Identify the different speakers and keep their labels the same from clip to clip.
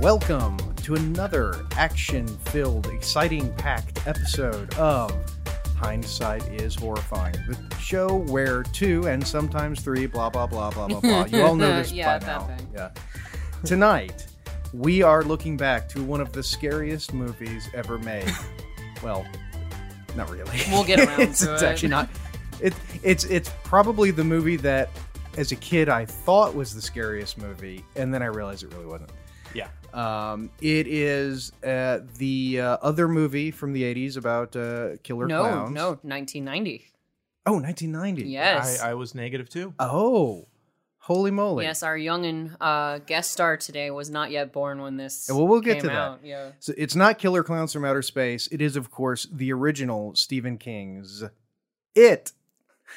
Speaker 1: welcome to another action filled, exciting packed episode of Hindsight is Horrifying, the show where two and sometimes three, blah, blah, blah, blah, blah, blah. You all know this
Speaker 2: Yeah,
Speaker 1: by
Speaker 2: that
Speaker 1: now.
Speaker 2: thing.
Speaker 1: Yeah. Tonight, we are looking back to one of the scariest movies ever made. well, not really.
Speaker 2: We'll get around
Speaker 1: it's,
Speaker 2: to
Speaker 1: it's
Speaker 2: it.
Speaker 1: actually not. It, it's it's probably the movie that, as a kid, I thought was the scariest movie, and then I realized it really wasn't.
Speaker 3: Yeah.
Speaker 1: Um, it is uh, the uh, other movie from the '80s about uh, killer
Speaker 2: no,
Speaker 1: clowns.
Speaker 2: no, 1990.
Speaker 1: Oh, 1990.
Speaker 2: Yes.
Speaker 3: I, I was negative too.
Speaker 1: Oh, holy moly.
Speaker 2: Yes, our young and uh, guest star today was not yet born when this.
Speaker 1: Yeah, well, we'll get
Speaker 2: came
Speaker 1: to that.
Speaker 2: out. Yeah.
Speaker 1: So it's not Killer Clowns from Outer Space. It is, of course, the original Stephen King's It.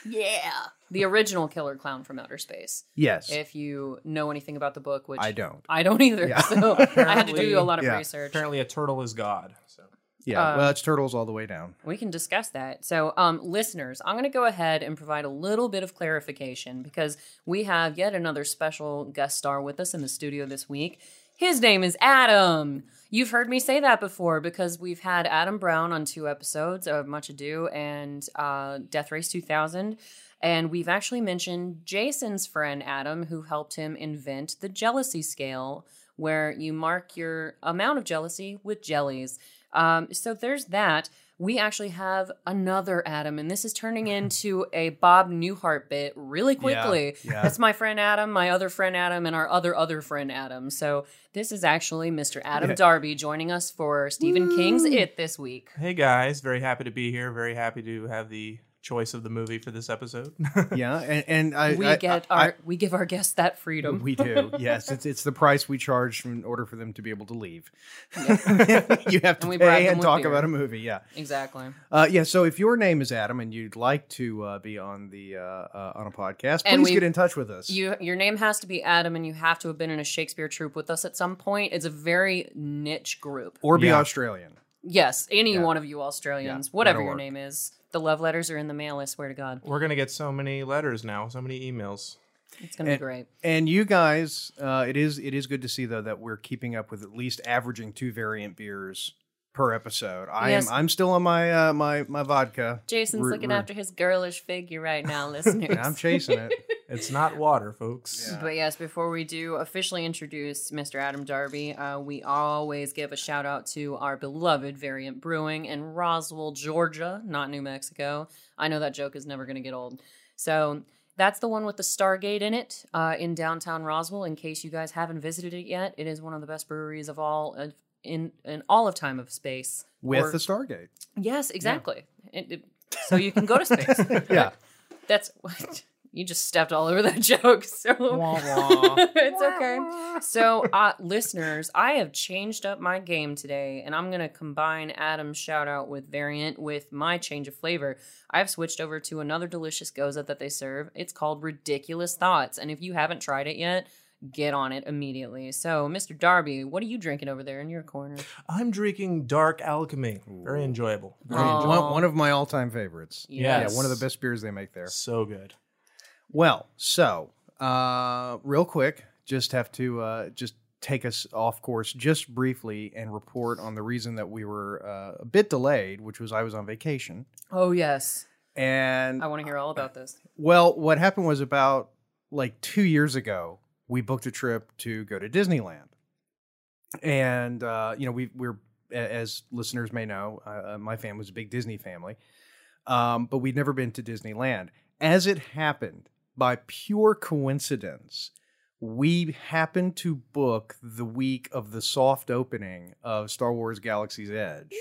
Speaker 2: Yeah. The original Killer Clown from Outer Space.
Speaker 1: Yes.
Speaker 2: If you know anything about the book, which
Speaker 1: I don't.
Speaker 2: I don't either.
Speaker 1: Yeah.
Speaker 2: So I had to do a lot of
Speaker 1: Yeah.
Speaker 2: research.
Speaker 3: Apparently, a turtle is God. So
Speaker 1: Yeah.
Speaker 2: Um,
Speaker 1: well, it's turtles all the way down.
Speaker 2: We can discuss that. So, um, listeners, I'm going to go ahead and provide a little bit of clarification because we have yet another special guest star with us in the studio this week. His name is Adam. You've heard me say that before because we've had Adam Brown on two episodes of Much Ado and uh, Death Race 2000. And we've actually mentioned Jason's friend Adam, who helped him invent the jealousy scale, where you mark your amount of jealousy with jellies. Um, so there's that. We actually have another Adam, and this is turning into a Bob Newhart bit really quickly.
Speaker 1: yeah.
Speaker 2: That's my friend Adam, my other friend Adam, and our other other friend Adam. So this is actually Mr. Adam Darby joining us for Stephen King's It this week.
Speaker 3: hey guys, very happy to be here. Very happy to have the choice of the movie for this episode.
Speaker 1: Yeah, and, and I
Speaker 2: We
Speaker 1: I-
Speaker 2: get
Speaker 1: I-
Speaker 2: our we give our guests that freedom.
Speaker 1: we do. Yes, it's it's the price we charge in order for them to be able to leave. you have to
Speaker 2: And we bribe
Speaker 1: pay
Speaker 2: them
Speaker 1: and
Speaker 2: with
Speaker 1: talk
Speaker 2: beer.
Speaker 1: about a movie. Yeah,
Speaker 2: exactly.
Speaker 1: uh, yeah. So if your name is Adam and you'd like to uh, be on the uh, uh, on a podcast,
Speaker 2: And
Speaker 1: please
Speaker 2: we-
Speaker 1: get in touch with us.
Speaker 2: You your name has to be Adam, and you have to have been in a Shakespeare troupe with us at some point. It's a very niche group.
Speaker 1: or be
Speaker 3: Yeah.
Speaker 1: Australian.
Speaker 2: Yes, any
Speaker 1: Yeah.
Speaker 2: one of you Australians,
Speaker 1: Yeah,
Speaker 2: whatever
Speaker 1: that'll
Speaker 2: your
Speaker 1: work.
Speaker 2: name is. The love letters are in the mail. I swear to God,
Speaker 3: We're gonna get so many letters now, so many emails.
Speaker 2: it's gonna
Speaker 1: And-
Speaker 2: be great.
Speaker 1: And you guys, uh, it is it is good to see though that we're keeping up with at least averaging two variant beers per episode. I
Speaker 2: Yes.
Speaker 1: am I'm still on my uh, my my vodka.
Speaker 2: Jason's
Speaker 1: We're-
Speaker 2: looking
Speaker 1: we're-
Speaker 2: after his girlish figure right now, listeners.
Speaker 1: I'm chasing it.
Speaker 3: It's not water, folks.
Speaker 1: Yeah.
Speaker 2: But yes, before we do officially introduce Mr. Adam Darby, uh, we always give a shout out to our beloved Variant Brewing in Roswell, Georgia, not New Mexico. I know that joke is never going to get old. So that's the one with the Stargate in it uh, in downtown Roswell. In case you guys haven't visited it yet, it is one of the best breweries of all of, in in all of time of space.
Speaker 1: with
Speaker 2: Or-
Speaker 1: the Stargate.
Speaker 2: yes, exactly. It- it- so you can go to space.
Speaker 1: Yeah.
Speaker 2: That's what you just stepped all over that joke. So it's okay. So, uh, listeners, I have changed up my game today, and I'm gonna combine Adam's shout out with variant with my change of flavor. I've switched over to another delicious goza that they serve. It's called Ridiculous Thoughts, and if you haven't tried it yet. Get on it immediately. So, Mr. Darby, what are you drinking over there in your corner?
Speaker 3: I'm drinking Dark Alchemy. Very enjoyable. Very
Speaker 2: Oh.
Speaker 3: enjoyable.
Speaker 1: One, one of my all time favorites.
Speaker 3: Yes.
Speaker 1: Yeah, one of the best beers they make there.
Speaker 3: So good.
Speaker 1: Well, so uh, real quick, just have to uh, just take us off course just briefly and report on the reason that we were uh, a bit delayed, which was I was on vacation.
Speaker 2: Oh yes,
Speaker 1: And
Speaker 2: I want to hear all about this.
Speaker 1: well, what happened was about like two years ago, we booked a trip to go to Disneyland. And, uh, you know, we, we're, a- as listeners may know, uh, uh, my family's a big Disney family, um, but we'd never been to Disneyland. As it happened, by pure coincidence, we happened to book the week of the soft opening of Star Wars Galaxy's Edge.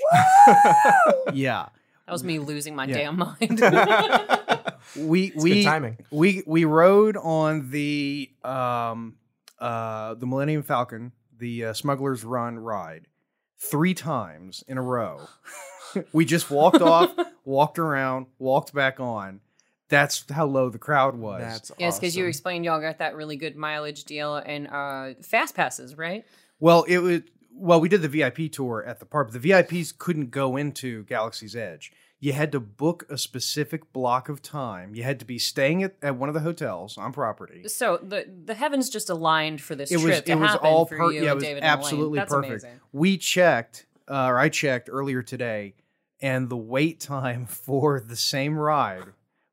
Speaker 1: yeah.
Speaker 2: That was me losing my
Speaker 1: Yeah.
Speaker 2: damn mind.
Speaker 1: we
Speaker 3: It's
Speaker 1: we
Speaker 3: good timing.
Speaker 1: we we rode on the um uh the Millennium Falcon, the uh, Smuggler's Run ride, three times in a row. we just walked off, walked around, walked back on. That's how low the crowd was.
Speaker 3: That's
Speaker 2: Yes, because you
Speaker 3: awesome.
Speaker 2: explained y'all got that really good mileage deal and uh, fast passes, right?
Speaker 1: well, it was. Well, we did the VIP tour at the park, but the VIPs couldn't go into Galaxy's Edge. you had to book a specific block of time. You had to be staying at, at one of the hotels on property.
Speaker 2: So the the heavens just aligned for this
Speaker 1: It was
Speaker 2: trip to
Speaker 1: it was
Speaker 2: happen
Speaker 1: all
Speaker 2: for
Speaker 1: per-
Speaker 2: you
Speaker 1: yeah,
Speaker 2: and
Speaker 1: it was
Speaker 2: David and Elaine.
Speaker 1: absolutely
Speaker 2: That's
Speaker 1: perfect.
Speaker 2: amazing.
Speaker 1: We checked, uh, or I checked earlier today, and the wait time for the same ride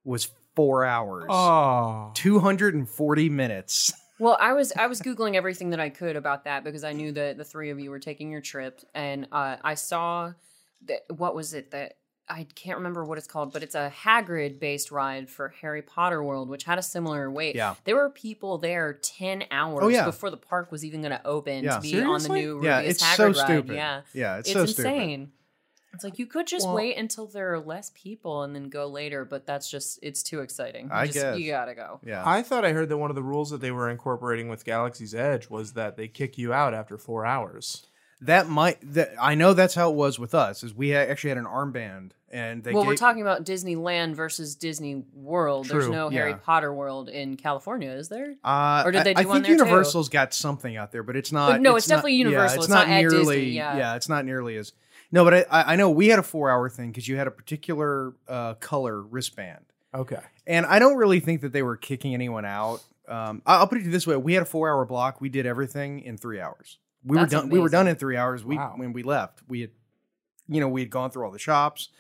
Speaker 1: was four hours,
Speaker 3: Oh.
Speaker 1: two hundred and forty minutes.
Speaker 2: Well, I was I was googling everything that I could about that because I knew that the three of you were taking your trip, and uh, I saw that what was it that I can't remember what it's called, but it's a Hagrid based ride for Harry Potter World, which had a similar wait.
Speaker 1: Yeah.
Speaker 2: there were people there ten hours
Speaker 1: Oh, yeah.
Speaker 2: before the park was even going to open
Speaker 1: Yeah.
Speaker 2: to be on the
Speaker 3: Seriously?
Speaker 2: new
Speaker 1: yeah,
Speaker 2: Rubius
Speaker 1: it's
Speaker 2: Hagrid
Speaker 1: so
Speaker 2: ride.
Speaker 1: stupid.
Speaker 2: Yeah,
Speaker 1: yeah, it's,
Speaker 2: it's,
Speaker 1: so stupid.
Speaker 2: insane. It's like you could just
Speaker 3: Well-
Speaker 2: wait until there are less people and then go later, but that's just it's too exciting. You
Speaker 1: I
Speaker 2: just,
Speaker 1: guess.
Speaker 2: you gotta go.
Speaker 1: Yeah,
Speaker 3: I thought I heard that one of the rules that they were incorporating with Galaxy's Edge was that they kick you out after four hours.
Speaker 1: that might. That I know that's how it was with us. Is we had, actually had an armband, and they
Speaker 2: well,
Speaker 1: gave,
Speaker 2: we're talking about Disneyland versus Disney World. There's
Speaker 3: True,
Speaker 2: no Harry
Speaker 1: yeah.
Speaker 2: Potter World in California, is there?
Speaker 1: Uh,
Speaker 2: Or did
Speaker 1: I-
Speaker 2: they
Speaker 1: I
Speaker 2: do
Speaker 1: think
Speaker 2: one there, too?
Speaker 1: Universal's got something out there, but it's not.
Speaker 2: But no, it's definitely
Speaker 1: not- yeah,
Speaker 2: Universal.
Speaker 1: it's,
Speaker 2: It's
Speaker 1: not,
Speaker 2: not at
Speaker 1: nearly.
Speaker 2: Disney, yeah.
Speaker 1: it's not nearly as. No, but I- I, I know we had a four-hour thing because you had a particular uh, color wristband,
Speaker 3: Okay.
Speaker 1: and I don't really think that they were kicking anyone out. Um, I- I'll put it this way: we had a four-hour block. We did everything in three hours. We
Speaker 2: That's
Speaker 1: were done. We were
Speaker 2: amazing.
Speaker 1: done in three hours. We
Speaker 3: Wow.
Speaker 1: when we left, we had, you know, we had gone through all the shops.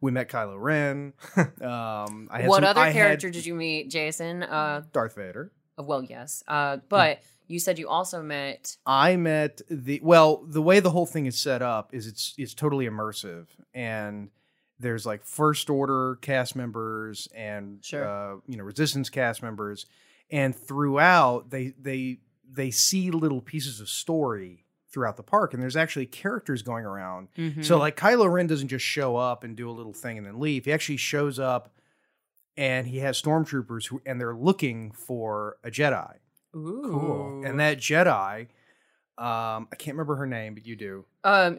Speaker 1: We met Kylo Ren. Um, I had
Speaker 2: what
Speaker 1: some-
Speaker 2: other
Speaker 1: I had Mm.
Speaker 2: character did you meet, Jason? Uh,
Speaker 1: Darth Vader.
Speaker 2: well, yes, uh, but you said you also met.
Speaker 1: I met the well, the way the whole thing is set up is it's it's totally immersive and there's like first order cast members and
Speaker 2: Sure.
Speaker 1: uh, you know resistance cast members and throughout they they they see little pieces of story throughout the park and there's actually characters going around
Speaker 2: Hmm.
Speaker 1: so like Kylo Ren doesn't just show up and do a little thing and then leave. He actually shows up and he has stormtroopers who and they're looking for a Jedi
Speaker 2: Ooh.
Speaker 3: cool.
Speaker 1: and that Jedi, um, I can't remember her name, but you do.
Speaker 2: um,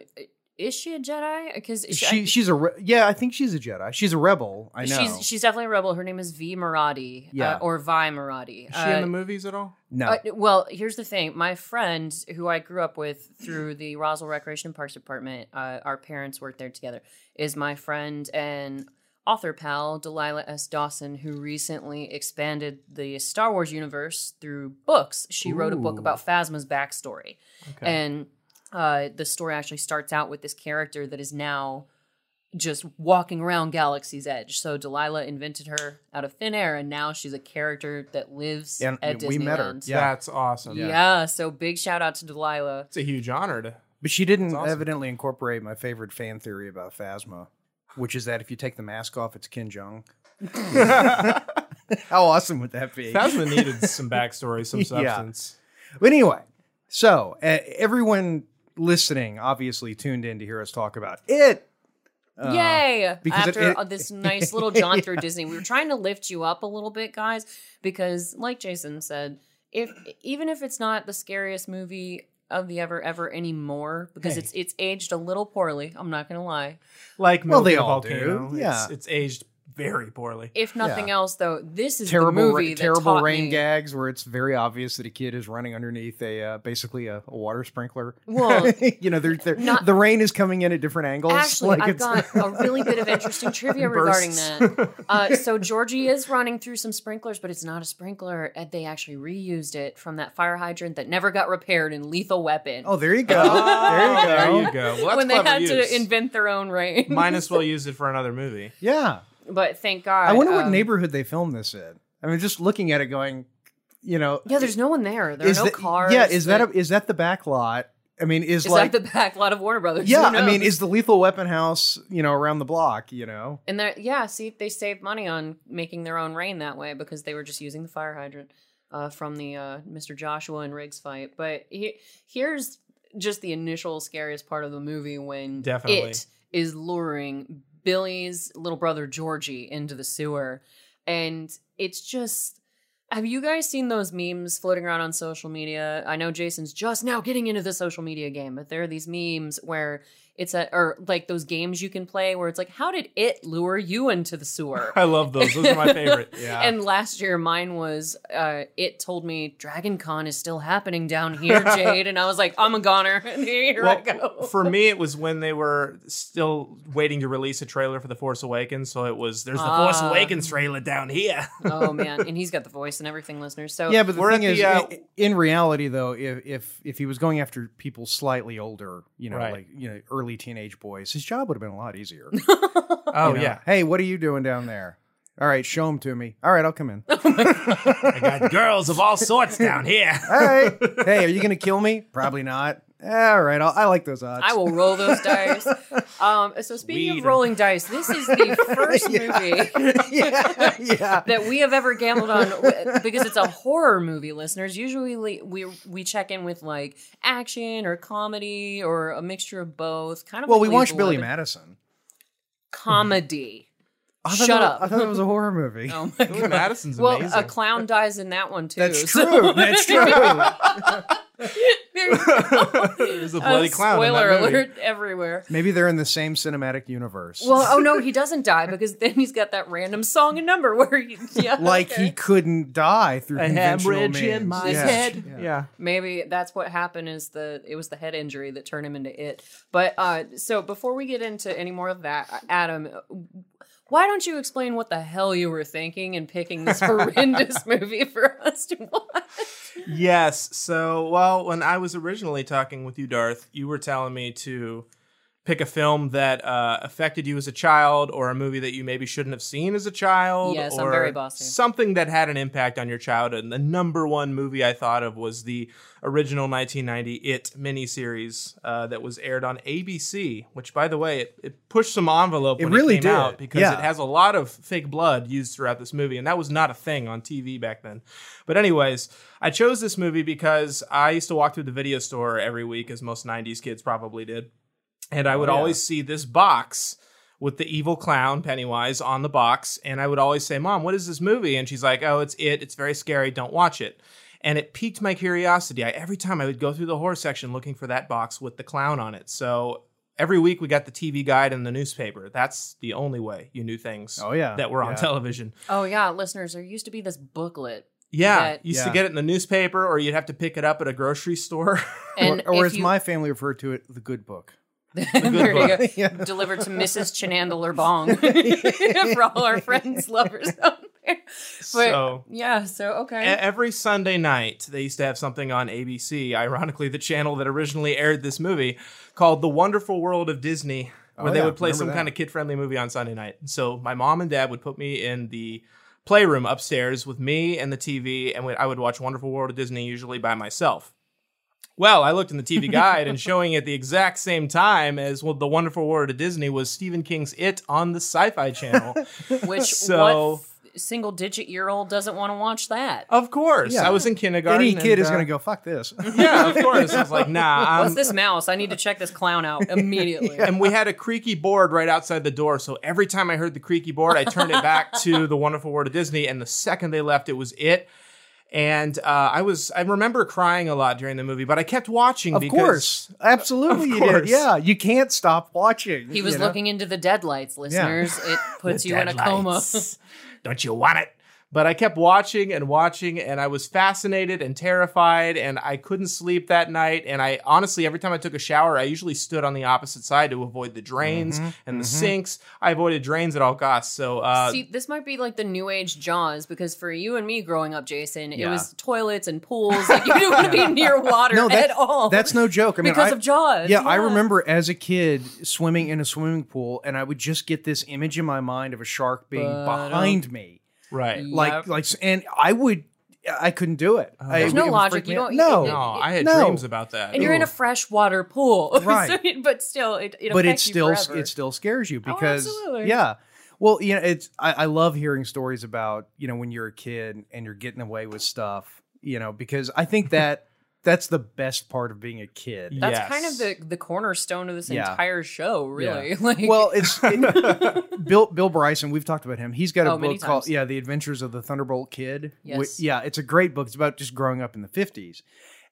Speaker 2: is she a Jedi? Because
Speaker 1: She she's a re- yeah, I think she's a Jedi. She's a rebel. I know.
Speaker 2: she's she's definitely a rebel. Her name is V Marathi,
Speaker 1: Yeah.
Speaker 2: uh, or Vi Marathi.
Speaker 3: Is she
Speaker 2: Uh,
Speaker 3: in the movies at all?
Speaker 1: no,
Speaker 2: Uh, well, here's the thing. My friend, who I grew up with through the Roswell Recreation and Parks Department, uh, our parents worked there together, is my friend and author pal, Delilah S. Dawson, who recently expanded the Star Wars universe through books. She wrote a book
Speaker 3: Ooh.
Speaker 2: about Phasma's backstory.
Speaker 3: Okay.
Speaker 2: And uh, the story actually starts out with this character that is now just walking around Galaxy's Edge. So Delilah invented her out of thin air, and now she's a character that lives
Speaker 1: And
Speaker 2: at Disneyland.
Speaker 1: we met her. Yeah.
Speaker 3: That's awesome.
Speaker 2: Yeah. so big shout out to Delilah.
Speaker 3: It's a huge honor to.
Speaker 1: but she didn't
Speaker 3: That's awesome.
Speaker 1: evidently incorporate my favorite fan theory about Phasma, which is that if you take the mask off, it's Kin Jong. How awesome would that be?
Speaker 3: Phasma needed some backstory, some
Speaker 1: Yeah.
Speaker 3: substance.
Speaker 1: But anyway, so uh, everyone listening obviously tuned in to hear us talk about it. Uh,
Speaker 2: Yay!
Speaker 1: because it-
Speaker 2: After
Speaker 1: it-
Speaker 2: uh, this nice little jaunt through Disney, we were trying to lift you up a little bit, guys, because like Jason said, if even if it's not the scariest movie of the ever ever anymore, because
Speaker 3: Hey.
Speaker 2: it's it's aged a little poorly. I'm not gonna lie.
Speaker 3: Like
Speaker 1: Well, they
Speaker 3: Milk in a
Speaker 1: all do.
Speaker 3: Volcano. It's,
Speaker 1: Yeah.
Speaker 3: it's aged very poorly.
Speaker 2: If nothing else, though, this is
Speaker 1: terrible,
Speaker 2: the
Speaker 1: ra-
Speaker 2: movie that
Speaker 1: terrible
Speaker 2: taught
Speaker 1: rain
Speaker 2: me-
Speaker 1: gags where it's very obvious that a kid is running underneath a uh, basically a, a water sprinkler.
Speaker 2: Well,
Speaker 1: you know, they're, they're,
Speaker 2: not-
Speaker 1: the rain is coming in at different angles.
Speaker 2: Actually, I've got
Speaker 1: it's-
Speaker 2: a really bit of interesting trivia regarding
Speaker 3: Bursts.
Speaker 2: that. Uh, so Georgie is running through some sprinklers, but it's not a sprinkler. And they actually reused it from that fire hydrant that never got repaired in Lethal Weapon.
Speaker 1: oh, there you go,
Speaker 3: Oh,
Speaker 1: there you go.
Speaker 3: There you go. Well, that's
Speaker 2: when they
Speaker 3: clever
Speaker 2: had
Speaker 3: use.
Speaker 2: to invent their own rain.
Speaker 3: Might as well use it for another movie.
Speaker 1: Yeah,
Speaker 2: but thank God.
Speaker 1: I wonder what
Speaker 2: um,
Speaker 1: neighborhood they filmed this in. I mean, just looking at it, going, you know,
Speaker 2: Yeah, there's no one there. There are
Speaker 1: is
Speaker 2: no
Speaker 1: that-
Speaker 2: cars.
Speaker 1: Yeah, is that
Speaker 2: Like,
Speaker 1: a, is that the back lot? I mean, is,
Speaker 2: is
Speaker 1: like
Speaker 2: that the back lot of Warner Brothers?
Speaker 1: yeah?
Speaker 2: Who
Speaker 1: I mean,
Speaker 2: knows?
Speaker 1: is the Lethal Weapon house you know around the block? You know,
Speaker 2: and they yeah. See, they saved money on making their own rain that way because they were just using the fire hydrant uh, from the uh, Mr. Joshua and Riggs fight. But he, here's just the initial scariest part of the movie when
Speaker 3: Definitely.
Speaker 2: it is luring Billy's little brother Georgie into the sewer, and it's just. Have you guys seen those memes floating around on social media? I know Jason's just now getting into the social media game, but there are these memes where it's a or like those games you can play where it's like, how did it lure you into the sewer?
Speaker 3: I love those. Those are my favorite.
Speaker 1: Yeah.
Speaker 2: And last year, mine was uh, it told me Dragon Con is still happening down here, Jade, and I was like, I'm a goner. And here I go.
Speaker 3: for me, it was when they were still waiting to release a trailer for The Force Awakens. So it was, there's the Force
Speaker 2: Ah.
Speaker 3: Awakens trailer down here.
Speaker 2: oh man, and he's got the voice and everything, listeners. So
Speaker 1: yeah, but the
Speaker 3: we're at
Speaker 1: thing is,
Speaker 3: the, uh,
Speaker 1: i- in reality, though, if, if if he was going after people slightly older, you know,
Speaker 3: Right.
Speaker 1: like you know, early teenage boys, his job would have been a lot easier.
Speaker 3: Oh,
Speaker 1: You know,
Speaker 3: yeah.
Speaker 1: Hey, what are you doing down there? All right, show them to me. All right, I'll come in.
Speaker 2: Oh
Speaker 1: All
Speaker 3: I got girls of all sorts down here.
Speaker 1: right. Hey, are you going to kill me? Probably not. All right, I'll, I like those odds.
Speaker 2: I will roll those dice. Um, so speaking
Speaker 3: Weed.
Speaker 2: of rolling dice, this is the first movie
Speaker 1: yeah, yeah.
Speaker 2: that we have ever gambled on w- because it's a horror movie. Listeners usually we we check in with like action or comedy or a mixture of both. Kind of
Speaker 1: Well,
Speaker 2: like
Speaker 1: we watched
Speaker 2: Lethal
Speaker 1: Billy
Speaker 2: Weapon.
Speaker 1: Madison.
Speaker 2: comedy.
Speaker 1: I thought that-
Speaker 2: Shut up.
Speaker 1: I thought it was a horror movie.
Speaker 2: Oh my
Speaker 3: Billy
Speaker 2: god.
Speaker 3: Madison's
Speaker 2: Well,
Speaker 3: amazing.
Speaker 2: a clown dies in that one too.
Speaker 1: That's
Speaker 2: so-
Speaker 1: true. That's true.
Speaker 2: There you go.
Speaker 3: There's a
Speaker 2: Uh,
Speaker 3: bloody clown. in
Speaker 2: Spoiler
Speaker 3: that movie.
Speaker 2: alert everywhere.
Speaker 1: Maybe they're in the same cinematic universe.
Speaker 2: Well, oh no, he doesn't die because then he's got that random song and number where he, yeah,
Speaker 1: like
Speaker 2: okay.
Speaker 1: he couldn't die through
Speaker 3: A
Speaker 1: conventional
Speaker 3: hemorrhage
Speaker 1: means.
Speaker 3: in my
Speaker 1: Yeah.
Speaker 3: head.
Speaker 1: Yeah.
Speaker 2: Maybe that's what happened is the it was the head injury that turned him into it. But uh so before we get into any more of that, Adam, why don't you explain what the hell you were thinking in picking this horrendous movie for us to watch?
Speaker 3: Yes. So, well, when I was originally talking with you, Darth, you were telling me to pick a film that uh, affected you as a child or a movie that you maybe shouldn't have seen as a child.
Speaker 2: Yes, I'm
Speaker 3: or
Speaker 2: very bossy.
Speaker 3: Something that had an impact on your childhood. And the number one movie I thought of was the original 1990 It miniseries uh, that was aired on ABC, which, by the way, it, it pushed some envelope
Speaker 1: It
Speaker 3: when
Speaker 1: really
Speaker 3: it came
Speaker 1: did.
Speaker 3: out because
Speaker 1: Yeah.
Speaker 3: it has a lot of fake blood used throughout this movie, and that was not a thing on TV back then. But anyways, I chose this movie because I used to walk through the video store every week, as most '90s kids probably did, and I would
Speaker 1: Oh, yeah.
Speaker 3: always see this box with the evil clown Pennywise on the box, and I would always say, "Mom, what is this movie?" And she's like, "Oh, it's it. It's very scary. Don't watch it." And it piqued my curiosity. I, every time I would go through the horror section looking for that box with the clown on it. So every week we got the TV guide and the newspaper. That's the only way you knew things
Speaker 1: Oh, yeah.
Speaker 3: that were on
Speaker 1: Yeah.
Speaker 3: television.
Speaker 2: Oh yeah, listeners, there used to be this booklet.
Speaker 3: Yeah,
Speaker 2: that-
Speaker 3: used
Speaker 1: Yeah.
Speaker 3: to get it in the newspaper, or you'd have to pick it up at a grocery store.
Speaker 2: And
Speaker 1: or or
Speaker 2: if
Speaker 1: as
Speaker 2: you,
Speaker 1: my family referred to it, the good book.
Speaker 2: there you go.
Speaker 1: yeah.
Speaker 2: delivered to Mrs. Chenandler Bong for all our friends, lovers out there. But
Speaker 3: so
Speaker 2: yeah, so okay.
Speaker 3: e- every Sunday night, they used to have something on ABC, ironically, the channel that originally aired this movie, called The Wonderful World of Disney, where
Speaker 1: Oh,
Speaker 3: they
Speaker 1: yeah,
Speaker 3: would play
Speaker 1: remember
Speaker 3: some
Speaker 1: that.
Speaker 3: kind of kid friendly movie on Sunday night. So my mom and dad would put me in the playroom upstairs with me and the TV, and we- I would watch Wonderful World of Disney usually by myself. Well, I looked in the TV guide and showing at the exact same time as well, the Wonderful World of Disney was Stephen King's It on the Sci-Fi Channel.
Speaker 1: Eh,
Speaker 2: Which
Speaker 3: So-
Speaker 2: what f- single digit year old doesn't want to watch that?
Speaker 3: of course,
Speaker 1: Yeah.
Speaker 3: I was in kindergarten.
Speaker 1: Any kid
Speaker 3: and,
Speaker 1: is
Speaker 3: uh,
Speaker 1: going to go, fuck this.
Speaker 3: Yeah, of course. I was like, nah.
Speaker 2: What's
Speaker 1: Um,
Speaker 3: I'm,
Speaker 2: this mouse? I need to check this clown out immediately.
Speaker 3: and we had a creaky board right outside the door. So every time I heard the creaky board, I turned it back to the Wonderful World of Disney. And the second they left, it was it. And uh, I was I remember crying a lot during the movie, but I kept watching.
Speaker 1: of
Speaker 3: because,
Speaker 1: course. Absolutely
Speaker 3: Of
Speaker 1: you
Speaker 3: course.
Speaker 1: did. Yeah. You can't stop watching.
Speaker 2: He was
Speaker 1: you know?
Speaker 2: looking into the deadlights, listeners. It puts you in a coma.
Speaker 3: Deadlights. Don't you want it? But I kept watching and watching, and I was fascinated and terrified, and I couldn't sleep that night. And I honestly, every time I took a shower, I usually stood on the opposite side to avoid the drains
Speaker 1: Mm-hmm,
Speaker 3: and the sinks. I avoided drains at all costs. So, uh,
Speaker 2: See, this might be like the new age Jaws because for you and me growing up, Jason, it was toilets and pools. Like you didn't want to be near water
Speaker 1: No, that-
Speaker 2: at all.
Speaker 1: That's no joke. I mean,
Speaker 2: because
Speaker 1: I-
Speaker 2: of Jaws.
Speaker 1: Yeah, I remember as a kid swimming in a swimming pool, and I would just get this image in my mind of a shark being
Speaker 2: But, um,
Speaker 1: behind me,
Speaker 3: right.
Speaker 2: Yep.
Speaker 1: like like, and I would, I couldn't do it. I-
Speaker 3: There's
Speaker 1: it
Speaker 2: no
Speaker 1: would
Speaker 2: logic.
Speaker 1: freak me
Speaker 2: You
Speaker 1: out.
Speaker 2: don't-
Speaker 1: No,
Speaker 2: it-
Speaker 3: Oh, No, I had
Speaker 1: No.
Speaker 3: dreams about that.
Speaker 2: And you're in a freshwater pool,
Speaker 1: Right.
Speaker 2: So it- but still, it, it
Speaker 1: but it
Speaker 2: affects you
Speaker 1: still
Speaker 2: forever. Oh,
Speaker 1: it still scares you because
Speaker 2: absolutely.
Speaker 1: yeah well you know it's I, I love hearing stories about you know when you're a kid and you're getting away with stuff you know because i think that that's the best part of being a kid
Speaker 2: that's
Speaker 3: Yes.
Speaker 2: kind of the the cornerstone of this
Speaker 1: Yeah.
Speaker 2: entire show, really.
Speaker 1: Yeah.
Speaker 2: Like,
Speaker 1: well it's it- bill bill bryson we've talked about him he's got a
Speaker 2: Oh, many
Speaker 1: book called
Speaker 2: times.
Speaker 1: yeah the adventures of the thunderbolt kid Wh-
Speaker 2: Yes.
Speaker 1: yeah it's a great book it's about just growing up in the 50s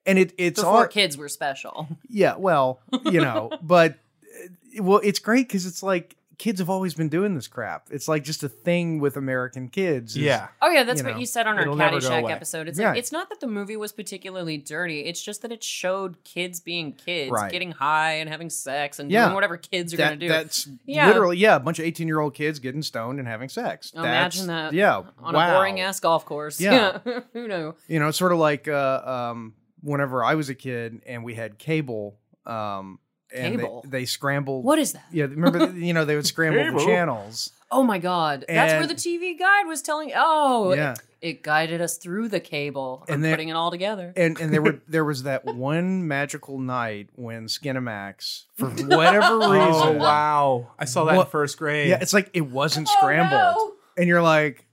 Speaker 1: and it it's
Speaker 2: before
Speaker 1: all
Speaker 2: kids were special.
Speaker 1: yeah well you know but eh, well, it's great because it's like kids have always been doing this crap. It's like just a thing with American kids. is-
Speaker 3: Yeah.
Speaker 2: Oh yeah, that's
Speaker 1: you
Speaker 2: what
Speaker 1: know,
Speaker 2: you said on our
Speaker 3: it'll never go
Speaker 2: Caddyshack
Speaker 3: away.
Speaker 2: episode. It's
Speaker 1: Right.
Speaker 2: like it's not that the movie was particularly dirty. It's just that it showed kids being kids,
Speaker 1: Right.
Speaker 2: getting high and having sex and
Speaker 1: Yeah.
Speaker 2: doing whatever kids are
Speaker 1: That-
Speaker 2: gonna do.
Speaker 1: That's
Speaker 2: Yeah.
Speaker 1: literally yeah, a bunch of eighteen year old kids getting stoned and having sex.
Speaker 2: Imagine
Speaker 1: That's-
Speaker 2: that
Speaker 1: Yeah,
Speaker 2: on
Speaker 1: wow.
Speaker 2: a boring ass golf course.
Speaker 1: Yeah.
Speaker 2: Who knew?
Speaker 1: You know, sort of like uh, um, whenever I was a kid and we had cable. Um, and they-
Speaker 2: Cable?
Speaker 1: They, scrambled.
Speaker 2: What is that?
Speaker 1: Yeah, remember? you know, they would scramble
Speaker 3: Cable?
Speaker 1: the channels.
Speaker 2: Oh my god. That's where
Speaker 1: And-
Speaker 2: the TV guide was telling Oh
Speaker 1: Yeah.
Speaker 2: it, it guided us through the cable. I'm
Speaker 1: And then-
Speaker 2: putting it all together.
Speaker 1: and and there were there was that one magical night when Skinamax, for whatever reason,
Speaker 3: Oh wow! I saw that in
Speaker 1: What-
Speaker 3: first grade.
Speaker 1: yeah, it's like it wasn't
Speaker 2: Oh,
Speaker 1: scrambled,
Speaker 2: no.
Speaker 1: and you're like,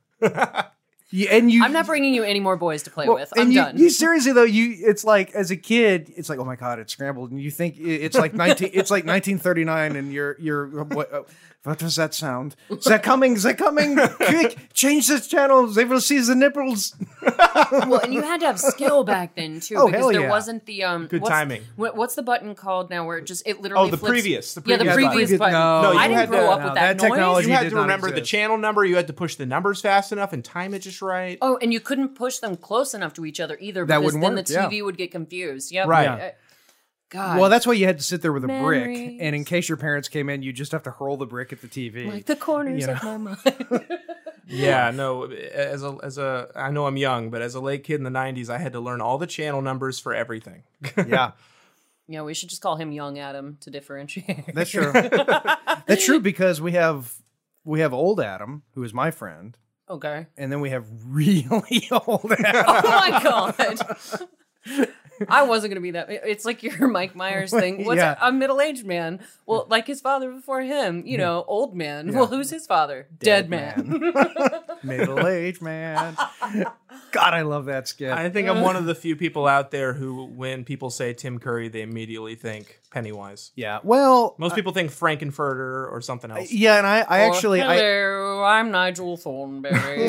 Speaker 1: yeah, and you,
Speaker 2: I'm not bringing you any more boys to play
Speaker 1: well,
Speaker 2: with.
Speaker 1: and
Speaker 2: I'm
Speaker 1: you,
Speaker 2: done.
Speaker 1: You seriously though, you it's like as a kid, it's like oh my god, it's scrambled, and you think i- it's like 19, it's like 1939, and you're you're what, uh, what was that sound? They're coming, they're coming, quick, change this channel, they will see the nipples.
Speaker 2: well, and you had to have skill back then too,
Speaker 1: Oh,
Speaker 2: because
Speaker 1: hell
Speaker 2: there
Speaker 1: yeah.
Speaker 2: wasn't the um
Speaker 3: Good
Speaker 2: what's,
Speaker 3: timing.
Speaker 2: What, what's the button called now? Where it just
Speaker 1: Oh,
Speaker 2: it literally
Speaker 3: the
Speaker 2: flips-
Speaker 3: previous- the
Speaker 2: yeah,
Speaker 3: previous
Speaker 2: the
Speaker 1: Previous-
Speaker 2: Oh, previous button.
Speaker 3: button.
Speaker 1: no,
Speaker 2: I
Speaker 3: you
Speaker 2: didn't
Speaker 3: had
Speaker 2: grow
Speaker 3: to-
Speaker 2: up
Speaker 1: no,
Speaker 2: with that,
Speaker 1: that technology-
Speaker 2: noise.
Speaker 1: He
Speaker 3: you had
Speaker 1: did
Speaker 3: to
Speaker 1: not
Speaker 3: remember the
Speaker 1: exist.
Speaker 3: channel number. You had to push the numbers fast enough and time it just right.
Speaker 2: Oh, and you couldn't push them close enough to each other either,
Speaker 1: That
Speaker 2: because
Speaker 1: wouldn't
Speaker 2: then
Speaker 1: work,
Speaker 2: the
Speaker 1: yeah.
Speaker 2: TV would get confused. Yep.
Speaker 3: Right.
Speaker 2: Uh, God.
Speaker 1: Well, that's why you had to sit there with a brick,
Speaker 2: Memories.
Speaker 1: and in case your parents came in, you just have to hurl the brick at the TV.
Speaker 2: like the corners
Speaker 1: you
Speaker 2: of my mind.
Speaker 3: Yeah, no. As a as a, I know I'm young, but as a late kid in the '90s, I had to learn all the channel numbers for everything.
Speaker 1: yeah,
Speaker 2: yeah, we should just call him Young Adam to differentiate.
Speaker 1: that's true. that's true because we have we have old Adam, who is my friend,
Speaker 2: okay.
Speaker 1: and then we have really old Adam.
Speaker 2: Oh my god. I wasn't gonna be that. it- It's like your Mike Myers thing. What's
Speaker 1: Yeah.
Speaker 2: a middle-aged man? Well, like his father before him, you know, old man. Well, who's his father? Dead, man.
Speaker 1: Middle aged man. God, I love that skit.
Speaker 3: I think I'm one of the few people out there who, when people say Tim Curry, they immediately think Pennywise.
Speaker 1: yeah. Well,
Speaker 3: Most people think Frankenfurter or something else.
Speaker 1: yeah, and Uh, I, I
Speaker 2: Or,
Speaker 1: actually, I, see,
Speaker 2: hello, I'm Nigel Thornberry.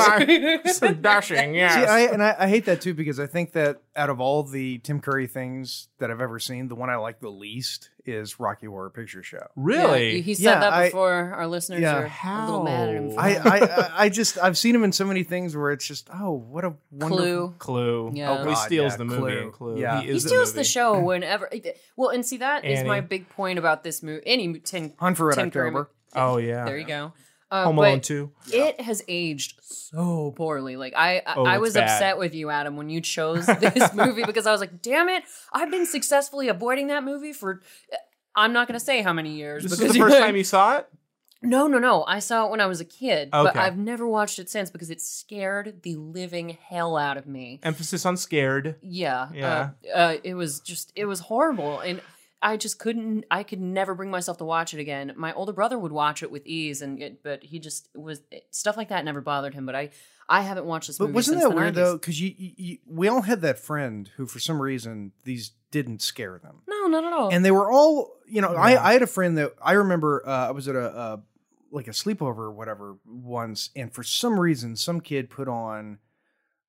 Speaker 3: so dashing, yes.
Speaker 1: I, and I, I hate that too because I think that out of all the Tim Curry things that I've ever seen, the one I like the least is Rocky Horror Picture Show.
Speaker 3: really?
Speaker 2: Yeah, he said
Speaker 1: Yeah,
Speaker 2: that
Speaker 1: I-
Speaker 2: before. Our listeners
Speaker 1: Yeah.
Speaker 2: are a little mad at him. For
Speaker 1: I,
Speaker 2: that.
Speaker 1: I, I- I just I've seen him in so many things where it's just oh what a wonderful
Speaker 2: Clue.
Speaker 3: Clue.
Speaker 2: Yeah. Oh,
Speaker 3: he
Speaker 1: God,
Speaker 3: steals
Speaker 1: yeah,
Speaker 3: the movie
Speaker 1: Clue.
Speaker 3: in Clue.
Speaker 1: Yeah.
Speaker 2: He
Speaker 3: is
Speaker 2: steals the
Speaker 3: movie.
Speaker 2: show whenever. Well, and see that is my
Speaker 3: Annie.
Speaker 2: big point about this movie. Any Tim,
Speaker 1: Hunt for Red
Speaker 2: Tim Curry.
Speaker 1: October.
Speaker 3: Oh yeah.
Speaker 2: There you go. Uh,
Speaker 3: Home
Speaker 2: but-
Speaker 3: Alone Two.
Speaker 2: It has aged so poorly. Like I, I,
Speaker 3: Oh,
Speaker 2: I
Speaker 3: it's
Speaker 2: was
Speaker 3: bad.
Speaker 2: upset with you, Adam, when you chose this movie because I was like, "Damn it! I've been successfully avoiding that movie for." eh, I'm not going to say how many years.
Speaker 3: This is
Speaker 2: because
Speaker 3: the first time you saw it.
Speaker 2: No, no, no. I saw it when I was a kid, but
Speaker 3: Okay.
Speaker 2: I've never watched it since because it scared the living hell out of me.
Speaker 3: Emphasis on scared.
Speaker 2: Yeah.
Speaker 3: Yeah.
Speaker 2: Uh, uh, it was just, it was horrible. And I just couldn't, I could never bring myself to watch it again. My older brother would watch it with ease, and it, but he just was, stuff like that never bothered him. But I, I haven't watched this
Speaker 1: But
Speaker 2: movie.
Speaker 1: wasn't
Speaker 2: since
Speaker 1: that
Speaker 2: the
Speaker 1: weird
Speaker 2: 90s.
Speaker 1: though? Because you, you, you we all had that friend who for some reason these didn't scare them,
Speaker 2: No, not at all.
Speaker 1: and they were all you know
Speaker 3: Yeah.
Speaker 1: I I had a friend that I remember uh, I was at a uh, like a sleepover or whatever once, and for some reason some kid put on.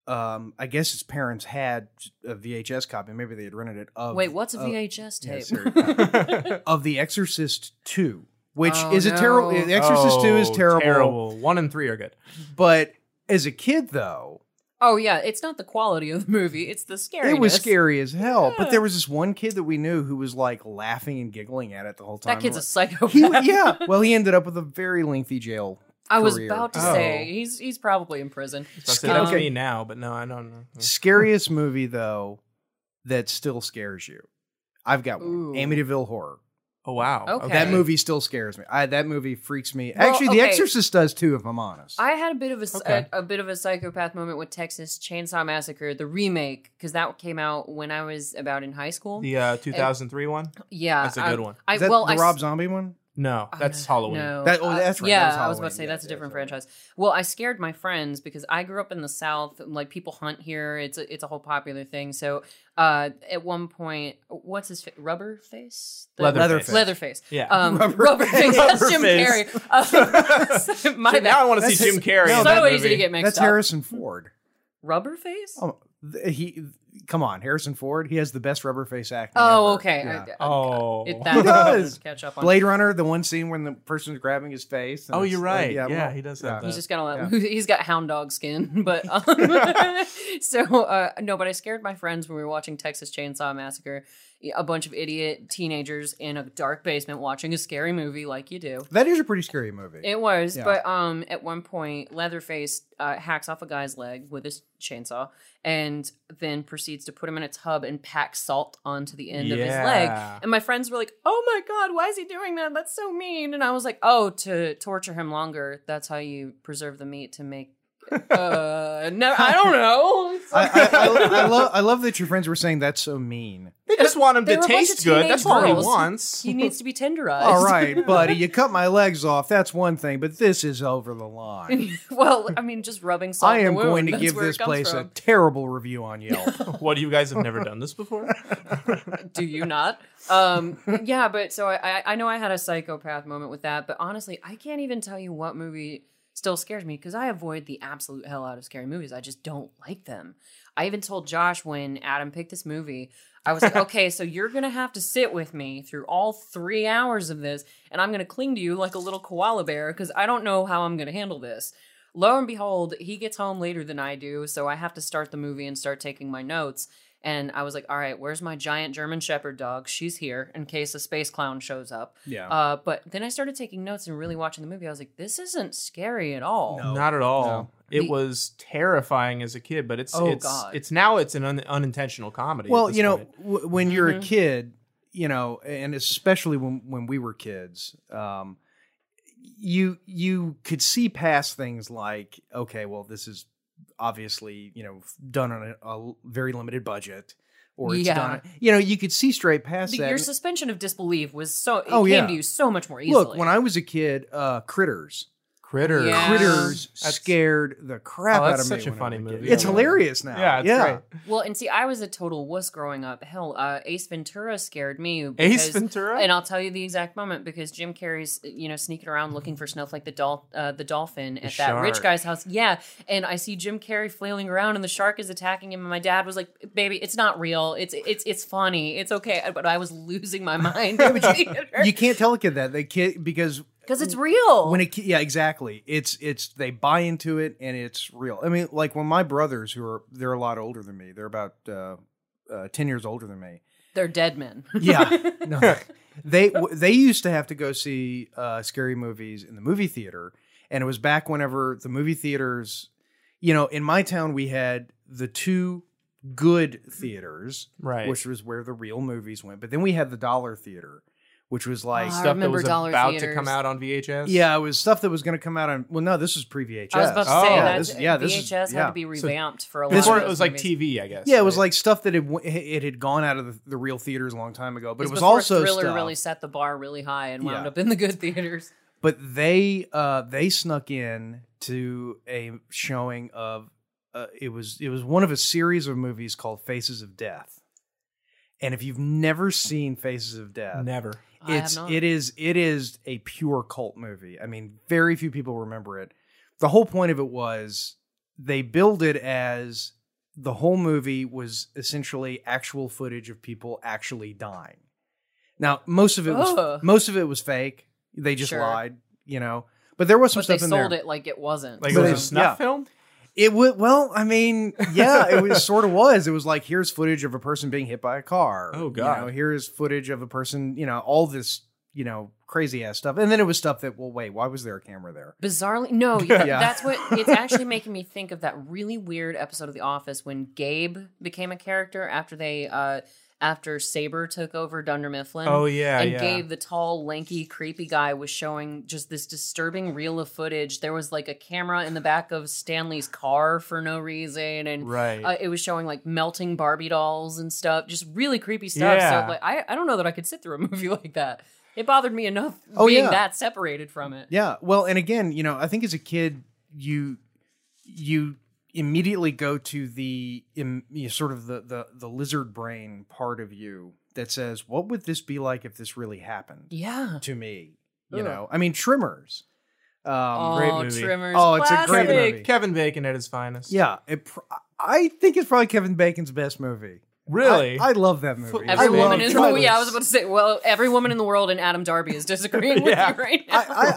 Speaker 1: Um, I guess his parents had a VHS copy. Maybe they had rented it. Of
Speaker 2: Wait, what's a
Speaker 1: of-
Speaker 2: VHS
Speaker 1: Oh, yeah,
Speaker 2: tape?
Speaker 1: sorry. of The Exorcist Two, which
Speaker 2: Oh,
Speaker 1: is a terrible.
Speaker 2: no.
Speaker 1: The Exorcist Two is
Speaker 3: Oh,
Speaker 1: terrible,
Speaker 3: Terrible. One and three are good.
Speaker 1: But as a kid, though,
Speaker 2: oh, yeah. It's not the quality of the movie, it's the scariness.
Speaker 1: it was scary as hell. But there was this one kid that we knew who was like laughing and giggling at it the whole time.
Speaker 2: That kid's a Mm-hmm.
Speaker 1: he,
Speaker 2: psychopath.
Speaker 1: yeah. Well, he ended up with a very lengthy jail.
Speaker 2: I was
Speaker 1: career.
Speaker 2: about to
Speaker 3: Oh.
Speaker 2: say he's he's probably in prison.
Speaker 3: So I said,
Speaker 1: Okay.
Speaker 3: that's me now, but no, I don't know.
Speaker 1: Scariest movie though that still scares you. I've got one.
Speaker 2: Ooh.
Speaker 1: Amityville Horror.
Speaker 3: Oh wow.
Speaker 2: Okay.
Speaker 1: That
Speaker 2: Okay.
Speaker 1: movie still scares me. I, that movie freaks me.
Speaker 2: Well,
Speaker 1: Actually, The
Speaker 2: okay.
Speaker 1: Exorcist does too, if I'm honest.
Speaker 2: I had a bit of a, s-
Speaker 3: Okay.
Speaker 2: a- a bit of a psychopath moment with Texas Chainsaw Massacre, the remake, because that came out when I was about in high school.
Speaker 3: The uh, 2003 one.
Speaker 2: yeah,
Speaker 3: That's a
Speaker 2: I-
Speaker 3: good one.
Speaker 2: I,
Speaker 1: is that
Speaker 2: well,
Speaker 1: the
Speaker 2: I,
Speaker 1: Rob Zombie one?
Speaker 3: No,
Speaker 2: Oh,
Speaker 3: that's
Speaker 2: uh, no,
Speaker 3: Halloween.
Speaker 2: No,
Speaker 1: That- oh,
Speaker 2: Uh,
Speaker 1: that's right, that
Speaker 2: Yeah,
Speaker 1: was
Speaker 2: I was about
Speaker 1: Halloween.
Speaker 2: to say
Speaker 1: Yeah,
Speaker 2: that's a
Speaker 1: yeah,
Speaker 2: different
Speaker 1: sorry.
Speaker 2: franchise. Well, I scared my friends because I grew up in the South. and, Like people hunt here; it's a, it's a whole popular thing. So, uh, at one point, what's his fa- rubber face? The-
Speaker 3: Leatherface.
Speaker 2: Leatherface.
Speaker 3: Yeah.
Speaker 2: Um,
Speaker 1: Rubber-
Speaker 2: rubber, face. That's Jim
Speaker 3: Rubberface.
Speaker 2: Carrey. Uh, my
Speaker 3: Shit, now I
Speaker 2: bad.
Speaker 3: want to see
Speaker 1: That's-
Speaker 3: Jim Carrey.
Speaker 1: no,
Speaker 3: in
Speaker 2: So
Speaker 3: that
Speaker 2: easy to
Speaker 3: movie.
Speaker 2: get mixed
Speaker 1: That's
Speaker 2: up.
Speaker 1: Harrison Ford.
Speaker 2: Rubber face?
Speaker 1: Oh, th- he come on, Harrison Ford. He has the best rubber face acting.
Speaker 2: Oh,
Speaker 1: ever.
Speaker 2: okay.
Speaker 1: Yeah.
Speaker 2: I, I,
Speaker 3: Oh,
Speaker 2: it, that
Speaker 1: does.
Speaker 2: Catch up on.
Speaker 1: Blade Runner, the one scene when the person's grabbing his face. and
Speaker 3: oh,
Speaker 1: it's
Speaker 3: you're
Speaker 1: like,
Speaker 3: right. yeah,
Speaker 1: well,
Speaker 3: he does
Speaker 1: yeah.
Speaker 3: have that.
Speaker 2: He's just got a lot. He's got hound dog skin, but um, so uh, no. But I scared my friends when we were watching Texas Chainsaw Massacre. A bunch of idiot teenagers in a dark basement watching a scary movie, like you do.
Speaker 1: That is a pretty scary movie.
Speaker 2: It was,
Speaker 1: Yeah.
Speaker 2: but um, at one point, Leatherface uh, hacks off a guy's leg with his chainsaw, and then proceeds to put him in a tub and pack salt onto the end of his leg.
Speaker 3: Yeah.
Speaker 2: And my friends were like, "Oh my god, why is he doing that? That's so mean." And I was like, "Oh, to torture him longer. That's how you preserve the meat to make." Uh, no, I don't know. It's
Speaker 1: I,
Speaker 2: like-
Speaker 1: I, I, lo- I love I love that your friends were saying that's so mean.
Speaker 3: They just want him
Speaker 2: They were
Speaker 3: to
Speaker 2: a bunch
Speaker 3: taste
Speaker 2: of
Speaker 3: good.
Speaker 2: teenage
Speaker 3: That's all he
Speaker 2: girls.
Speaker 3: wants.
Speaker 2: he needs to be tenderized.
Speaker 1: All right, buddy, you cut my legs off. That's one thing, but this is over the line.
Speaker 2: well, I mean, just rubbing salt.
Speaker 1: I
Speaker 2: in the
Speaker 1: am
Speaker 2: wound.
Speaker 1: going to
Speaker 2: That's
Speaker 1: give
Speaker 2: where it
Speaker 1: this
Speaker 2: comes
Speaker 1: place a
Speaker 2: from.
Speaker 1: terrible review on Yelp.
Speaker 3: what you guys have never done this before?
Speaker 2: do you not um yeah but so I, I i know i had a psychopath moment with that but honestly i can't even tell you what movie still scares me because i avoid the absolute hell out of scary movies i just don't like them i even told josh when adam picked this movie i was like okay so you're gonna have to sit with me through all three hours of this and i'm gonna cling to you like a little koala bear because i don't know how i'm gonna handle this lo and behold he gets home later than i do so i have to start the movie and start taking my notes and I was like, all right, where's my giant German Shepherd dog? She's here in case a space clown shows up.
Speaker 1: yeah.
Speaker 2: Uh, but then I started taking notes and really watching the movie. I was like, this isn't scary at all.
Speaker 1: No.
Speaker 3: Not at all.
Speaker 1: No.
Speaker 3: It
Speaker 2: The-
Speaker 3: was terrifying as a kid, but it's
Speaker 2: Oh,
Speaker 3: it's
Speaker 2: God.
Speaker 3: it's now it's an un, unintentional comedy. at
Speaker 1: well
Speaker 3: this
Speaker 1: you know
Speaker 3: point.
Speaker 1: w- when you're a
Speaker 2: Mhm.
Speaker 1: kid you know and especially when when we were kids um you you could see past things like okay well this is obviously you know done on a, a very limited budget or it's
Speaker 2: Yeah.
Speaker 1: done you know you could see straight past
Speaker 2: The-
Speaker 1: that
Speaker 2: your
Speaker 1: And
Speaker 2: suspension of disbelief was so, it
Speaker 1: Oh,
Speaker 2: came
Speaker 1: yeah.
Speaker 2: to you so much more easily.
Speaker 1: look when i was a kid uh critters
Speaker 3: critters.
Speaker 2: Yeah.
Speaker 1: critters
Speaker 3: That's-
Speaker 1: scared the crap
Speaker 3: Oh,
Speaker 1: out
Speaker 3: that's
Speaker 1: of me
Speaker 3: such a
Speaker 1: when I
Speaker 3: funny
Speaker 1: was kid.
Speaker 3: movie.
Speaker 1: it's
Speaker 3: I love it.
Speaker 1: hilarious now
Speaker 3: Yeah, it's great.
Speaker 2: Well, and see, I was a total wuss growing up. Hell, uh, Ace Ventura scared me. because-
Speaker 3: Ace Ventura.
Speaker 2: And I'll tell you the exact moment because Jim Carrey's, you know, sneaking around looking for Snowflake the doll, uh, the dolphin at that rich
Speaker 3: shark.
Speaker 2: guy's house. Yeah, and I see Jim Carrey flailing around, and the shark is attacking him. And my dad was like, "Baby, it's not real. It's it's it's funny. It's okay." But I was losing my mind in the theater
Speaker 1: you can't tell a kid that they kid because
Speaker 2: because it's real.
Speaker 1: when it yeah exactly it's it's they buy into it and it's real i mean like when my brothers who are they're a lot older than me they're about uh, uh 10 years older than me
Speaker 2: They're dead men.
Speaker 1: yeah no they w- they used to have to go see uh scary movies in the movie theater and it was back whenever the movie theaters you know in my town we had the two good theaters
Speaker 3: right.
Speaker 1: which was where the real movies went but then we had the dollar theater which was like
Speaker 2: Ah, I
Speaker 3: stuff that
Speaker 2: remember
Speaker 3: was
Speaker 2: dollar
Speaker 3: about to
Speaker 2: theaters.
Speaker 3: come out on VHS.
Speaker 1: yeah, it was stuff that was going to come out on. Well, no, this is pre VHS.
Speaker 2: I was about to
Speaker 3: Oh,
Speaker 2: say
Speaker 3: yeah,
Speaker 2: that
Speaker 1: this- yeah, this is-
Speaker 2: VHS had
Speaker 1: yeah.
Speaker 2: to be
Speaker 3: So
Speaker 2: revamped for a lot.
Speaker 3: Before
Speaker 2: of
Speaker 3: it was
Speaker 2: those
Speaker 3: like
Speaker 2: movies.
Speaker 3: TV, I guess.
Speaker 1: Yeah, it was
Speaker 3: right?
Speaker 1: like stuff that it, w- it had gone out of the, the real theaters a long time ago, but it
Speaker 2: It's
Speaker 1: was
Speaker 2: before
Speaker 1: also
Speaker 2: Thriller
Speaker 1: stuff.
Speaker 2: really set the bar really high and wound
Speaker 1: Yeah.
Speaker 2: up in the good theaters.
Speaker 1: But they uh, they snuck in to a showing of uh, it was it was one of a series of movies called Faces of Death. And if you've never seen Faces of Death,
Speaker 3: never.
Speaker 2: I have
Speaker 1: it's
Speaker 2: not.
Speaker 1: it is it is a pure cult movie. I mean, very few people remember it. The whole point of it was they billed it as the whole movie was essentially actual footage of people actually dying. Now, most of it was
Speaker 2: Ugh.
Speaker 1: most of it was fake. They just
Speaker 2: Sure.
Speaker 1: lied, you know. But there was some
Speaker 2: but they
Speaker 1: stuff in there.
Speaker 2: sold it like it wasn't.
Speaker 3: Like
Speaker 1: But
Speaker 3: it was a
Speaker 1: it's-
Speaker 3: snuff
Speaker 1: yeah.
Speaker 3: film.
Speaker 1: It would well, I mean, yeah, it was sort of was. It was like here's footage of a person being hit by a car.
Speaker 3: Oh,
Speaker 1: You
Speaker 3: God.
Speaker 1: know, here is footage of a person, you know, all this, you know, crazy ass stuff. And then it was stuff that, well, wait, why was there a camera there?
Speaker 2: Bizarrely, no, yeah,
Speaker 1: Yeah.
Speaker 2: that's what it's actually making me think of that really weird episode of The Office when Gabe became a character after they, uh, after Saber took over Dunder Mifflin.
Speaker 3: Oh yeah,
Speaker 2: and
Speaker 3: yeah.
Speaker 2: Gabe, the tall, lanky, creepy guy, was showing just this disturbing reel of footage. There was like a camera in the back of Stanley's car for no reason, and
Speaker 3: right.
Speaker 2: uh, it was showing like melting Barbie dolls and stuff, just really creepy stuff.
Speaker 3: Yeah.
Speaker 2: So like, I, I don't know that I could sit through a movie like that. It bothered me enough
Speaker 1: Oh,
Speaker 2: being
Speaker 1: yeah.
Speaker 2: that separated from it.
Speaker 1: Yeah. Well, and again, you know, I think as a kid, you you immediately go to the im, you know, sort of the, the the lizard brain part of you that says, what would this be like if this really happened
Speaker 2: Yeah.
Speaker 3: Um,
Speaker 1: to me?
Speaker 2: Ugh.
Speaker 1: You know, I mean, Trimmers. Um,
Speaker 2: oh,
Speaker 3: great movie.
Speaker 2: Trimmers.
Speaker 1: Oh, it's a great
Speaker 2: classic.
Speaker 1: movie.
Speaker 3: Kevin Bacon at his finest.
Speaker 1: Yeah, it pr- I think it's probably Kevin Bacon's best movie.
Speaker 3: Really?
Speaker 1: I, I love that movie.
Speaker 2: Every
Speaker 1: I love
Speaker 2: woman in the
Speaker 1: Travis.
Speaker 2: yeah, I was about to say, well, every woman in the world and Adam Darby is disagreeing with
Speaker 3: Yeah.
Speaker 2: you right now.
Speaker 1: I, I,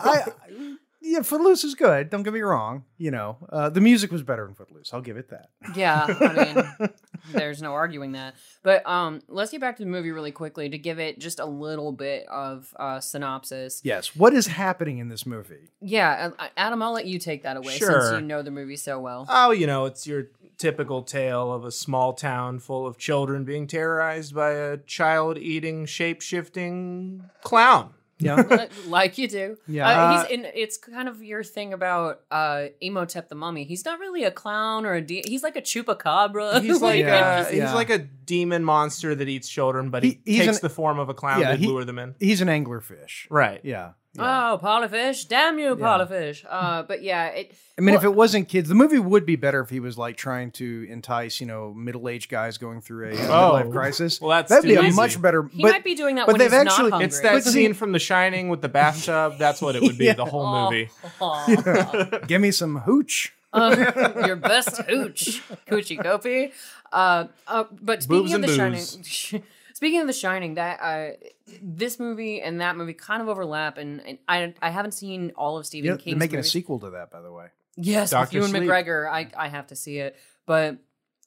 Speaker 1: I, yeah, Footloose is good. Don't get me wrong. You know, uh, the music was better in Footloose. I'll give it that.
Speaker 2: Yeah, I mean, there's no arguing that. But um, let's get back to the movie really quickly to give it just a little bit of uh, synopsis.
Speaker 1: Yes. What is happening in this movie?
Speaker 2: Yeah, uh, Adam, I'll let you take that away
Speaker 3: Sure.
Speaker 2: since you know the movie so well.
Speaker 3: oh, you know, it's your typical tale of a small town full of children being terrorized by a child eating, shape shifting clown.
Speaker 1: Yeah.
Speaker 2: like you do.
Speaker 1: Yeah.
Speaker 2: Uh, he's in, it's kind of your thing about uh, Emotep the Mummy. He's not really a clown or a de- he's like a chupacabra.
Speaker 3: He's like
Speaker 1: Yeah,
Speaker 3: uh,
Speaker 1: yeah.
Speaker 3: he's like a demon monster that eats children, but he,
Speaker 1: He- he's
Speaker 3: takes
Speaker 1: an-
Speaker 3: the form of a clown
Speaker 1: Yeah,
Speaker 3: to
Speaker 1: he-
Speaker 3: lure them in.
Speaker 1: He's an anglerfish.
Speaker 3: Right.
Speaker 1: Yeah. yeah.
Speaker 2: Oh, Polyfish! Damn you, Polyfish! Uh, but yeah, it,
Speaker 1: I mean, if
Speaker 2: Well-
Speaker 1: it wasn't kids, the movie would be better if he was like trying to entice, you know, middle-aged guys going through a uh,
Speaker 3: Oh.
Speaker 1: midlife crisis.
Speaker 3: Well, that's
Speaker 1: that'd be
Speaker 3: too
Speaker 1: a
Speaker 3: easy.
Speaker 1: much better.
Speaker 2: he
Speaker 1: but
Speaker 2: might be doing that
Speaker 1: but
Speaker 2: when
Speaker 1: they've
Speaker 2: he's
Speaker 1: actually-
Speaker 2: not hungry.
Speaker 3: It's that
Speaker 1: But see-
Speaker 3: scene from The Shining with the bathtub. That's what it would be. The whole
Speaker 2: Oh,
Speaker 3: movie.
Speaker 1: give me some hooch.
Speaker 2: Uh, your best hooch, hoochie copy. Uh, uh, but
Speaker 3: Boobs
Speaker 2: speaking of
Speaker 3: and
Speaker 2: the
Speaker 3: booze.
Speaker 2: Shining, speaking of the Shining, that uh, this movie and that movie kind of overlap, and, and I I haven't seen all of Stephen
Speaker 1: You know, they're
Speaker 2: King's
Speaker 1: making a
Speaker 2: movies.
Speaker 1: sequel to that, by the way.
Speaker 2: Yes,
Speaker 3: Dr.
Speaker 2: with Ewan
Speaker 3: Sleep.
Speaker 2: McGregor, I I have to see it, but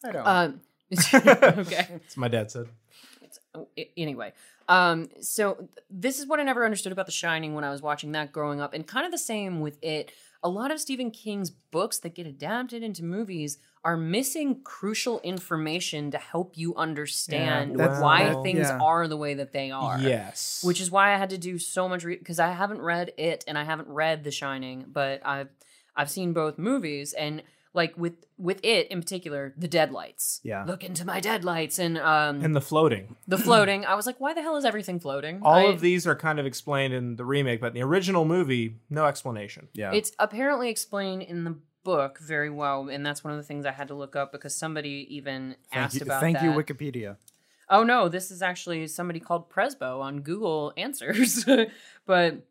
Speaker 1: I don't.
Speaker 2: uh, okay.
Speaker 3: That's what my dad said.
Speaker 2: Oh, a- anyway um so th- this is what i never understood about the shining when i was watching that growing up and kind of the same with it a lot of stephen king's books that get adapted into movies are missing crucial information to help you understand
Speaker 1: that's-
Speaker 2: why
Speaker 1: that-
Speaker 2: things
Speaker 1: yeah.
Speaker 2: are the way that they are
Speaker 3: Yes.
Speaker 2: which is why i had to do so much because i haven't read it and i haven't read the shining but i've i've seen both movies and like with with it in particular the deadlights
Speaker 1: Yeah.
Speaker 2: look into my deadlights and um
Speaker 3: and the floating.
Speaker 2: the floating. I was like, why the hell is everything floating?
Speaker 3: All
Speaker 2: I-
Speaker 3: of these are kind of explained in the remake, but in the original movie, no explanation.
Speaker 1: yeah.
Speaker 2: It's apparently explained in the book very well, and that's one of the things I had to look up because somebody even
Speaker 1: thank
Speaker 2: asked
Speaker 1: you,
Speaker 2: about
Speaker 1: thank
Speaker 2: that.
Speaker 1: you, Wikipedia.
Speaker 2: oh no, this is actually somebody called Presbo on Google Answers, but.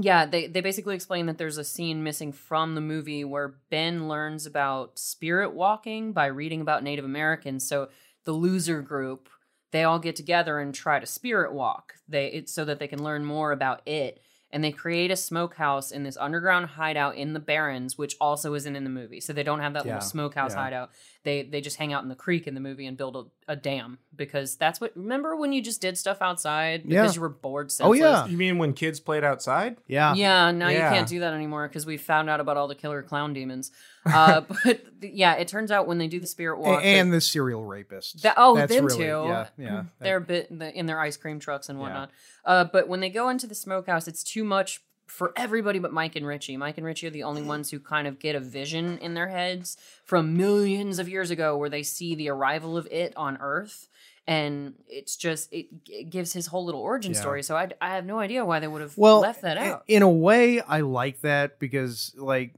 Speaker 2: Yeah, they, they basically explain that there's a scene missing from the movie where Ben learns about spirit walking by reading about Native Americans. So the loser group, they all get together and try to spirit walk. They it's so that they can learn more about it. And they create a smokehouse in this underground hideout in the Barrens, which also isn't in the movie. So they don't have that
Speaker 1: Yeah,
Speaker 2: little smokehouse
Speaker 1: yeah.
Speaker 2: hideout. They they just hang out in the creek in the movie and build a, a dam because that's what. Remember when you just did stuff outside because
Speaker 1: Yeah.
Speaker 2: you were bored?
Speaker 1: Oh,
Speaker 2: Senseless?
Speaker 1: yeah.
Speaker 3: You mean when kids played outside?
Speaker 1: Yeah.
Speaker 2: Yeah, now
Speaker 3: Yeah.
Speaker 2: you can't do that anymore because we found out about all the killer clown demons. Uh, but th- yeah, it turns out when they do the spirit
Speaker 1: A-
Speaker 2: walk, they-
Speaker 1: and the serial rapists.
Speaker 2: That- oh,
Speaker 1: That's
Speaker 2: them
Speaker 1: really-
Speaker 2: too. Mm-hmm.
Speaker 1: Yeah. Yeah.
Speaker 2: they're bit in, the, in their ice cream trucks and whatnot. Uh, but when they go into the smokehouse, it's too much for everybody but Mike and Richie. Mike and Richie are the
Speaker 1: Mm-hmm.
Speaker 2: only ones who kind of get a vision in their heads from millions of years ago, where they see the arrival of it on Earth. And it's just it, it gives his whole little origin
Speaker 1: Yeah.
Speaker 2: story. So I, I have no idea why they would have
Speaker 1: well
Speaker 2: left that
Speaker 1: i-
Speaker 2: out.
Speaker 1: in a way i like that because like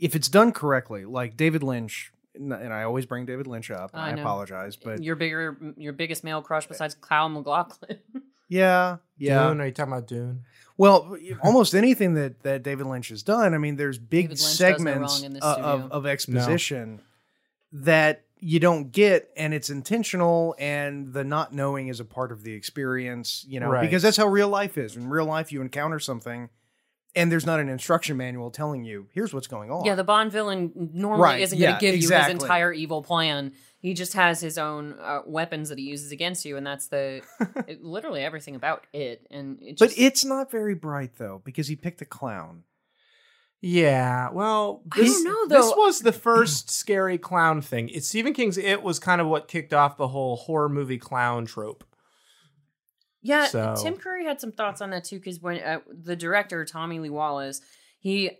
Speaker 1: if it's done correctly like david lynch n- and i always bring david lynch up and
Speaker 2: I
Speaker 1: i,
Speaker 2: know.
Speaker 1: apologize but
Speaker 2: your bigger, your biggest male crush besides Kyle McLaughlin.
Speaker 1: yeah yeah
Speaker 3: Dune? Are you talking about Dune?
Speaker 1: well almost anything that that david lynch has done i mean there's big
Speaker 2: David Lynch does no
Speaker 1: segments
Speaker 2: wrong in this
Speaker 1: o-
Speaker 2: studio.
Speaker 1: of, of exposition that you don't get and it's intentional and the not knowing is a part of the experience you know
Speaker 3: Right.
Speaker 1: because that's how real life is in real life you encounter something and there's not an instruction manual telling you here's what's going on
Speaker 2: Yeah, the Bond villain normally
Speaker 1: Right,
Speaker 2: isn't
Speaker 1: yeah,
Speaker 2: going to give
Speaker 1: exactly.
Speaker 2: you his entire evil plan. He just has his own uh, weapons that he uses against you, and that's the it- literally everything about it. And it
Speaker 1: But
Speaker 2: just,
Speaker 1: it's not very bright though, because he picked a clown.
Speaker 3: Yeah. Well,
Speaker 2: I don't
Speaker 3: this-
Speaker 2: know,
Speaker 3: This
Speaker 2: though.
Speaker 3: was the first scary clown thing. It's Stephen King's. It was kind of what kicked off the whole horror movie clown trope.
Speaker 2: yeah,
Speaker 3: so-
Speaker 2: Tim Curry had some thoughts on that too, because when uh, the director Tommy Lee Wallace, he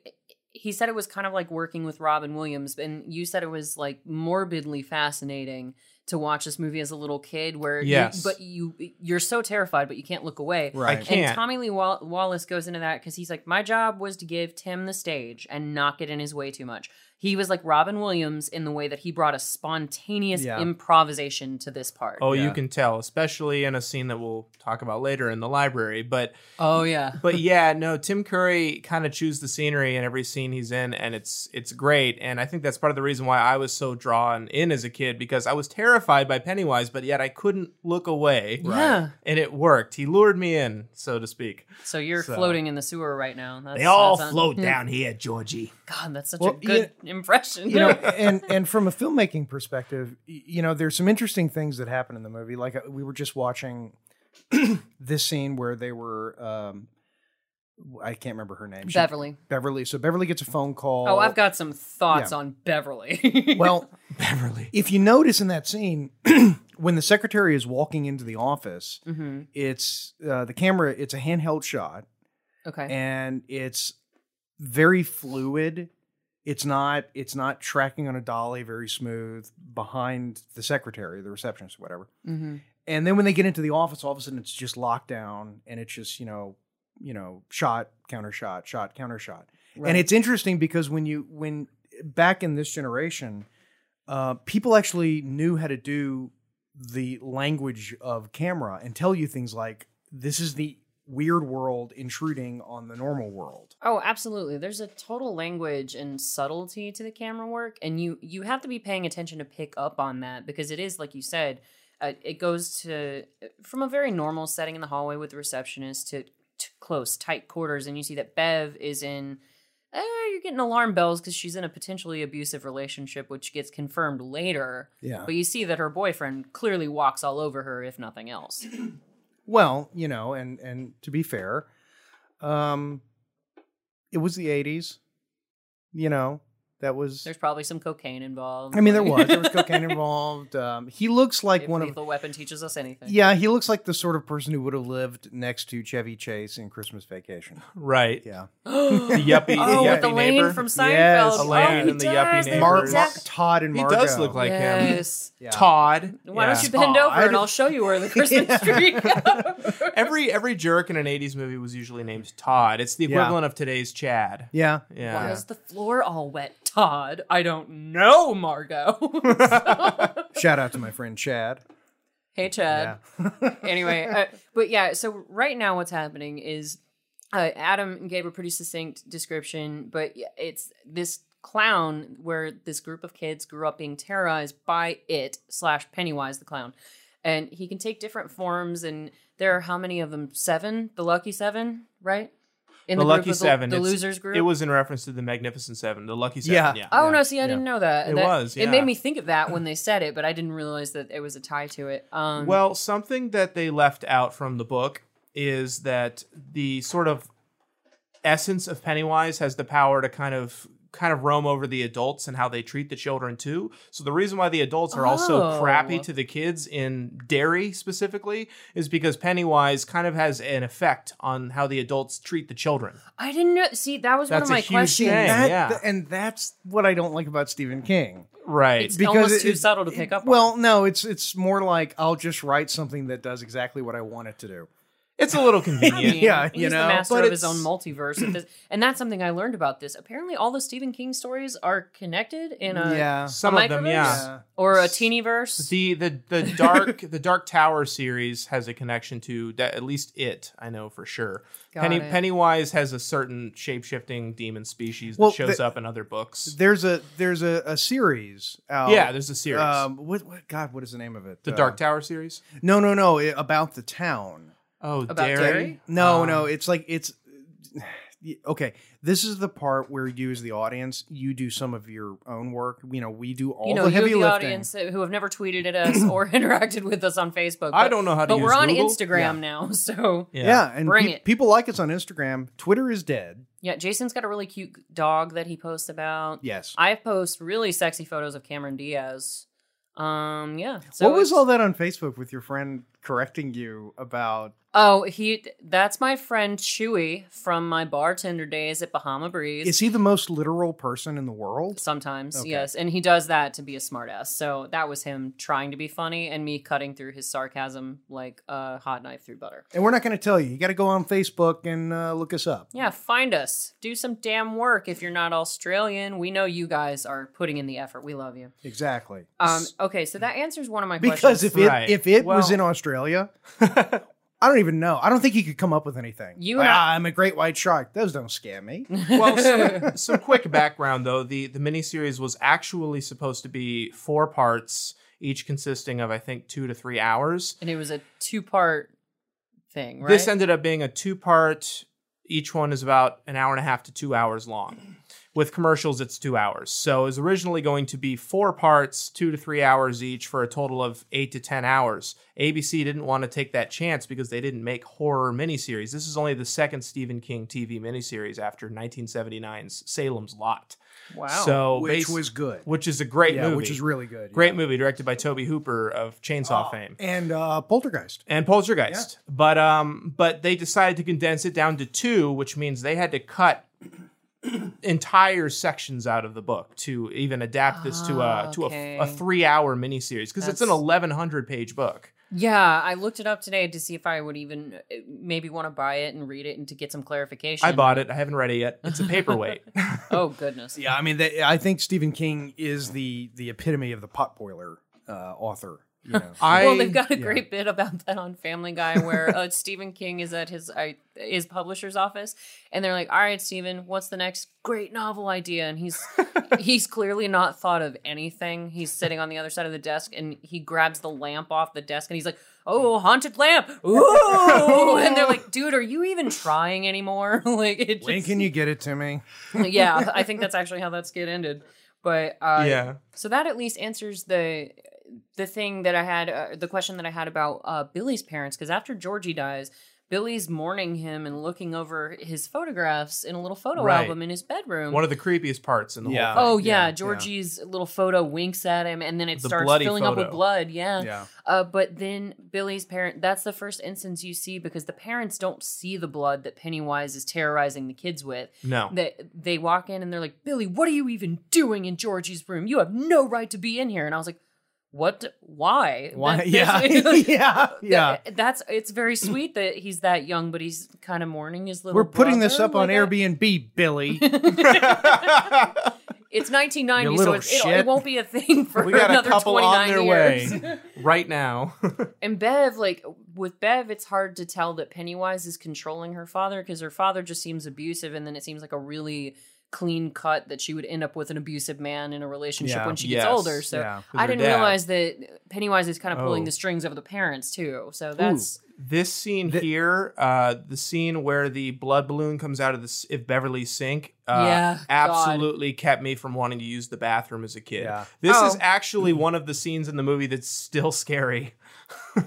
Speaker 2: he said it was kind of like working with Robin Williams, and you said it was like morbidly fascinating to watch this movie as a little kid, where you-
Speaker 3: Yes.
Speaker 2: but you you're so terrified, but you can't look away.
Speaker 1: Right.
Speaker 3: I can't.
Speaker 2: And Tommy Lee Wall- Wallace goes into that because he's like, my job was to give Tim the stage and not get in his way too much. He was like Robin Williams in the way that he brought a spontaneous
Speaker 1: Yeah.
Speaker 2: improvisation to this part.
Speaker 3: Oh, you
Speaker 1: Yeah.
Speaker 3: can tell, especially in a scene that we'll talk about later in the library. But
Speaker 2: oh yeah.
Speaker 3: but yeah, no, Tim Curry kind of chews the scenery in every scene he's in, and it's it's great. And I think that's part of the reason why I was so drawn in as a kid because I was terrified by Pennywise, but yet I couldn't look away.
Speaker 2: Yeah.
Speaker 3: And it worked. He lured me in, so to speak.
Speaker 2: So you're
Speaker 3: So-
Speaker 2: floating in the sewer right now. That's, that's a- Hmm.
Speaker 3: here, Georgie.
Speaker 2: God, that's such
Speaker 1: Well,
Speaker 2: a good impression.
Speaker 1: you know and and from a filmmaking perspective y- you know there's some interesting things that happen in the movie like uh, we were just watching this scene where they were um i can't remember her name She-
Speaker 2: Beverly.
Speaker 1: beverly so beverly gets a phone call
Speaker 2: Oh, I've got some thoughts
Speaker 1: Yeah.
Speaker 2: on Beverly.
Speaker 1: well
Speaker 3: Beverly.
Speaker 1: if you notice in that scene when the secretary is walking into the office
Speaker 2: hmm
Speaker 1: it's uh, the camera it's a handheld shot
Speaker 2: okay.
Speaker 1: and it's very fluid. It's not it's not tracking on a dolly very smooth behind the secretary, the receptionist, whatever.
Speaker 2: mm-hmm.
Speaker 1: And then when they get into the office, all of a sudden it's just locked down and it's just, you know, you know, shot, counter shot, shot, counter shot. And it's interesting because when you when back in this generation, uh, people actually knew how to do the language of camera and tell you things like this is the weird world intruding on the normal world.
Speaker 2: Oh, absolutely. There's a total language and subtlety to the camera work, and you you have to be paying attention to pick up on that because it is, like you said, uh, it goes to uh, from a very normal setting in the hallway with the receptionist to, to close, tight quarters, and you see that Bev is in. Uh, you're getting alarm bells because she's in a potentially abusive relationship, which gets confirmed later.
Speaker 1: Yeah.
Speaker 2: But you see that her boyfriend clearly walks all over her, if nothing else.
Speaker 1: Well, you know, and and to be fair, um, it was the '80s. You know, that was.
Speaker 2: There's probably some cocaine involved.
Speaker 1: I mean, there was there was cocaine involved. Um, he looks like
Speaker 2: if
Speaker 1: one of
Speaker 2: Lethal Weapon teaches us anything.
Speaker 1: Yeah, he looks like the sort of person who would have lived next to Chevy Chase in Christmas Vacation.
Speaker 3: Right.
Speaker 1: Yeah.
Speaker 3: The yuppie,
Speaker 2: Oh,
Speaker 3: the
Speaker 2: with
Speaker 3: yuppie
Speaker 2: Elaine
Speaker 3: neighbor.
Speaker 2: from Seinfeld.
Speaker 1: Yes.
Speaker 3: Elaine
Speaker 2: oh,
Speaker 3: and the yuppie
Speaker 2: neighbor.
Speaker 1: Mar-
Speaker 3: neighbors.
Speaker 1: Mar- Todd and
Speaker 3: He
Speaker 1: Margot.
Speaker 3: does look like him.
Speaker 2: yes.
Speaker 1: Yeah.
Speaker 3: Todd.
Speaker 2: Why
Speaker 3: Yeah.
Speaker 2: don't you bend
Speaker 1: Aw,
Speaker 2: over
Speaker 1: I
Speaker 2: and
Speaker 1: did-
Speaker 2: I'll show you where the Christmas
Speaker 1: Yeah.
Speaker 2: tree
Speaker 3: Every every jerk in an '80s movie was usually named Todd. It's the
Speaker 1: Yeah.
Speaker 3: equivalent of today's Chad.
Speaker 1: Yeah.
Speaker 2: Why
Speaker 3: Yeah.
Speaker 2: is the floor all wet, Todd? I don't know, Margot.
Speaker 1: Shout out to my friend Chad.
Speaker 2: hey, Chad. anyway, uh, but yeah, so right now what's happening is uh, Adam gave a pretty succinct description, but y- it's this clown where this group of kids grew up being terrorized by it slash Pennywise the clown, and he can take different forms, and there are how many of them? Seven, the lucky seven, right? In
Speaker 3: The
Speaker 2: group
Speaker 3: Lucky
Speaker 2: of
Speaker 3: Seven,
Speaker 2: the
Speaker 3: it's-
Speaker 2: losers group.
Speaker 3: It was in reference to the Magnificent Seven, the Lucky Seven.
Speaker 1: Yeah.
Speaker 2: Oh
Speaker 1: Yeah.
Speaker 2: no! See, I
Speaker 1: Yeah.
Speaker 2: didn't know that.
Speaker 3: It
Speaker 2: That-
Speaker 3: was,
Speaker 2: It
Speaker 3: yeah.
Speaker 2: made me think of that when they said it, but I didn't realize that it was a tie to it. Um,
Speaker 3: Well, something that they left out from the book is that the sort of essence of Pennywise has the power to kind of kind of roam over the adults and how they treat the children too. So the reason why the adults are also
Speaker 2: Oh.
Speaker 3: crappy to the kids in Derry specifically is because Pennywise kind of has an effect on how the adults treat the children.
Speaker 2: I didn't know. See, that was one of
Speaker 3: That's a
Speaker 2: my
Speaker 3: huge
Speaker 2: questions.
Speaker 3: thing.
Speaker 1: That-
Speaker 3: yeah.
Speaker 1: th- and that's what I don't like about Stephen King.
Speaker 3: Right.
Speaker 2: It's almost too
Speaker 1: it-
Speaker 2: subtle to pick up.
Speaker 1: Well, no, it's it's more like I'll just write something that does exactly what I want it to do.
Speaker 3: It's a little
Speaker 2: on.
Speaker 3: convenient.
Speaker 2: I mean,
Speaker 1: yeah,
Speaker 2: he's
Speaker 1: you
Speaker 2: the
Speaker 1: know,
Speaker 2: master
Speaker 1: but
Speaker 2: of his own
Speaker 1: it's-
Speaker 2: multiverse, at this, and that's something I learned about this. Apparently, all the Stephen King stories are connected in a
Speaker 1: yeah.
Speaker 3: Some of them,
Speaker 2: microverse?
Speaker 3: yeah.
Speaker 1: Yeah.
Speaker 2: or a teenyverse.
Speaker 3: The the the dark the Dark Tower series has a connection to that at least it I know for sure.
Speaker 2: Got
Speaker 3: Penny,
Speaker 2: it.
Speaker 3: Pennywise has a certain shape shifting demon species that
Speaker 1: Well,
Speaker 3: shows
Speaker 1: the-
Speaker 3: up in other books.
Speaker 1: There's a there's a, a series out.
Speaker 3: yeah, there's a series,
Speaker 1: um what, what God, what is the name of it?
Speaker 3: the
Speaker 1: Uh,
Speaker 3: Dark Tower series.
Speaker 1: No, no, no, it- about the town.
Speaker 3: Oh,
Speaker 2: About
Speaker 3: Derry.
Speaker 2: Derry?
Speaker 1: No,
Speaker 3: Um,
Speaker 1: no, it's like it's okay. This is the part where you, as the audience, you do some of your own work. You know, we do all
Speaker 2: You know,
Speaker 1: the
Speaker 2: you
Speaker 1: heavy
Speaker 2: the
Speaker 1: lifting.
Speaker 2: audience who have never tweeted at us or interacted with us on Facebook.
Speaker 3: I
Speaker 2: but-
Speaker 3: don't know how to.
Speaker 2: But
Speaker 3: use
Speaker 2: we're on
Speaker 3: Google.
Speaker 2: Instagram now, so
Speaker 1: Yeah.
Speaker 3: Yeah.
Speaker 1: and
Speaker 2: Bring
Speaker 1: pe-
Speaker 2: it.
Speaker 1: people like us on Instagram. Twitter is dead.
Speaker 2: yeah. Jason's got a really cute dog that he posts about.
Speaker 1: Yes.
Speaker 2: I post really sexy photos of Cameron Diaz. Um, yeah.
Speaker 1: what was
Speaker 2: it's-
Speaker 1: all that on Facebook with your friend correcting you about
Speaker 2: Oh, he that's my friend Chewy from my bartender days at Bahama Breeze.
Speaker 1: is he the most literal person in the world?
Speaker 2: Sometimes,
Speaker 1: Okay.
Speaker 2: yes. And he does that to be a smartass. So that was him trying to be funny and me cutting through his sarcasm like a hot knife through butter.
Speaker 1: And we're not going to tell you. You got to go on Facebook and uh, look us up.
Speaker 2: Yeah, find us. Do some damn work if you're not Australian. We know you guys are putting in the effort. We love you.
Speaker 1: Exactly.
Speaker 2: Um, okay, so that answers one of my
Speaker 1: Because
Speaker 2: questions.
Speaker 1: if it
Speaker 3: Right.
Speaker 1: if it was
Speaker 3: Well-
Speaker 1: in Australia, I don't even know. I don't think he could come up with anything.
Speaker 2: You
Speaker 1: Like,
Speaker 2: and I-
Speaker 1: "Ah, I'm a great white shark. Those don't scare me.
Speaker 3: well, some, some quick background though the the miniseries was actually supposed to be four parts, each consisting of I think two to three hours.
Speaker 2: and it was a two part thing, right?
Speaker 3: This ended up being a two part. Each one is about an hour and a half to two hours long. With commercials, it's two hours. So it was originally going to be four parts, two to three hours each, for a total of eight to 10 hours. ABC didn't want to take that chance because they didn't make horror miniseries. This is only the second Stephen King TV miniseries after 1979's Salem's Lot.
Speaker 2: wow.
Speaker 3: So
Speaker 1: Which
Speaker 3: bas-
Speaker 1: was good.
Speaker 3: which is a great
Speaker 1: yeah,
Speaker 3: movie.
Speaker 1: which is really good.
Speaker 3: great
Speaker 1: yeah.
Speaker 3: movie directed by Toby Hooper of Chainsaw fame
Speaker 1: And uh, Poltergeist.
Speaker 3: and Poltergeist. But um, but they decided to condense it down to two, which means they had to cut entire sections out of the book to even adapt this to a
Speaker 2: Ah,
Speaker 3: to
Speaker 2: okay.
Speaker 3: a, a three hour miniseries because it's an
Speaker 2: That's-
Speaker 3: eleven hundred page book.
Speaker 2: yeah, I looked it up today to see if I would even uh, maybe want to buy it and read it and to get some clarification.
Speaker 3: I bought it. I haven't read it yet. It's a paperweight.
Speaker 2: Oh goodness.
Speaker 1: Yeah, I mean, they, I think Stephen King is the the epitome of the potboiler uh, author. You know.
Speaker 3: I
Speaker 2: well, they've got a
Speaker 1: yeah.
Speaker 2: great bit about that on Family Guy, where uh, Stephen King is at his I, his publisher's office, and they're like, "All right, Stephen, what's the next great novel idea?" And he's he's clearly not thought of anything. He's sitting on the other side of the desk, and he grabs the lamp off the desk, and he's like, "Oh, haunted lamp!" Ooh, and they're like, "Dude, are you even trying anymore?" like, it just,
Speaker 1: when can you get it to me?
Speaker 2: yeah, I think that's actually how that skit ended. But uh,
Speaker 3: yeah.
Speaker 2: so that at least answers the the thing that I had, uh, the question that I had about uh, Billy's parents, because after Georgie dies, Billy's mourning him and looking over his photographs in a little photo
Speaker 3: Right.
Speaker 2: album in his bedroom.
Speaker 3: One of the creepiest parts in the
Speaker 1: Yeah.
Speaker 3: whole
Speaker 2: Oh
Speaker 1: Right,
Speaker 2: yeah,
Speaker 1: yeah,
Speaker 2: Georgie's little photo winks at him, and then it
Speaker 3: The
Speaker 2: starts
Speaker 3: bloody
Speaker 2: filling up with
Speaker 3: photo.
Speaker 2: blood. Yeah.
Speaker 1: Yeah,
Speaker 2: Uh, but then Billy's parent—that's the first instance you see because the parents don't see the blood that Pennywise is terrorizing the kids with
Speaker 3: thing. No.
Speaker 2: that they walk in and they're like, Billy, what are you even doing in Georgie's room? You have no right to be in here. And I was like, what? Why?
Speaker 1: why?
Speaker 2: That-
Speaker 1: Yeah, yeah, yeah.
Speaker 2: that- That's it's very sweet that he's that young, but he's kind of mourning his little.
Speaker 1: We're putting this
Speaker 2: brother
Speaker 1: up on
Speaker 2: like "Uh, that.
Speaker 1: Airbnb, Billy.
Speaker 2: It's 1990,
Speaker 1: You
Speaker 2: so
Speaker 1: little
Speaker 2: it's, it'll-
Speaker 1: shit.
Speaker 2: it won't be a thing for
Speaker 3: we got a
Speaker 2: another
Speaker 3: couple
Speaker 2: 29
Speaker 3: on their
Speaker 2: years.
Speaker 3: way right now.
Speaker 2: And Bev, like with Bev, it's hard to tell that Pennywise is controlling her father because her father just seems abusive, and then it seems like a really clean cut that she would end up with an abusive man in a relationship
Speaker 1: Yeah.
Speaker 2: when she
Speaker 3: Yes.
Speaker 2: gets older. So
Speaker 1: Yeah.
Speaker 3: With
Speaker 2: I
Speaker 3: her
Speaker 2: didn't
Speaker 3: dad.
Speaker 2: realize that Pennywise is kind of pulling
Speaker 3: Oh.
Speaker 2: the strings over the parents too. So that's
Speaker 3: This scene here, uh, the scene where the blood balloon comes out of the s- if Beverly's sink, uh,
Speaker 2: Yeah, God.
Speaker 3: absolutely kept me from wanting to use the bathroom as a kid.
Speaker 1: Yeah.
Speaker 3: This is
Speaker 2: Oh.
Speaker 3: actually one of the scenes in the movie that's still scary.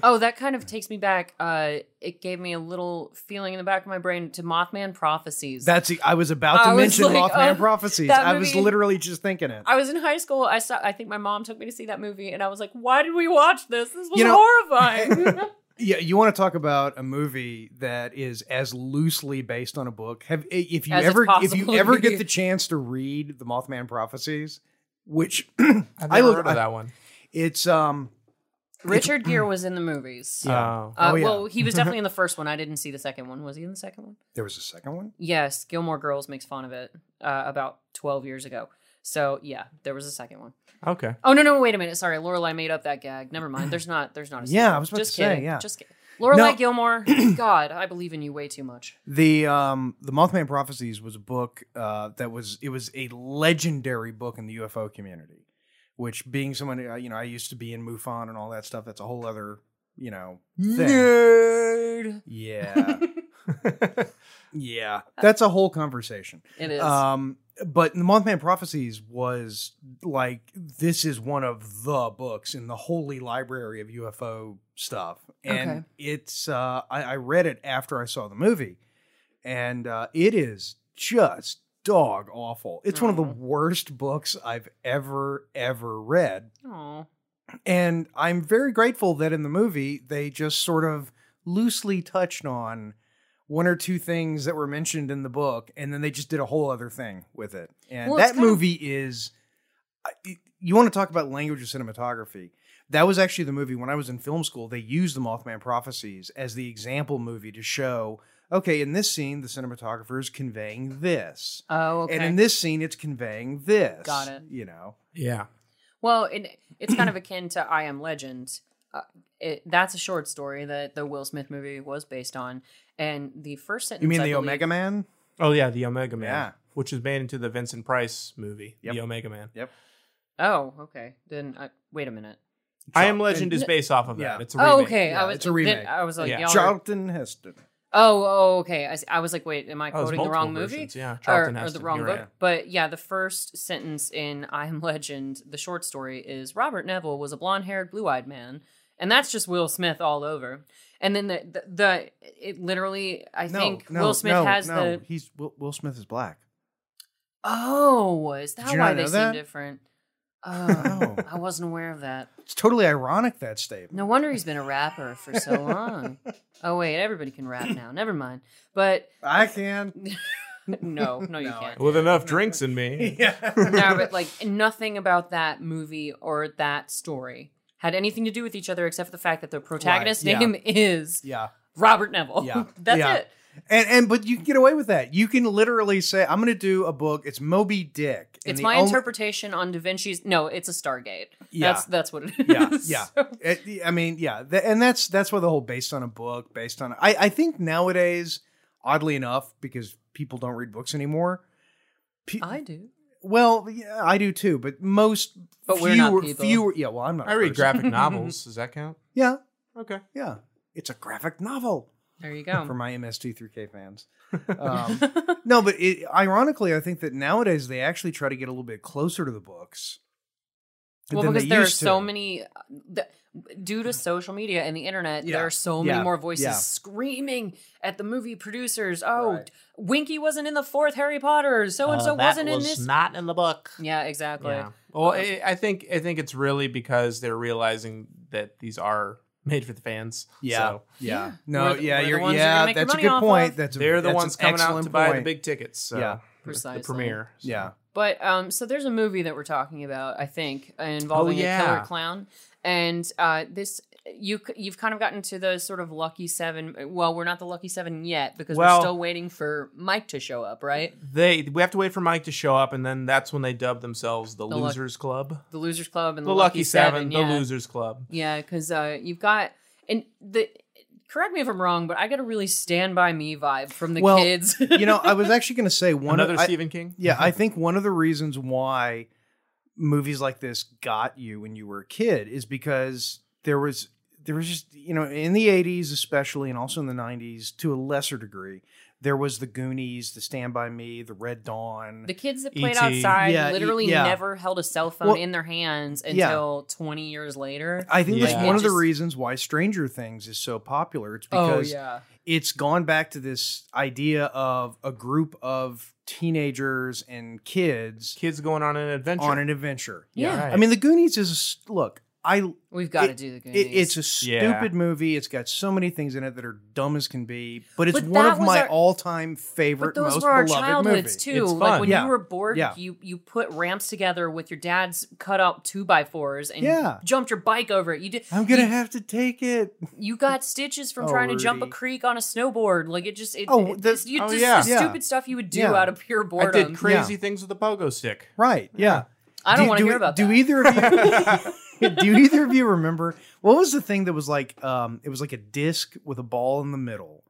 Speaker 2: oh, that kind of takes me back. Uh, it gave me a little feeling in the back of my brain to Mothman prophecies.
Speaker 1: That's I was about to
Speaker 2: I was
Speaker 1: mention
Speaker 2: like,
Speaker 1: Mothman
Speaker 2: uh,
Speaker 1: prophecies.
Speaker 2: that
Speaker 1: I was
Speaker 2: movie-
Speaker 1: literally just thinking it.
Speaker 2: I was in high school. I saw. I think my mom took me to see that movie, and I was like, "Why did we watch this? This was
Speaker 1: You know-
Speaker 2: horrifying."
Speaker 1: Yeah, you want to talk about a movie that is as loosely based on a book? Have if you
Speaker 2: As it's
Speaker 1: ever if you
Speaker 2: possible to
Speaker 1: ever
Speaker 2: be.
Speaker 1: get the chance to read the Mothman prophecies, which
Speaker 3: I've
Speaker 1: I
Speaker 3: never
Speaker 1: look-
Speaker 3: heard
Speaker 1: I-
Speaker 3: of that one.
Speaker 1: it's um
Speaker 2: Richard Gere was in the movies.
Speaker 3: Yeah.
Speaker 2: Uh,
Speaker 1: Oh, mm. yeah.
Speaker 2: Well, he was definitely in the first one. I didn't see the second one. Was he in the second one?
Speaker 1: there was a second one.
Speaker 2: Yes, Gilmore Girls makes fun of it uh, about 12 years ago. So yeah, there was a second one.
Speaker 3: Okay.
Speaker 2: Oh no, no, wait a minute. Sorry, Lorelai made up that gag. Never mind. There's not. There's not. A
Speaker 1: Yeah,
Speaker 2: sequel.
Speaker 1: I was about
Speaker 2: just
Speaker 1: to say,
Speaker 2: kidding.
Speaker 1: yeah.
Speaker 2: Just kidding. Lorelai
Speaker 1: No.
Speaker 2: Gilmore. God, I believe in you way too much.
Speaker 1: The um the Mothman prophecies was a book uh, that was it was a legendary book in the UFO community, which being someone uh, you know I used to be in MUFON and all that stuff. That's a whole other you know thing.
Speaker 3: Nerd.
Speaker 1: Yeah, yeah, that's a whole conversation.
Speaker 2: It is.
Speaker 1: Um, but the Mothman Prophecies was like this is one of the books in the holy library of UFO stuff, and
Speaker 2: Okay.
Speaker 1: it's uh, I, I read it after I saw the movie, and uh, it is just dog
Speaker 2: Mm-hmm.
Speaker 1: awful. It's one of the
Speaker 2: Aw.
Speaker 1: worst books I've ever ever read.
Speaker 2: Aw.
Speaker 1: And I'm very grateful that in the movie they just sort of loosely touched on one or two things that were mentioned in the book, and then they just did a whole other thing with it. And
Speaker 2: Well, it's
Speaker 1: that
Speaker 2: kind of-
Speaker 1: movie is I- you want to talk about language of cinematography. That was actually the movie when I was in film school. They used the Mothman Prophecies as the example movie to show, okay, in this scene, the cinematographer is conveying this.
Speaker 2: Oh, okay.
Speaker 1: And in this scene, it's conveying this.
Speaker 2: Got it.
Speaker 1: You know,
Speaker 3: Yeah.
Speaker 2: Well, it, it's kind of akin to I Am Legend. Uh, it, that's a short story that the Will Smith movie was based on. And the first sentence.
Speaker 1: you mean
Speaker 2: I
Speaker 1: the
Speaker 2: believe-
Speaker 1: Omega Man?
Speaker 3: Oh yeah, the Omega Man.
Speaker 1: Yeah.
Speaker 3: Which was made into the Vincent Price movie,
Speaker 1: Yep.
Speaker 3: The Omega Man.
Speaker 2: Oh, okay. Then I, wait a minute.
Speaker 3: I Am Legend is based off of that.
Speaker 1: Yeah.
Speaker 3: It's a remake.
Speaker 2: Oh, okay.
Speaker 1: Yeah,
Speaker 2: I was.
Speaker 1: it's a
Speaker 2: then
Speaker 1: remake.
Speaker 2: I was like,
Speaker 3: Yeah.
Speaker 2: y'all are-
Speaker 1: Charlton Heston.
Speaker 2: oh, oh, okay. I, s- I was like, wait, am I
Speaker 3: Oh, there's
Speaker 2: quoting the
Speaker 3: multiple
Speaker 2: wrong movie?
Speaker 3: versions. Yeah,
Speaker 2: Or,
Speaker 3: Charlton
Speaker 2: or the
Speaker 3: Heston,
Speaker 2: wrong
Speaker 3: you're
Speaker 2: book,
Speaker 3: right.
Speaker 2: but yeah, the first sentence in "I Am Legend," the short story is Robert Neville was a blonde-haired, blue-eyed man, and that's just Will Smith all over. And then the the, the it literally, I think Will Smith has the
Speaker 1: He's Will, Will Smith is black.
Speaker 2: Oh, is
Speaker 1: Did
Speaker 2: that
Speaker 1: you
Speaker 2: why
Speaker 1: not
Speaker 2: they
Speaker 1: know
Speaker 2: seem
Speaker 1: that?
Speaker 2: different? Oh,
Speaker 1: No.
Speaker 2: I wasn't aware of that.
Speaker 1: It's totally ironic that statement.
Speaker 2: No wonder he's been a rapper for so long. Oh wait, everybody can rap now. Never mind. But
Speaker 1: I can.
Speaker 2: no, no, you
Speaker 1: No, I
Speaker 2: can't.
Speaker 3: With enough drinks in me.
Speaker 1: Yeah.
Speaker 2: No, but like nothing about that movie or that story had anything to do with each other except for the fact that the protagonist's
Speaker 1: yeah.
Speaker 2: name is
Speaker 1: yeah.
Speaker 2: Robert Neville.
Speaker 1: Yeah,
Speaker 2: That's
Speaker 1: yeah.
Speaker 2: it.
Speaker 1: And and but you can get away with that. You can literally say, "I'm going to do a book. It's Moby Dick." and
Speaker 2: It's
Speaker 1: the
Speaker 2: my
Speaker 1: only-
Speaker 2: interpretation on Da Vinci's. No, it's a Stargate.
Speaker 1: Yeah.
Speaker 2: That's that's what it
Speaker 1: Yeah,
Speaker 2: is.
Speaker 1: yeah.
Speaker 2: So-
Speaker 1: It- I mean, yeah, Th- and that's that's why the whole based on a book, based on. I I think nowadays, oddly enough, because people don't read books anymore. pe-
Speaker 2: I do.
Speaker 1: well, yeah, I do too, but most
Speaker 2: But
Speaker 1: fewer,
Speaker 2: we're not people.
Speaker 1: fewer. Yeah, well, I'm not. a
Speaker 3: I read
Speaker 1: person.
Speaker 3: graphic novels. Does that count?
Speaker 1: Yeah,
Speaker 3: Okay.
Speaker 1: yeah. It's a graphic novel
Speaker 2: There you go.
Speaker 1: for my MST3K fans. Um, no, but it, ironically, I think that nowadays they actually try to get a little bit closer to the books.
Speaker 2: Well,
Speaker 1: than they
Speaker 2: because there are
Speaker 1: used to.
Speaker 2: so many, uh, the, due
Speaker 3: Uh-huh.
Speaker 2: to social media and the internet,
Speaker 1: Yeah.
Speaker 2: there are so many
Speaker 1: Yeah.
Speaker 2: more voices
Speaker 1: Yeah.
Speaker 2: screaming at the movie producers. Oh,
Speaker 1: Right.
Speaker 2: Winky wasn't in the fourth Harry Potter. So and so wasn't in this.
Speaker 3: Uh, Not in the book.
Speaker 2: yeah, exactly.
Speaker 3: Yeah. Well, I, I think I think it's really because they're realizing that these are made for the fans.
Speaker 1: Yeah.
Speaker 3: So
Speaker 1: yeah.
Speaker 2: Yeah.
Speaker 1: No,
Speaker 2: We're the-
Speaker 1: yeah,
Speaker 2: we're the
Speaker 1: you're,
Speaker 2: ones that are
Speaker 1: yeah,
Speaker 2: gonna make your
Speaker 1: that's a
Speaker 2: money
Speaker 1: good
Speaker 2: off
Speaker 1: point.
Speaker 2: of.
Speaker 1: That's a,
Speaker 3: they're the
Speaker 1: that's
Speaker 3: ones
Speaker 1: an
Speaker 3: coming out to
Speaker 1: excellent
Speaker 3: buy the
Speaker 1: point.
Speaker 3: big tickets. So
Speaker 1: Yeah.
Speaker 2: Precisely.
Speaker 3: The premiere. so.
Speaker 1: Yeah.
Speaker 2: But um, so there's a movie that we're talking about, I think, uh, involving
Speaker 3: Oh, yeah.
Speaker 2: a killer clown, and uh, this you c- you've kind of gotten to the sort of lucky seven. uh, Well, we're not the lucky seven yet because
Speaker 3: Well-
Speaker 2: we're still waiting for Mike to show up, right?
Speaker 3: They we have to wait for Mike to show up, and then that's when they dub themselves the,
Speaker 2: The Luck-
Speaker 3: Losers Club,
Speaker 2: The Losers Club and
Speaker 3: the,
Speaker 2: the,
Speaker 3: Lucky Seven,
Speaker 2: yeah.
Speaker 3: the Losers Club.
Speaker 2: Yeah, because uh, you've got and the. Correct me if I'm wrong, but I got a really Stand By Me vibe from the
Speaker 1: Well,
Speaker 2: kids.
Speaker 1: you know, I was actually going to say one
Speaker 3: Another
Speaker 1: of, I-
Speaker 3: Stephen King.
Speaker 1: Yeah, I think one of the reasons why movies like this got you when you were a kid is because there was there was just you know in the 80s especially and also in the 90s to a lesser degree there was the Goonies, the Stand by Me, the Red Dawn.
Speaker 2: the kids that played
Speaker 3: E.T..
Speaker 2: outside
Speaker 1: Yeah, e-
Speaker 2: literally
Speaker 1: yeah.
Speaker 2: never held a cell phone
Speaker 1: Well,
Speaker 2: in their hands
Speaker 1: yeah.
Speaker 2: until 20 years later.
Speaker 1: I think that's
Speaker 3: Yeah.
Speaker 1: one of the
Speaker 2: Just-
Speaker 1: reasons why Stranger Things is so popular. It's
Speaker 2: Oh
Speaker 1: because
Speaker 2: yeah.
Speaker 1: it's gone back to this idea of a group of teenagers and kids
Speaker 3: Kids going on an adventure.
Speaker 1: on an adventure.
Speaker 2: Yeah.
Speaker 3: Right.
Speaker 1: I mean, the Goonies is a s- look. I
Speaker 2: We've got to
Speaker 1: It-
Speaker 2: do the Goonies.
Speaker 1: It, it's a stupid
Speaker 3: Yeah.
Speaker 1: movie. It's got so many things in it that are dumb as can be, but it's
Speaker 2: But
Speaker 1: one
Speaker 2: that
Speaker 1: of
Speaker 2: was
Speaker 1: my
Speaker 2: our-
Speaker 1: all-time favorite,
Speaker 2: but those
Speaker 1: most
Speaker 2: were our
Speaker 1: beloved
Speaker 2: childhoods
Speaker 1: movies.
Speaker 2: too.
Speaker 3: It's
Speaker 2: Like
Speaker 3: fun.
Speaker 2: when
Speaker 1: Yeah.
Speaker 2: you were bored,
Speaker 1: Yeah.
Speaker 2: you you put ramps together with your dad's cut up two by fours and
Speaker 1: Yeah.
Speaker 2: jumped your bike over it. You did.
Speaker 1: I'm gonna have to take it.
Speaker 2: You got stitches from
Speaker 1: Oh,
Speaker 2: trying to jump a
Speaker 1: Rudy.
Speaker 2: creek on a snowboard. Like it just. It,
Speaker 1: Oh,
Speaker 2: it-
Speaker 1: that's-
Speaker 2: you
Speaker 3: oh,
Speaker 2: just
Speaker 3: yeah.
Speaker 2: the
Speaker 1: Yeah.
Speaker 2: stupid stuff you would do
Speaker 1: Yeah.
Speaker 2: out of pure
Speaker 3: I
Speaker 2: boredom. I,
Speaker 3: did crazy things with a pogo stick.
Speaker 1: Right? Yeah.
Speaker 2: don't
Speaker 1: Do-
Speaker 2: want to
Speaker 1: do-
Speaker 2: hear about
Speaker 1: Do
Speaker 2: that.
Speaker 1: either of you? do either of you remember what was the thing that was like? Um, it was like a disc with a ball in the middle.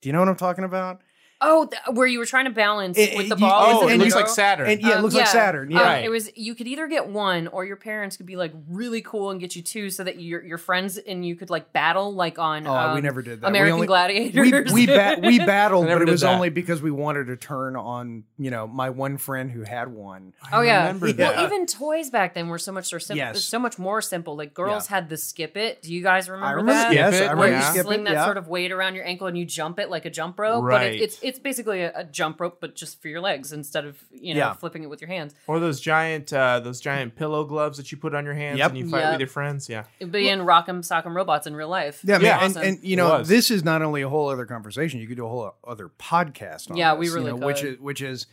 Speaker 1: Do you know what I'm talking about?
Speaker 2: oh, th- where you were trying to balance
Speaker 1: It-
Speaker 2: with
Speaker 1: it-
Speaker 2: the
Speaker 1: you-
Speaker 2: ball.
Speaker 1: Oh,
Speaker 2: as
Speaker 3: Oh,
Speaker 2: an
Speaker 3: it
Speaker 1: and
Speaker 3: looks
Speaker 1: you-
Speaker 3: like
Speaker 2: adult?
Speaker 3: Saturn.
Speaker 1: And yeah, it
Speaker 2: Um,
Speaker 1: looks like Saturn. Yeah.
Speaker 2: Um,
Speaker 3: Right.
Speaker 2: it was you could either get one or your parents could be like really cool and get you two so that your your friends and you could like battle like on
Speaker 1: Oh,
Speaker 2: um,
Speaker 1: we never did that. We
Speaker 2: American
Speaker 1: only-
Speaker 2: Gladiators.
Speaker 1: We we, ba- we battled,
Speaker 3: I never
Speaker 1: but it
Speaker 3: did
Speaker 1: was
Speaker 3: that.
Speaker 1: only because we wanted to turn on you know my one friend who had one.
Speaker 2: Oh yeah.
Speaker 3: remember
Speaker 2: Well,
Speaker 3: that.
Speaker 2: even toys back then were so much more simple.
Speaker 1: Yes.
Speaker 2: So much more simple. Like girls had the skip it. Do you guys remember,
Speaker 1: I remember.
Speaker 2: that?
Speaker 1: Yes,
Speaker 3: Skip it,
Speaker 1: I
Speaker 2: Where
Speaker 1: remember
Speaker 3: yeah.
Speaker 2: you
Speaker 1: skip
Speaker 2: sling
Speaker 1: it,
Speaker 2: that
Speaker 1: yeah.
Speaker 2: sort of weight around your ankle and you jump it like a jump rope, but
Speaker 3: Right.
Speaker 2: it, it's it's basically a, a jump rope, but just for your legs instead of you know
Speaker 1: Yeah.
Speaker 2: flipping it with your hands.
Speaker 3: Or those giant uh, those giant pillow gloves that you put on your hands
Speaker 1: Yep.
Speaker 3: and you fight
Speaker 2: Yep.
Speaker 3: with your friends. Yeah.
Speaker 2: It'd be in Rock'em Sock'em Robots in real life.
Speaker 1: Yeah, I mean, and,
Speaker 3: Yeah.
Speaker 2: Awesome.
Speaker 1: and you
Speaker 3: It
Speaker 1: know,
Speaker 3: was.
Speaker 1: this is not only a whole other conversation. You could do a whole other podcast on.
Speaker 2: Yeah,
Speaker 1: this,
Speaker 2: we
Speaker 1: you
Speaker 2: really
Speaker 1: know, which
Speaker 2: could.
Speaker 1: is which is,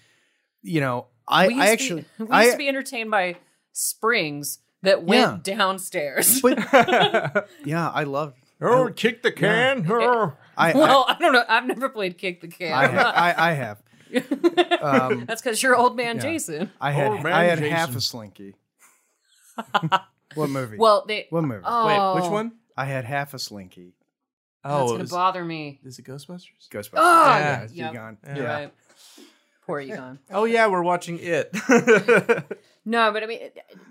Speaker 1: you know, I,
Speaker 2: we used
Speaker 1: I
Speaker 2: to
Speaker 1: actually,
Speaker 2: be, we
Speaker 1: I-
Speaker 2: used to be entertained by springs that went downstairs.
Speaker 3: Oh,
Speaker 1: yeah, I love. I-
Speaker 3: kick the
Speaker 1: can.
Speaker 3: Oh.
Speaker 1: I, I,
Speaker 2: well, I, don't know. I've never played kick the can.
Speaker 1: I, ha- I, I have. Um,
Speaker 2: That's because you're old man
Speaker 1: yeah.
Speaker 2: Jason.
Speaker 1: I had.
Speaker 3: Oh, man,
Speaker 1: I had
Speaker 3: Jason.
Speaker 1: half a slinky. what movie?
Speaker 2: Well, they.
Speaker 1: what movie?
Speaker 2: Oh,
Speaker 3: Wait, which one?
Speaker 1: I had half a slinky.
Speaker 2: That's
Speaker 3: Oh, it
Speaker 2: gonna
Speaker 3: was-
Speaker 2: bother me.
Speaker 3: is it Ghostbusters?
Speaker 1: Ghostbusters.
Speaker 2: Oh,
Speaker 1: yeah,
Speaker 2: yeah,
Speaker 1: it's
Speaker 2: yeah.
Speaker 1: Egon.
Speaker 3: Yeah.
Speaker 2: You're
Speaker 1: Yeah.
Speaker 2: right. Poor Egon.
Speaker 3: Oh yeah, we're watching it.
Speaker 2: No, but I mean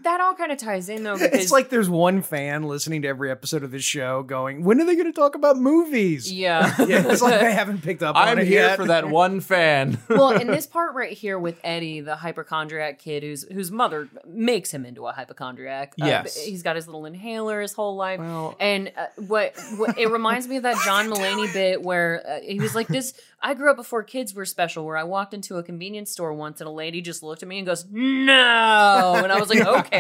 Speaker 2: that all kind of ties in though. Because,
Speaker 1: It's like there's one fan listening to every episode of this show going, "When are they going to talk about movies?"
Speaker 2: yeah,
Speaker 1: Yeah, it's like I haven't picked up. on
Speaker 3: I'm
Speaker 1: it
Speaker 3: here
Speaker 1: yet.
Speaker 3: for that one fan.
Speaker 2: well, in this part right here with Eddie, the hypochondriac kid whose whose mother makes him into a hypochondriac. Uh,
Speaker 3: Yes.
Speaker 2: but he's got his little inhaler his whole life.
Speaker 3: Well-
Speaker 2: and uh, what, what it reminds me of that John Mulaney bit where uh, he was like, "This I grew up before kids were special." Where I walked into a convenience store once and a lady just looked at me and goes, "No," and I was like, "Okay."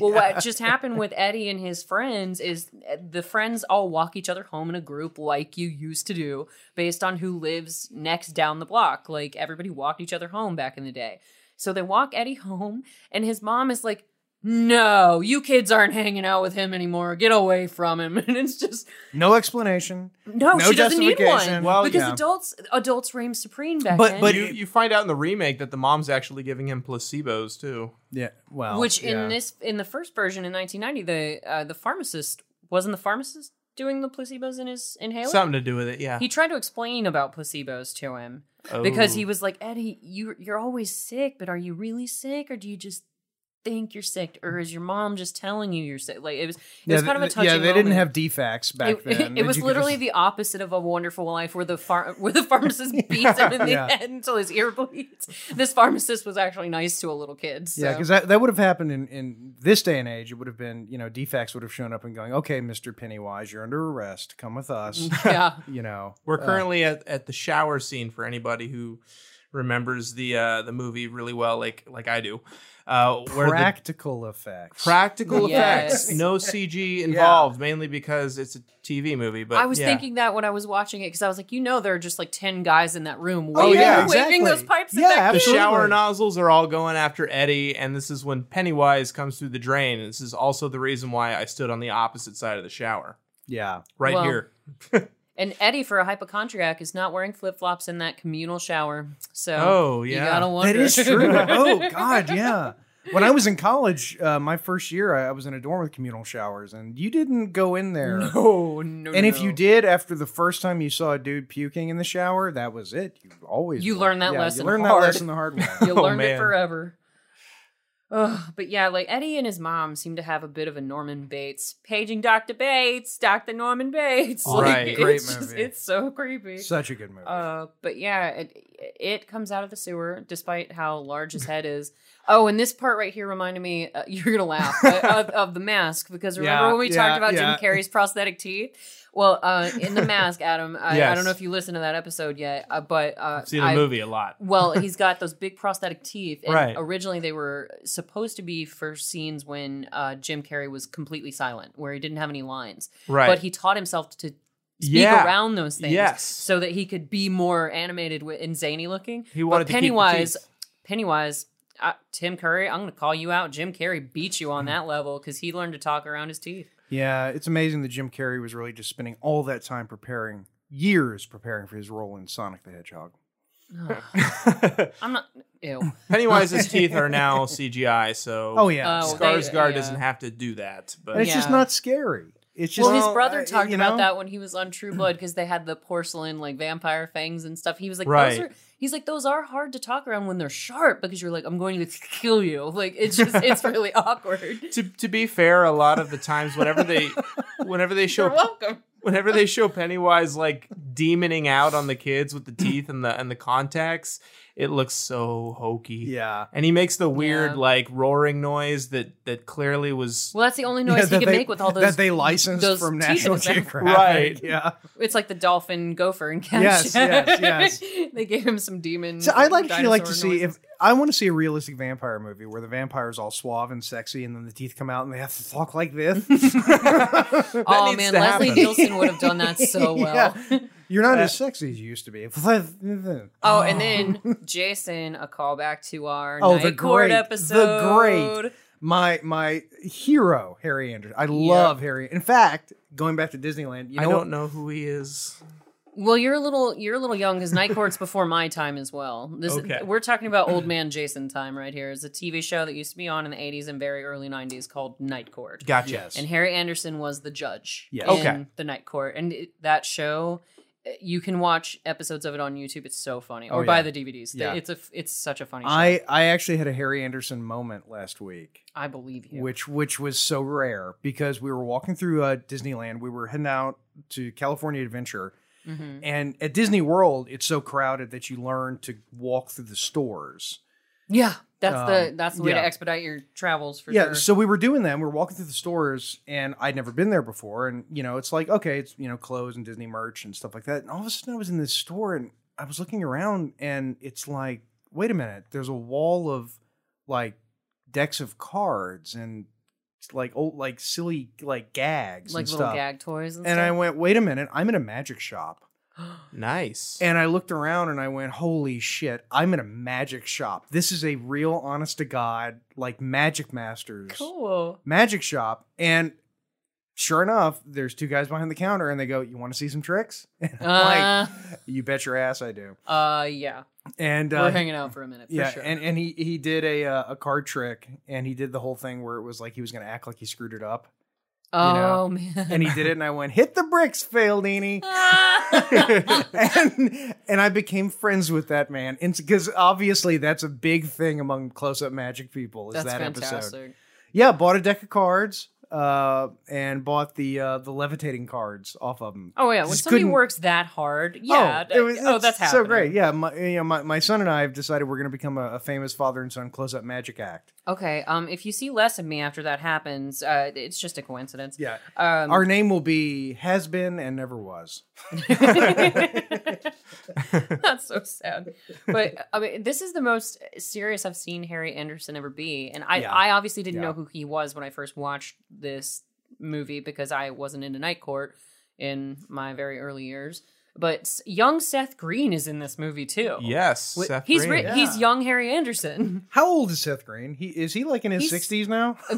Speaker 2: Well, what just happened with Eddie and his friends is uh, the friends all walk each other home in a group like you used to do based on who lives next down the block. Like everybody walked each other home back in the day. So they walk Eddie home, and his mom is like, No, you kids aren't hanging out with him anymore. Get away from him. And it's just,
Speaker 1: No explanation.
Speaker 2: no,
Speaker 1: No
Speaker 2: she doesn't need
Speaker 1: justification.
Speaker 2: one.
Speaker 1: Well,
Speaker 2: because
Speaker 1: yeah.
Speaker 2: adults adults reigned supreme back
Speaker 1: But-
Speaker 2: then.
Speaker 1: but-
Speaker 3: you, you find out in the remake that the mom's actually giving him placebos too.
Speaker 1: Yeah. Well,
Speaker 2: which
Speaker 1: yeah.
Speaker 2: in this in the first version in 1990, the uh, the pharmacist wasn't the pharmacist doing the placebos in his inhaler.
Speaker 3: Something to do with it, yeah.
Speaker 2: he tried to explain about placebos to him.
Speaker 3: Oh.
Speaker 2: because he was like Eddie, you you're always sick, but are you really sick, or do you just think you're sick, or is your mom just telling you you're sick? Like it was, it was kind of a
Speaker 1: th-
Speaker 2: touching.
Speaker 1: Yeah, they didn't
Speaker 2: moment.
Speaker 1: have defects back
Speaker 2: It,
Speaker 1: then.
Speaker 2: it was literally the opposite of a wonderful life, where the far- where the pharmacist beats him in the
Speaker 1: Yeah.
Speaker 2: head until his ear bleeds. This pharmacist was actually nice to a little kid. So.
Speaker 1: yeah, because that, that would have happened in, in this day and age. It would have been, you know, defects would have shown up and going, okay, Mr. Pennywise, you're under arrest. Come with us.
Speaker 2: yeah,
Speaker 1: you know,
Speaker 3: We're
Speaker 1: Uh,
Speaker 3: currently at, at the shower scene for anybody who remembers the uh, the movie really well, like like I do. Uh, where the
Speaker 1: practical effects.
Speaker 3: practical
Speaker 2: Yes.
Speaker 3: effects, no CG involved, mainly because it's a TV movie. But
Speaker 2: I was
Speaker 3: yeah.
Speaker 2: thinking that when I was watching it because I was like, you know, there are just like ten guys in that room
Speaker 1: Oh,
Speaker 2: waving,
Speaker 1: yeah,
Speaker 2: waving
Speaker 1: exactly.
Speaker 2: those pipes.
Speaker 1: Yeah,
Speaker 2: at that
Speaker 3: the
Speaker 1: absolutely.
Speaker 3: shower nozzles are all going after Eddie, and this is when Pennywise comes through the drain. And this is also the reason why I stood on the opposite side of the shower,
Speaker 1: Yeah.
Speaker 3: right
Speaker 2: Well,
Speaker 3: here.
Speaker 2: And Eddie, for a hypochondriac, is not wearing flip flops in that communal shower. So
Speaker 3: Oh,
Speaker 2: you
Speaker 3: yeah.
Speaker 2: gotta wonder.
Speaker 1: That is true. oh, God. Yeah. When I was in college, uh, my first year, I, I was in a dorm with communal showers, and you didn't go in there.
Speaker 2: No, no.
Speaker 1: Oh. And if
Speaker 2: no.
Speaker 1: you did, after the first time you saw a dude puking in the shower, that was it. You always
Speaker 2: You learned that
Speaker 1: You
Speaker 2: lesson
Speaker 1: learned
Speaker 2: hard.
Speaker 1: that lesson the hard way.
Speaker 2: you'll
Speaker 3: Oh,
Speaker 2: learn it
Speaker 3: man.
Speaker 2: forever. Ugh, but yeah, like Eddie and his mom seem to have a bit of a Norman Bates paging Dr. Bates, Dr. Norman Bates.
Speaker 3: Right.
Speaker 2: it's
Speaker 1: Great
Speaker 2: just-
Speaker 1: movie.
Speaker 2: it's so creepy.
Speaker 1: Such a good movie.
Speaker 2: Uh, but yeah, it, it comes out of the sewer despite how large his head is. Oh, and this part right here reminded me, uh, you're going to laugh, but of, of the mask, because remember
Speaker 1: Yeah,
Speaker 2: when we
Speaker 1: yeah,
Speaker 2: talked about
Speaker 1: yeah.
Speaker 2: Jim Carrey's prosthetic teeth? Well, uh, in the mask, Adam, I, I
Speaker 3: Yes.
Speaker 2: don't know if you listened to that episode yet, uh, but uh,
Speaker 3: I've seen the
Speaker 2: I-
Speaker 3: movie a lot.
Speaker 2: well, he's got those big prosthetic teeth. And
Speaker 3: Right.
Speaker 2: Originally, they were supposed to be for scenes when uh, Jim Carrey was completely silent, where he didn't have any lines.
Speaker 3: Right.
Speaker 2: But he taught himself to speak
Speaker 3: Yeah.
Speaker 2: around those things,
Speaker 3: Yes.
Speaker 2: so that he could be more animated wi- and zany looking.
Speaker 3: He wanted
Speaker 2: but
Speaker 3: to keep the
Speaker 2: Pennywise.
Speaker 3: teeth.
Speaker 2: Pennywise. Uh, Tim Curry, I'm going to call you out. Jim Carrey beat you on that level because he learned to talk around his teeth.
Speaker 1: yeah, it's amazing that Jim Carrey was really just spending all that time preparing, years preparing for his role in Sonic the Hedgehog.
Speaker 2: I'm not. Ew.
Speaker 3: Pennywise's teeth are now CGI, so
Speaker 1: Oh yeah,
Speaker 2: Oh, they-
Speaker 3: Skarsgård
Speaker 2: yeah.
Speaker 3: doesn't have to do that.
Speaker 1: And
Speaker 3: But
Speaker 1: it's just
Speaker 2: yeah.
Speaker 1: not scary. It's just
Speaker 2: well, his
Speaker 1: Well,
Speaker 2: brother
Speaker 1: uh,
Speaker 2: talked
Speaker 1: you
Speaker 2: about
Speaker 1: know?
Speaker 2: that when he was on True Blood because they had the porcelain like vampire fangs and stuff. He was like,
Speaker 3: Right.
Speaker 2: those are. He's like, those are hard to talk around when they're sharp because you're like, I'm going to kill you. Like it's just, it's really awkward.
Speaker 3: to, to be fair, a lot of the times whenever they whenever they
Speaker 2: You're
Speaker 3: show
Speaker 2: welcome.
Speaker 3: whenever they show Pennywise like demoning out on the kids with the teeth and the and the contacts, It looks so hokey.
Speaker 1: Yeah.
Speaker 3: And he makes the weird
Speaker 2: Yeah.
Speaker 3: like roaring noise that that clearly was
Speaker 2: Well, that's the only noise
Speaker 1: Yeah,
Speaker 2: he
Speaker 1: that
Speaker 2: could
Speaker 1: they-
Speaker 2: make with all those.
Speaker 1: that they licensed
Speaker 2: those
Speaker 1: from
Speaker 2: teeth
Speaker 1: National
Speaker 2: in his mouth.
Speaker 1: Geographic.
Speaker 3: Right.
Speaker 1: Yeah.
Speaker 2: it's like the dolphin, gopher, and cat.
Speaker 1: Yes, yes,
Speaker 2: they gave him some demon.
Speaker 1: So I'd like actually like to
Speaker 2: dinosaur
Speaker 1: see
Speaker 2: noises.
Speaker 1: if I want to see a realistic vampire movie where the vampire's all suave and sexy, and then the teeth come out and they have to talk like this.
Speaker 3: That
Speaker 2: Oh
Speaker 3: needs
Speaker 2: man,
Speaker 3: to
Speaker 2: Leslie
Speaker 3: happen.
Speaker 2: Nielsen would have done that so well.
Speaker 1: Yeah. You're not
Speaker 3: Uh,
Speaker 1: as sexy as you used to be. oh,
Speaker 2: Oh, and then Jason, a callback to our
Speaker 1: Oh,
Speaker 2: night
Speaker 1: the great-
Speaker 2: court
Speaker 1: the
Speaker 2: episode.
Speaker 1: great. my my hero Harry Anderson. I love Harry. In fact, going back to Disneyland, you know
Speaker 3: I
Speaker 1: what-
Speaker 3: don't know who he is.
Speaker 2: Well, you're a little you're a little young because Night Court's before my time as well. This
Speaker 3: Okay.
Speaker 2: we're talking about old man Jason time right here. It's a TV show that used to be on in the 80s and very early 90s called Night Court.
Speaker 3: Gotcha.
Speaker 1: Yes.
Speaker 2: And Harry Anderson was the judge
Speaker 1: Yes.
Speaker 2: in
Speaker 3: Okay.
Speaker 2: the Night Court. And it, that show, uh, you can watch episodes of it on YouTube. It's so funny. Or
Speaker 1: Oh,
Speaker 2: buy
Speaker 1: yeah.
Speaker 2: the DVDs.
Speaker 1: Yeah.
Speaker 2: It's a f- it's such a funny show. I,
Speaker 1: I I actually had a Harry Anderson moment last week.
Speaker 2: believe you.
Speaker 1: which which was so rare because we were walking through uh, Disneyland. We were heading out to California Adventure,
Speaker 2: Mhm.
Speaker 1: and at Disney World, it's so crowded that you learn to walk through the stores.
Speaker 2: Yeah. That's the
Speaker 1: Um,
Speaker 2: that's the way to
Speaker 1: yeah.
Speaker 2: expedite your travels for
Speaker 1: yeah,
Speaker 2: sure.
Speaker 1: so we were doing that. And we were walking through the stores, and I'd never been there before. And you know, it's like okay, it's you know, clothes and Disney merch and stuff like that. And all of a sudden, I was in this store, and I was looking around, and it's like, wait a minute, there's a wall of like decks of cards and like old like silly like gags
Speaker 2: like
Speaker 1: and
Speaker 2: little
Speaker 1: stuff.
Speaker 2: gag toys and,
Speaker 1: And I went, wait a minute, I'm in a magic shop.
Speaker 2: stuff.
Speaker 3: Nice.
Speaker 1: And I looked around and I went, holy shit, I'm in a magic shop. This is a real, honest to God, like Magic Masters
Speaker 2: cool.
Speaker 1: magic shop. And sure enough, there's two guys behind the counter and they go, you want to see some tricks? And I'm like, you bet your ass I do.
Speaker 2: Uh yeah.
Speaker 1: And
Speaker 2: We're
Speaker 1: uh,
Speaker 2: hanging out for a minute for
Speaker 1: yeah,
Speaker 2: sure.
Speaker 1: and, and he, he did a uh, a card trick and he did the whole thing where it was like he was going to act like he screwed it up.
Speaker 2: oh
Speaker 1: know,
Speaker 2: man.
Speaker 1: And he did it and I went, hit the bricks, Faldini. and and I became friends with that man because obviously that's a big thing among close up magic people is
Speaker 2: That's
Speaker 1: that episode.
Speaker 2: fantastic.
Speaker 1: Yeah, bought a deck of cards uh, and bought the uh, the levitating cards off of them.
Speaker 2: Oh yeah, when
Speaker 1: Just
Speaker 2: somebody
Speaker 1: couldn't-
Speaker 2: works that hard, yeah.
Speaker 1: oh, it was-
Speaker 2: oh
Speaker 1: it's
Speaker 2: that's
Speaker 1: so
Speaker 2: happening.
Speaker 1: great. Yeah, my, you know, my my son and I have decided we're going to become a, a famous father and son close up magic act.
Speaker 2: Okay, um, if you see less of me after that happens, uh, it's just a coincidence.
Speaker 1: Yeah,
Speaker 2: Um,
Speaker 1: our name will be has been and never was.
Speaker 2: That's so sad. But I mean, this is the most serious I've seen Harry Anderson ever be, and I,
Speaker 1: Yeah.
Speaker 2: I obviously didn't
Speaker 1: Yeah.
Speaker 2: know who he was when I first watched this movie because I wasn't into Night Court in my very early years. But s- young Seth Green is in this movie too.
Speaker 3: yes.
Speaker 2: Wh-
Speaker 3: Seth
Speaker 2: he's
Speaker 3: Green.
Speaker 2: ri-
Speaker 1: Yeah.
Speaker 2: he's young Harry Anderson.
Speaker 1: How old is Seth Green? He is he like in his
Speaker 2: He's-
Speaker 1: sixties now?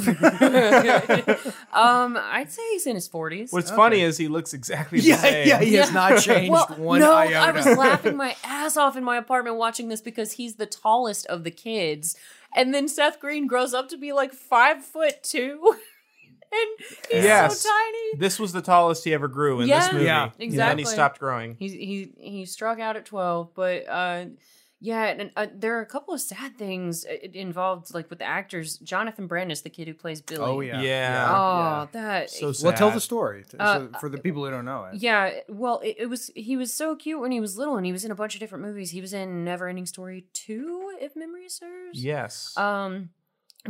Speaker 2: um, I'd say he's in his forties.
Speaker 3: What's
Speaker 1: Okay.
Speaker 3: funny is he looks exactly the
Speaker 1: yeah,
Speaker 3: same.
Speaker 1: yeah, he has
Speaker 2: Yeah.
Speaker 1: not changed
Speaker 2: well,
Speaker 1: one
Speaker 2: no,
Speaker 1: iota.
Speaker 2: I was laughing my ass off in my apartment watching this because he's the tallest of the kids, and then Seth Green grows up to be like five foot two, and he's
Speaker 3: Yes.
Speaker 2: so tiny.
Speaker 3: This was the tallest he ever grew in
Speaker 2: Yeah,
Speaker 3: this movie.
Speaker 1: Yeah.
Speaker 3: And then
Speaker 2: exactly.
Speaker 3: he stopped growing.
Speaker 2: He he he struck out at twelve, but uh, yeah, and uh, there are a couple of sad things i- involved, like with the actors. Jonathan Brandis, the kid who plays Billy.
Speaker 1: Oh yeah.
Speaker 3: Yeah.
Speaker 2: Oh,
Speaker 1: Yeah.
Speaker 2: that
Speaker 3: So sad.
Speaker 1: Well, tell the story t-
Speaker 2: Uh,
Speaker 1: so- for the people who don't know it.
Speaker 2: Yeah, well, it, it was he was so cute when he was little, and he was in a bunch of different movies. He was in Neverending Story two, if memory serves.
Speaker 3: Yes.
Speaker 2: Um,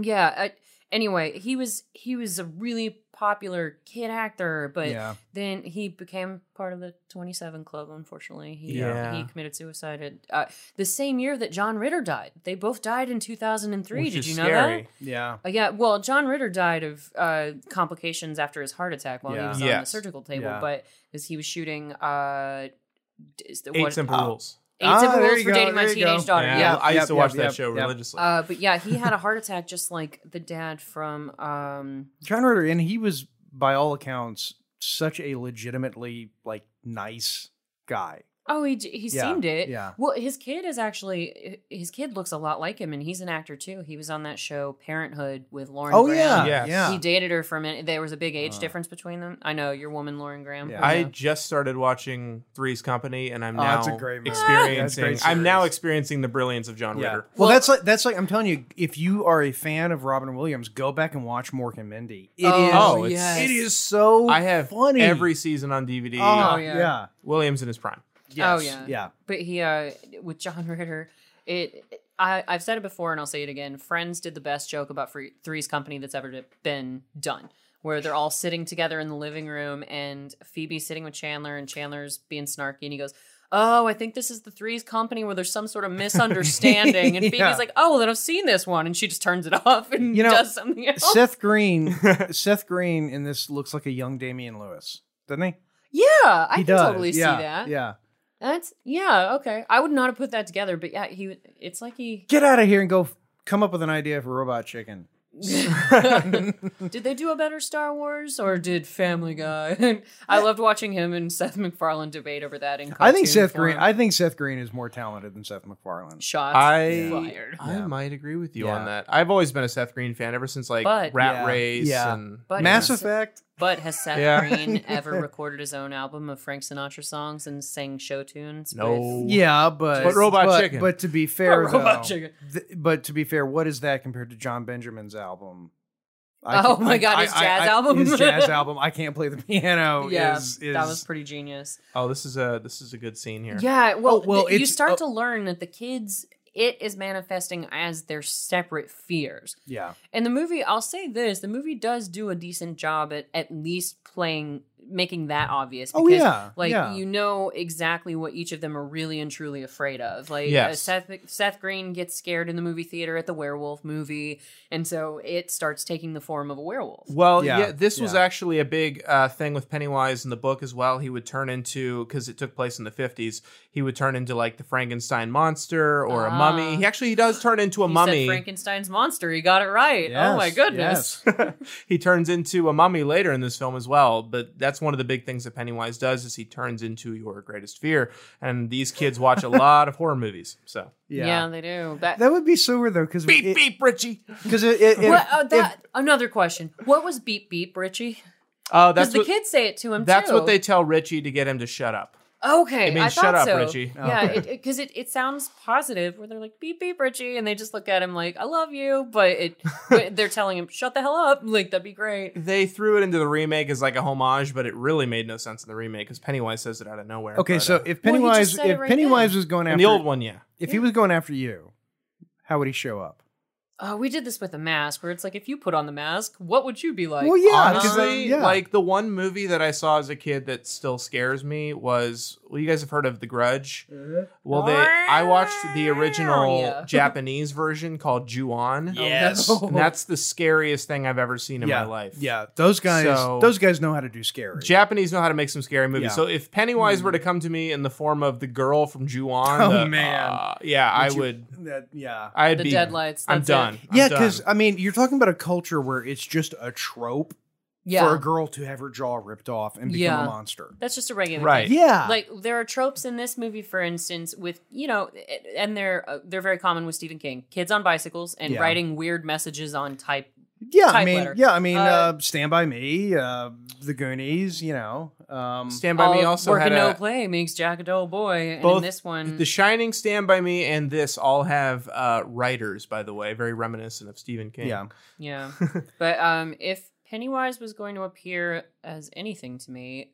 Speaker 2: yeah. I, anyway, he was he was a really popular kid actor, but
Speaker 1: yeah.
Speaker 2: then he became part of the Twenty Seven Club. Unfortunately, he uh,
Speaker 3: Yeah.
Speaker 2: he committed suicide at, uh, the same year that John Ritter died. They both died in two thousand and three.
Speaker 3: Which
Speaker 2: Did
Speaker 3: is
Speaker 2: you know that?
Speaker 3: scary.
Speaker 1: Yeah.
Speaker 2: Uh, yeah, well, John Ritter died of uh, complications after his heart attack while he
Speaker 1: Yeah.
Speaker 2: was on the
Speaker 3: Yes.
Speaker 2: surgical table,
Speaker 1: Yeah.
Speaker 2: but because he was shooting uh, d- is the-
Speaker 3: Eight
Speaker 2: what-
Speaker 3: simple
Speaker 1: oh.
Speaker 3: rules.
Speaker 2: Eight
Speaker 1: Ah,
Speaker 2: Simple
Speaker 1: there
Speaker 2: rules
Speaker 1: you
Speaker 2: for
Speaker 1: go,
Speaker 2: dating my
Speaker 1: there you go.
Speaker 2: teenage daughter.
Speaker 3: Yeah.
Speaker 2: Yeah.
Speaker 1: Yep,
Speaker 3: I used
Speaker 1: yep,
Speaker 3: to watch
Speaker 1: yep,
Speaker 3: that
Speaker 1: yep,
Speaker 3: show
Speaker 1: yep.
Speaker 3: religiously.
Speaker 2: Uh, but yeah, he had a heart attack just like the dad from. Um,
Speaker 1: John Ritter, and he was by all accounts such a legitimately like nice guy.
Speaker 2: oh, he j- he
Speaker 1: Yeah,
Speaker 2: seemed it.
Speaker 1: yeah.
Speaker 2: Well, his kid is actually his kid looks a lot like him, and he's an actor too. He was on that show Parenthood with Lauren.
Speaker 1: Oh
Speaker 2: Graham.
Speaker 1: yeah,
Speaker 3: Yes.
Speaker 1: yeah.
Speaker 2: He dated her for a minute. There was a big age
Speaker 1: Uh.
Speaker 2: difference between them. I know your woman, Lauren Graham.
Speaker 1: Yeah.
Speaker 3: I
Speaker 2: know.
Speaker 3: just started watching Three's Company, and I'm
Speaker 1: Oh,
Speaker 3: now
Speaker 1: that's a great movie.
Speaker 3: Ah,
Speaker 1: That's a
Speaker 3: experiencing.
Speaker 1: great
Speaker 3: I'm now
Speaker 1: series.
Speaker 3: experiencing the brilliance of John
Speaker 1: Yeah.
Speaker 3: Ritter.
Speaker 1: Well,
Speaker 2: Well-
Speaker 1: that's like that's like I'm telling you, if you are a fan of Robin Williams, go back and watch Mork and Mindy. It is
Speaker 3: Oh, it's-
Speaker 2: yes.
Speaker 1: it is so
Speaker 3: I have
Speaker 1: Oh, funny
Speaker 3: every season on DVD.
Speaker 1: Oh,
Speaker 2: Oh, yeah.
Speaker 1: yeah.
Speaker 3: Williams in his prime.
Speaker 2: Oh,
Speaker 1: Yes.
Speaker 2: yeah.
Speaker 1: Yeah.
Speaker 2: But he uh with John Ritter, It, I, I've said it before and I'll say it again. Friends did the best joke about Free, Three's Company that's ever been done, where they're all sitting together in the living room and Phoebe's sitting with Chandler and Chandler's being snarky and he goes, Oh, I think this is the Three's Company where there's some sort of misunderstanding. And
Speaker 1: Yeah.
Speaker 2: Phoebe's like, Oh, well, then I've seen this one. And she just turns it off and
Speaker 1: You know,
Speaker 2: does something else.
Speaker 1: Seth Green, Seth Green in this looks like a young Damian Lewis, doesn't he?
Speaker 2: yeah, I
Speaker 1: he
Speaker 2: can
Speaker 1: does.
Speaker 2: totally
Speaker 1: yeah,
Speaker 2: see that.
Speaker 1: Yeah.
Speaker 2: That's, yeah, okay. I would not have put that together, but yeah, he, it's like he.
Speaker 1: Get out of here and go f- come up with an idea for Robot Chicken.
Speaker 2: did they do a better Star Wars or did
Speaker 3: Mm.
Speaker 2: Family Guy? I loved watching him and Seth MacFarlane debate over that. In
Speaker 1: I think
Speaker 2: cartoon
Speaker 1: Seth Green.
Speaker 2: form.
Speaker 1: I think Seth Green is more talented than Seth MacFarlane.
Speaker 2: shots
Speaker 3: I
Speaker 2: fired.
Speaker 3: I
Speaker 1: Yeah.
Speaker 3: might agree with you
Speaker 1: Yeah.
Speaker 3: on that. I've always been a Seth Green fan ever since like
Speaker 2: But-
Speaker 3: Rat
Speaker 1: Yeah.
Speaker 3: Race
Speaker 1: Yeah.
Speaker 3: and
Speaker 2: But
Speaker 1: Mass
Speaker 2: has,
Speaker 1: Effect.
Speaker 2: But has Seth
Speaker 3: Yeah.
Speaker 2: Green ever recorded his own album of Frank Sinatra songs and sang show tunes?
Speaker 3: No.
Speaker 2: with-
Speaker 1: Yeah, but
Speaker 3: But Robot
Speaker 1: but,
Speaker 3: Chicken.
Speaker 1: But to be fair,
Speaker 2: But Robot
Speaker 1: though,
Speaker 2: Chicken.
Speaker 1: th- but to be fair, what is that compared to John Benjamin's album?
Speaker 2: Oh
Speaker 1: can-
Speaker 2: my God, his jazz album?
Speaker 1: His jazz album. I can't play the piano.
Speaker 2: yeah,
Speaker 1: is, is
Speaker 2: that was pretty genius.
Speaker 3: oh, this is a this is a good scene here.
Speaker 2: Yeah, well,
Speaker 1: well,
Speaker 2: th- you
Speaker 1: it's-
Speaker 2: start
Speaker 1: oh.
Speaker 2: to learn that the kids it is manifesting as their separate fears.
Speaker 1: yeah.
Speaker 2: And the movie, I'll say this: the movie does do a decent job at at least playing, making that obvious.
Speaker 1: Oh, yeah,
Speaker 2: like
Speaker 1: yeah.
Speaker 2: you know exactly what each of them are really and truly afraid of. Like
Speaker 3: Yes.
Speaker 2: uh, Seth Seth Green gets scared in the movie theater at the werewolf movie, and so it starts taking the form of a werewolf.
Speaker 3: Well, yeah,
Speaker 1: Yeah,
Speaker 3: this was
Speaker 1: yeah.
Speaker 3: actually a big uh, thing with Pennywise in the book as well. He would turn into because it took place in the fifties. He would turn into like the Frankenstein monster or a mummy.
Speaker 2: Ah.
Speaker 3: He actually does turn into a
Speaker 2: He said
Speaker 3: mummy.
Speaker 2: Frankenstein's monster. He got it right. oh my
Speaker 1: Yes,
Speaker 2: goodness.
Speaker 1: yes.
Speaker 3: he turns into a mummy later in this film as well. But that's one of the big things that Pennywise does is he turns into your greatest fear. And these kids watch a lot of horror movies. So
Speaker 2: Yeah.
Speaker 1: yeah,
Speaker 2: they do. That,
Speaker 1: That would be so weird though, because
Speaker 3: beep beep Richie.
Speaker 1: Because it, it, it-
Speaker 2: what, oh,
Speaker 1: if-
Speaker 2: that another question. What was beep beep, Richie?
Speaker 3: Oh,
Speaker 2: Because
Speaker 3: that's
Speaker 2: the
Speaker 3: what,
Speaker 2: kids say it to him.
Speaker 3: that's
Speaker 2: too.
Speaker 3: what they tell Richie to get him to shut up.
Speaker 2: Okay,
Speaker 3: It means
Speaker 2: I
Speaker 3: shut
Speaker 2: thought
Speaker 3: up,
Speaker 2: so.
Speaker 3: Richie.
Speaker 2: Yeah, because it, it, sounds positive where they're like beep beep Richie, and they just look at him like I love you, but it but they're telling him shut the hell up. Like that'd be great.
Speaker 3: They threw it into the remake as like a homage, but it really made no sense in the remake because Pennywise says it out of nowhere.
Speaker 1: okay,
Speaker 3: But,
Speaker 1: so
Speaker 3: uh,
Speaker 1: if
Speaker 2: Well, he just
Speaker 1: Pennywise,
Speaker 2: said it
Speaker 1: if
Speaker 2: right
Speaker 1: Pennywise was going
Speaker 3: in
Speaker 1: after
Speaker 3: the old one, yeah,
Speaker 1: if he was going after you, how would he show up?
Speaker 2: Oh, we did this with the mask, where it's like if you put on the mask, what would you be like?
Speaker 1: Well, yeah, 'cause
Speaker 2: Honestly,
Speaker 1: then-
Speaker 3: honestly,
Speaker 1: yeah.
Speaker 3: like the one movie that I saw as a kid that still scares me was well, you guys have heard of The Grudge. Well, they I watched the original
Speaker 2: Uh-huh. Yeah.
Speaker 3: Japanese version called Ju-on.
Speaker 2: Oh,
Speaker 1: Yes.
Speaker 2: no.
Speaker 3: And that's the scariest thing I've ever seen in
Speaker 1: yeah,
Speaker 3: my life.
Speaker 1: yeah. Those guys,
Speaker 3: So-
Speaker 1: those guys know how to do scary.
Speaker 3: Japanese know how to make some scary movies.
Speaker 1: Yeah.
Speaker 3: So if Pennywise
Speaker 2: Hmm.
Speaker 3: were to come to me in the form of the girl from Ju-on,
Speaker 1: Oh,
Speaker 3: the-
Speaker 1: man.
Speaker 3: uh, yeah, I
Speaker 1: you-
Speaker 3: would,
Speaker 1: That, yeah,
Speaker 3: I'd
Speaker 2: The
Speaker 3: be
Speaker 2: deadlights,
Speaker 3: I'm
Speaker 2: that's it.
Speaker 3: done. I'm
Speaker 1: yeah.
Speaker 3: done.
Speaker 1: Because I mean, you're talking about a culture where it's just a trope
Speaker 2: yeah,
Speaker 1: for a girl to have her jaw ripped off and become
Speaker 2: Yeah.
Speaker 1: a monster.
Speaker 2: that's just a regular
Speaker 3: Right.
Speaker 2: thing.
Speaker 1: Yeah,
Speaker 2: like there are tropes in this movie for instance with you know and they're uh, they're very common with Stephen King kids on bicycles and
Speaker 1: Yeah.
Speaker 2: writing weird messages on type
Speaker 1: yeah. I
Speaker 2: type
Speaker 1: mean,
Speaker 2: letter.
Speaker 1: yeah. I mean, uh,
Speaker 2: Uh,
Speaker 1: Stand by Me, uh, The Goonies. You know, um,
Speaker 3: Stand by Me
Speaker 2: All
Speaker 3: also
Speaker 2: work
Speaker 3: had
Speaker 2: and no
Speaker 3: a,
Speaker 2: play makes Jack a dull boy and in
Speaker 3: Both
Speaker 2: this one
Speaker 3: The Shining, Stand by Me, and this all have uh, writers, by the way, very reminiscent of Stephen King.
Speaker 1: yeah.
Speaker 2: yeah but um if Pennywise was going to appear as anything to me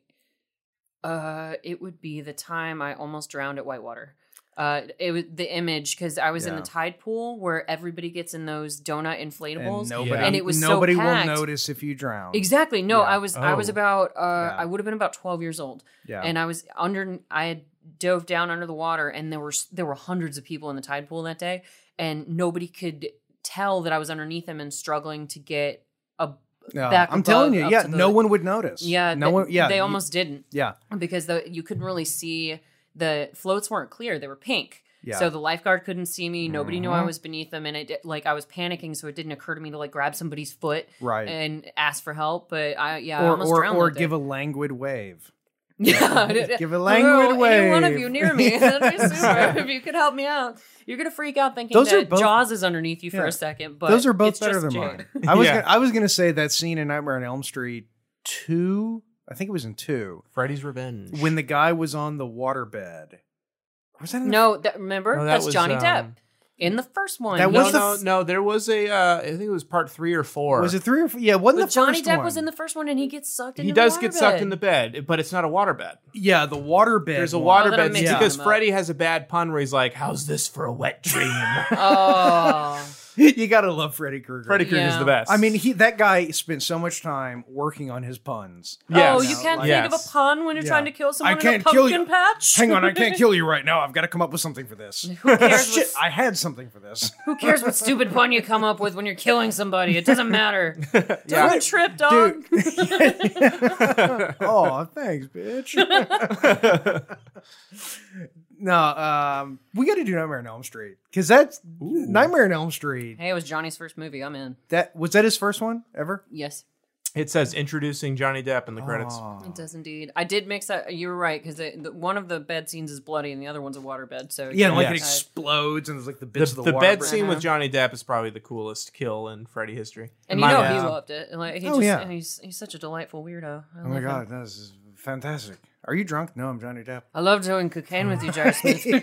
Speaker 2: uh it would be the time I almost drowned at Whitewater uh, it was the image because I was in the
Speaker 1: Yeah.
Speaker 2: tide pool where everybody gets in those donut inflatables,
Speaker 1: And nobody,
Speaker 3: Yeah.
Speaker 2: and it was so
Speaker 1: nobody will
Speaker 2: packed.
Speaker 1: notice if you drown.
Speaker 2: Exactly. No,
Speaker 1: Yeah.
Speaker 2: I was I was
Speaker 3: Oh.
Speaker 2: about uh
Speaker 1: Yeah.
Speaker 2: I would have been about 12 years old
Speaker 1: Yeah.
Speaker 2: and I was under I had dove down under the water and there were s- there were hundreds of people in the tide pool that day and nobody could tell that I was underneath them and struggling to get a
Speaker 1: Yeah,
Speaker 2: back
Speaker 1: I'm
Speaker 2: above,
Speaker 1: telling you,
Speaker 2: up
Speaker 1: yeah,
Speaker 2: to the-
Speaker 1: no one would notice.
Speaker 2: yeah,
Speaker 1: no
Speaker 2: th-
Speaker 1: one. Yeah,
Speaker 2: they
Speaker 1: you-
Speaker 2: almost didn't
Speaker 1: Yeah,
Speaker 2: because the, you couldn't really see the floats weren't clear they were pink
Speaker 1: Yeah. Mm-hmm.
Speaker 2: so the lifeguard couldn't see me nobody knew i
Speaker 3: Mhm.
Speaker 2: was beneath them and it did- like i was panicking so it didn't occur to me to like grab somebody's foot
Speaker 1: right.
Speaker 2: and ask for help but i yeah I
Speaker 1: or
Speaker 2: almost
Speaker 1: or,
Speaker 2: drowned
Speaker 1: or
Speaker 2: that day.
Speaker 1: give a languid wave.
Speaker 2: Yeah,
Speaker 1: Give a languid
Speaker 2: Hello, Any one of
Speaker 1: wave.
Speaker 2: you near me? That'd be super if you could help me out. You're gonna freak out thinking
Speaker 1: Those are
Speaker 2: that
Speaker 1: both-
Speaker 2: Jaws is underneath you for
Speaker 1: Yeah.
Speaker 2: a second, but
Speaker 1: Those are both
Speaker 2: it's
Speaker 1: better
Speaker 2: just
Speaker 1: than
Speaker 2: Jade.
Speaker 1: mine. I was
Speaker 3: Yeah.
Speaker 1: gonna, I was gonna say that scene in Nightmare on Elm Street two. I think it was in two
Speaker 3: Freddy's Revenge.
Speaker 1: when the guy was on the waterbed. Was that in the-
Speaker 2: No, that, remember
Speaker 3: No, that
Speaker 2: that's
Speaker 3: was,
Speaker 2: Johnny Depp.
Speaker 3: um,
Speaker 2: in the first one.
Speaker 1: That
Speaker 2: he-
Speaker 3: No,
Speaker 1: was the
Speaker 3: no,
Speaker 1: f-
Speaker 3: no. There was a. Uh, I think it was part three or four.
Speaker 1: Was it three or four? Yeah, wasn't
Speaker 2: but
Speaker 1: the
Speaker 2: Johnny
Speaker 1: first
Speaker 2: Depp
Speaker 1: one.
Speaker 2: was in the first one, and he gets sucked.
Speaker 3: He
Speaker 2: into the
Speaker 3: does get sucked
Speaker 2: waterbed.
Speaker 3: in the bed, but it's not a waterbed.
Speaker 1: yeah the waterbed.
Speaker 3: There's a
Speaker 1: one.
Speaker 2: Oh, then I'm
Speaker 3: waterbed
Speaker 2: mixing
Speaker 3: because
Speaker 2: them up.
Speaker 3: Freddy has a bad pun where he's like, "How's this for a wet dream?"
Speaker 2: Oh,
Speaker 1: you gotta love Freddy Krueger.
Speaker 3: Freddy Krueger's
Speaker 2: Yeah.
Speaker 3: the best.
Speaker 1: I mean, he that guy spent so much time working on his puns.
Speaker 3: Yes.
Speaker 2: oh, you can't
Speaker 1: Like-
Speaker 2: think of a
Speaker 3: Yes.
Speaker 2: pun when you're
Speaker 1: Yeah.
Speaker 2: trying to kill someone
Speaker 1: I
Speaker 2: in a
Speaker 1: can't
Speaker 2: pumpkin
Speaker 1: kill you.
Speaker 2: patch.
Speaker 1: Hang on, I can't kill you right now. I've got to come up with something for this.
Speaker 2: Who cares?
Speaker 1: Shit,
Speaker 2: what,
Speaker 1: I had something for this.
Speaker 2: who cares what stupid pun you come up with when you're killing somebody? It doesn't matter. Don't
Speaker 1: Yeah.
Speaker 2: trip, dog.
Speaker 1: oh, thanks, bitch. no, um, we got to do Nightmare on Elm Street because that's Nightmare on Elm Street.
Speaker 2: hey, it was Johnny's first movie. I'm in.
Speaker 1: That was that his first one ever.
Speaker 2: Yes,
Speaker 3: it says introducing Johnny Depp in the credits.
Speaker 1: Oh. Uh,
Speaker 2: it does indeed. I did mix up. You were right because one of the bed scenes is bloody and the other one's a waterbed. So
Speaker 1: Yeah, and, like
Speaker 3: Yeah.
Speaker 1: it explodes and there's like the
Speaker 3: The,
Speaker 1: bits of
Speaker 3: the
Speaker 1: the, water
Speaker 3: bed
Speaker 1: break.
Speaker 3: scene with
Speaker 2: Mhm.
Speaker 3: Johnny Depp is probably the coolest kill in Freddy history.
Speaker 2: And
Speaker 3: In
Speaker 2: you
Speaker 3: my
Speaker 2: know he
Speaker 3: opinion.
Speaker 2: loved it. Like he
Speaker 1: Oh,
Speaker 2: just,
Speaker 1: yeah.
Speaker 2: he's he's such a delightful weirdo. I
Speaker 1: Oh
Speaker 2: love
Speaker 1: my
Speaker 2: him.
Speaker 1: god, that is fantastic. Are you drunk? No, I'm Johnny Depp.
Speaker 2: I love doing cocaine with you, Jerry Smith. You're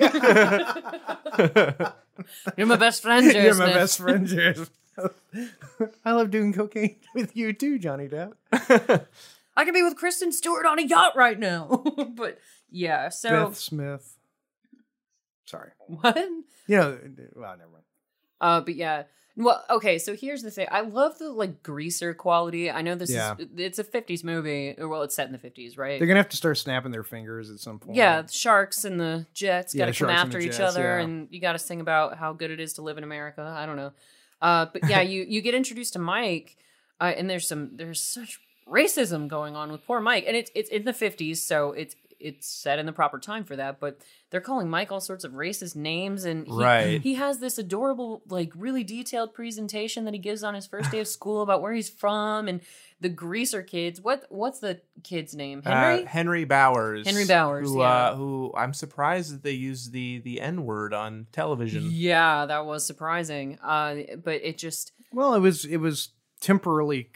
Speaker 2: my best friend, Jerry
Speaker 1: You're
Speaker 2: Smith.
Speaker 1: my best friend, Jared. I love doing cocaine with you too, Johnny Depp.
Speaker 2: I could be with Kristen Stewart on a yacht right now. but yeah, so
Speaker 1: Beth Smith. Sorry.
Speaker 2: what?
Speaker 1: You know, well, never mind.
Speaker 2: Uh, but yeah. Well, okay. So here's the thing. I love the like greaser quality. I know this
Speaker 1: Yeah.
Speaker 2: is it's a '50s movie. or, Well, it's set in the '50s, right?
Speaker 1: They're gonna have to start snapping their fingers at some point.
Speaker 2: yeah, the sharks and the jets
Speaker 1: Yeah,
Speaker 2: got to come
Speaker 1: sharks and
Speaker 2: after
Speaker 1: the
Speaker 2: each
Speaker 1: jets,
Speaker 2: other,
Speaker 1: yeah.
Speaker 2: and you got to sing about how good it is to live in America. I don't know, uh, but yeah, you you get introduced to Mike, uh, and there's some there's such racism going on with poor Mike, and it's it's in the '50s, so it's it's set in the proper time for that. But they're calling Mike all sorts of racist names, and he,
Speaker 3: Right.
Speaker 2: he has this adorable, like really detailed presentation that he gives on his first day of school about where he's from and the greaser kids. What what's the kid's name? Henry.
Speaker 3: Uh, Henry Bowers.
Speaker 2: Henry Bowers,
Speaker 3: Who,
Speaker 2: yeah.
Speaker 3: uh, who I'm surprised that they used the the N word on television.
Speaker 2: Yeah, that was surprising. Uh, but it just
Speaker 1: Well, it was it was temporally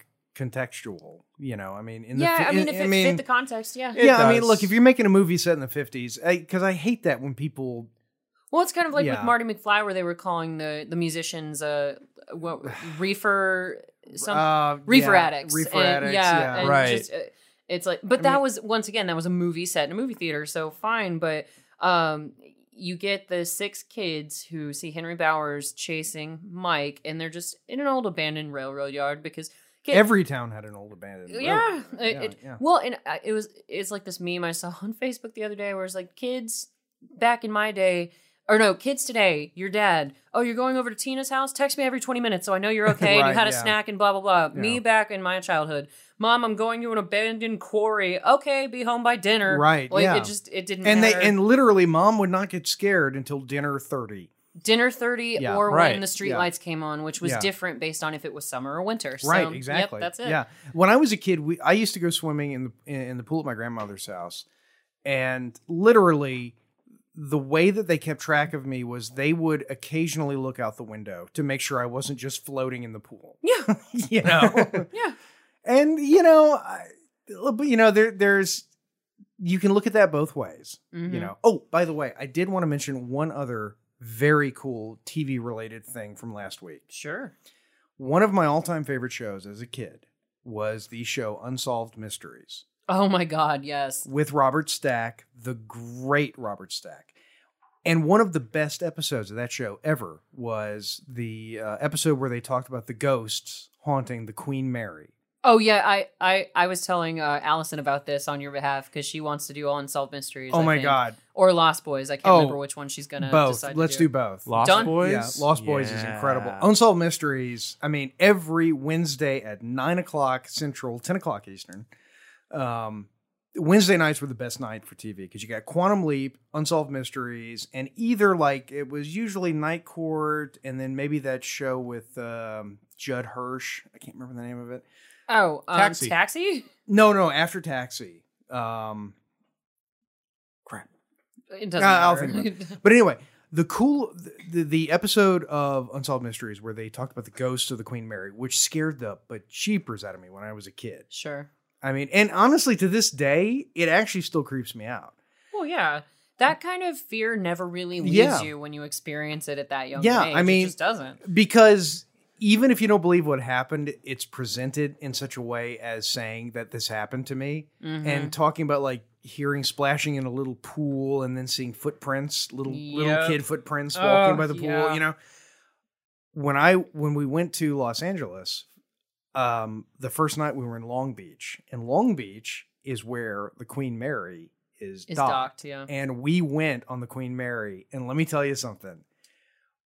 Speaker 1: contextual. You know, I mean, in the
Speaker 2: yeah.
Speaker 1: fi-
Speaker 2: I mean, if it
Speaker 1: mean,
Speaker 2: fit the context, yeah.
Speaker 3: It
Speaker 1: yeah, I mean,
Speaker 3: does.
Speaker 1: look, if you're making a movie set in the '50s, because I, hate that when people
Speaker 2: Well, it's kind of like
Speaker 1: Yeah.
Speaker 2: with Marty McFly, where they were calling the the musicians uh what reefer some
Speaker 1: uh,
Speaker 2: reefer
Speaker 1: yeah,
Speaker 2: addicts,
Speaker 1: reefer
Speaker 2: And-
Speaker 1: addicts,
Speaker 2: yeah,
Speaker 1: yeah.
Speaker 2: and
Speaker 3: Right.
Speaker 2: Just, uh, it's like, but
Speaker 1: I
Speaker 2: that
Speaker 1: mean-
Speaker 2: was once again that was a movie set in a movie theater, so fine. But um, you get the six kids who see Henry Bowers chasing Mike, and they're just in an old abandoned railroad yard because kids,
Speaker 1: Every town had an old abandoned. railroad,
Speaker 2: yeah,
Speaker 1: right?
Speaker 2: it-
Speaker 1: yeah,
Speaker 2: it-
Speaker 1: yeah.
Speaker 2: well and I- it was it's like this meme i saw on facebook the other day where it's like kids back in my day or no kids today your dad oh you're going over to tina's house text me every 20 minutes so i know you're okay and you
Speaker 1: Right,
Speaker 2: had a
Speaker 1: yeah.
Speaker 2: snack and blah blah blah me
Speaker 1: Yeah.
Speaker 2: back in my childhood mom i'm going to an abandoned quarry okay be home by dinner
Speaker 1: Right,
Speaker 2: like
Speaker 1: yeah.
Speaker 2: it just it didn't
Speaker 1: And they
Speaker 2: matter.
Speaker 1: and literally, mom would not get scared until dinner thirty.
Speaker 2: dinner 30
Speaker 1: Yeah,
Speaker 2: or when
Speaker 3: right,
Speaker 2: the street
Speaker 1: yeah.
Speaker 2: lights came on which was
Speaker 1: Yeah.
Speaker 2: different based on if it was summer or winter So,
Speaker 1: right
Speaker 2: yep,
Speaker 1: exactly
Speaker 2: that's it
Speaker 1: yeah when i was a kid we i used to go swimming in the in, in the pool at my grandmother's house and literally the way that they kept track of me was they would occasionally look out the window to make sure i wasn't just floating in the pool
Speaker 2: yeah
Speaker 1: you know
Speaker 2: Yeah.
Speaker 1: and you know I, but you know there there's you can look at that both ways
Speaker 2: Mhm.
Speaker 1: you know oh by the way i did want to mention one other very cool tv related thing from last week
Speaker 2: sure
Speaker 1: one of my all-time favorite shows as a kid was the show Unsolved Mysteries
Speaker 2: oh my god yes
Speaker 1: with Robert Stack, the great Robert Stack. And one of the best episodes of that show ever was the uh, episode where they talked about the ghosts haunting the Queen Mary.
Speaker 2: Oh yeah, I I, I was telling uh, Allison about this on your behalf because she wants to do unsolved mysteries.
Speaker 1: oh
Speaker 2: I
Speaker 1: my
Speaker 2: think.
Speaker 1: god,
Speaker 2: Or Lost Boys. I can't
Speaker 1: Oh,
Speaker 2: remember which one she's gonna
Speaker 1: both.
Speaker 2: decide. to
Speaker 1: Let's do. both.
Speaker 3: Lost
Speaker 2: Done.
Speaker 3: Boys.
Speaker 1: Yeah, Lost Boys is
Speaker 3: Yeah.
Speaker 1: incredible. Unsolved Mysteries. I mean, every Wednesday at nine o'clock Central, ten o'clock Eastern. Um, Wednesday nights were the best night for TV because you got Quantum Leap, Unsolved Mysteries, and either like it was usually Night Court, and then maybe that show with um, Judd Hirsch. I can't remember the name of it.
Speaker 2: Oh, um, taxi.
Speaker 3: Taxi.
Speaker 1: No, no, After Taxi. Um,
Speaker 2: It doesn't
Speaker 1: Uh, I'll
Speaker 2: matter.
Speaker 1: think But anyway, the cool the, the episode of Unsolved Mysteries where they talked about the ghosts of the Queen Mary, which scared the but cheapers out of me when I was a kid.
Speaker 2: sure.
Speaker 1: I mean, and honestly, to this day, it actually still creeps me out.
Speaker 2: Well, yeah. That kind of fear never really leaves
Speaker 1: Yeah.
Speaker 2: you when you experience it at that young
Speaker 1: Yeah,
Speaker 2: age.
Speaker 1: I mean-
Speaker 2: it just doesn't.
Speaker 1: because even if you don't believe what happened, it's presented in such a way as saying that this happened to me
Speaker 2: Mm-hmm.
Speaker 1: and talking about like hearing splashing in a little pool and then seeing footprints, little little
Speaker 2: Yep.
Speaker 1: kid footprints walking
Speaker 2: Oh,
Speaker 1: by the pool,
Speaker 2: yeah.
Speaker 1: you know. When I when we went to Los Angeles, um the first night we were in Long Beach. And Long Beach is where the Queen Mary is,
Speaker 2: Is
Speaker 1: docked
Speaker 2: docked, yeah.
Speaker 1: and we went on the Queen Mary. And let me tell you something.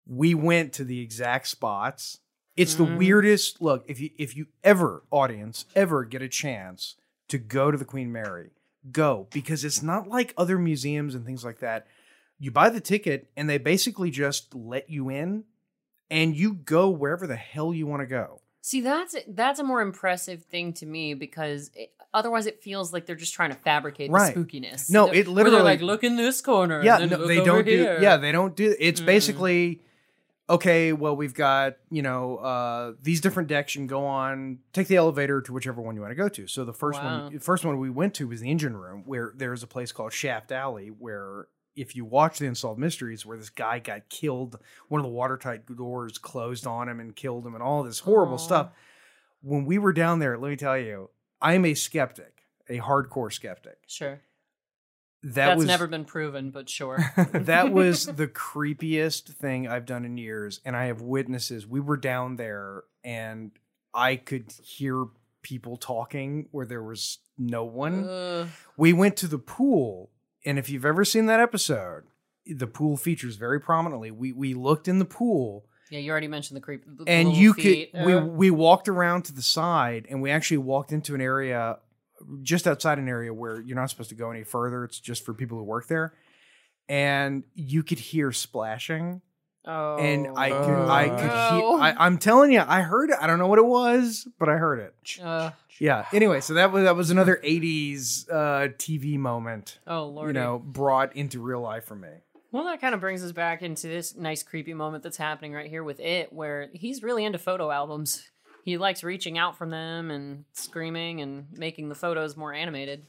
Speaker 1: We went to the exact spots. It's the
Speaker 2: Mhm.
Speaker 1: weirdest look. If you if you ever audience ever get a chance to go to the Queen Mary, go because it's not like other museums and things like that. You buy the ticket and they basically just let you in and you go wherever the hell you want to go.
Speaker 2: See, that's that's a more impressive thing to me because it, otherwise it feels like they're just trying to fabricate
Speaker 1: Right.
Speaker 2: the spookiness.
Speaker 1: No,
Speaker 2: They're-
Speaker 1: it
Speaker 2: where they're
Speaker 1: literally-
Speaker 2: like look in this corner.
Speaker 1: yeah,
Speaker 2: and then
Speaker 1: no,
Speaker 2: look
Speaker 1: they
Speaker 2: over
Speaker 1: don't
Speaker 2: here.
Speaker 1: do. Yeah, they don't do. It's
Speaker 2: Mm.
Speaker 1: basically okay. Well, we've got you know uh, these different decks. You can go on, take the elevator to whichever one you want to go to. So the first
Speaker 2: Wow.
Speaker 1: one, the first one we went to was the engine room, where there's a place called Shaft Alley, where if you watch the Unsolved Mysteries, where this guy got killed, one of the watertight doors closed on him and killed him, and all this horrible
Speaker 2: Aw.
Speaker 1: stuff. When we were down there, let me tell you, I'm a skeptic, a hardcore skeptic.
Speaker 2: sure.
Speaker 1: That
Speaker 2: That's
Speaker 1: was
Speaker 2: never been proven, but sure.
Speaker 1: that was the creepiest thing I've done in years, and I have witnesses. We were down there, and I could hear people talking where there was no one.
Speaker 2: Ugh.
Speaker 1: We went to the pool, and if you've ever seen that episode, the pool features very prominently. We we looked in the pool,
Speaker 2: yeah, you already mentioned the creep. the
Speaker 1: and
Speaker 2: little
Speaker 1: you
Speaker 2: feet.
Speaker 1: could we
Speaker 2: Uh,
Speaker 1: we walked around to the side and we actually walked into an area just outside an area where you're not supposed to go any further it's just for people who work there and you could hear splashing
Speaker 2: oh,
Speaker 1: and i could
Speaker 3: Oh.
Speaker 1: i could
Speaker 2: no.
Speaker 1: hear I, i'm telling you i heard it i don't know what it was but i heard it
Speaker 2: Ugh.
Speaker 1: yeah anyway so that was that was another 80s uh tv moment
Speaker 2: oh lordy.
Speaker 1: you know brought into real life for me
Speaker 2: Well, that kind of brings us back into this nice creepy moment that's happening right here with it, where he's really into photo albums. He likes reaching out from them and screaming and making the photos more animated.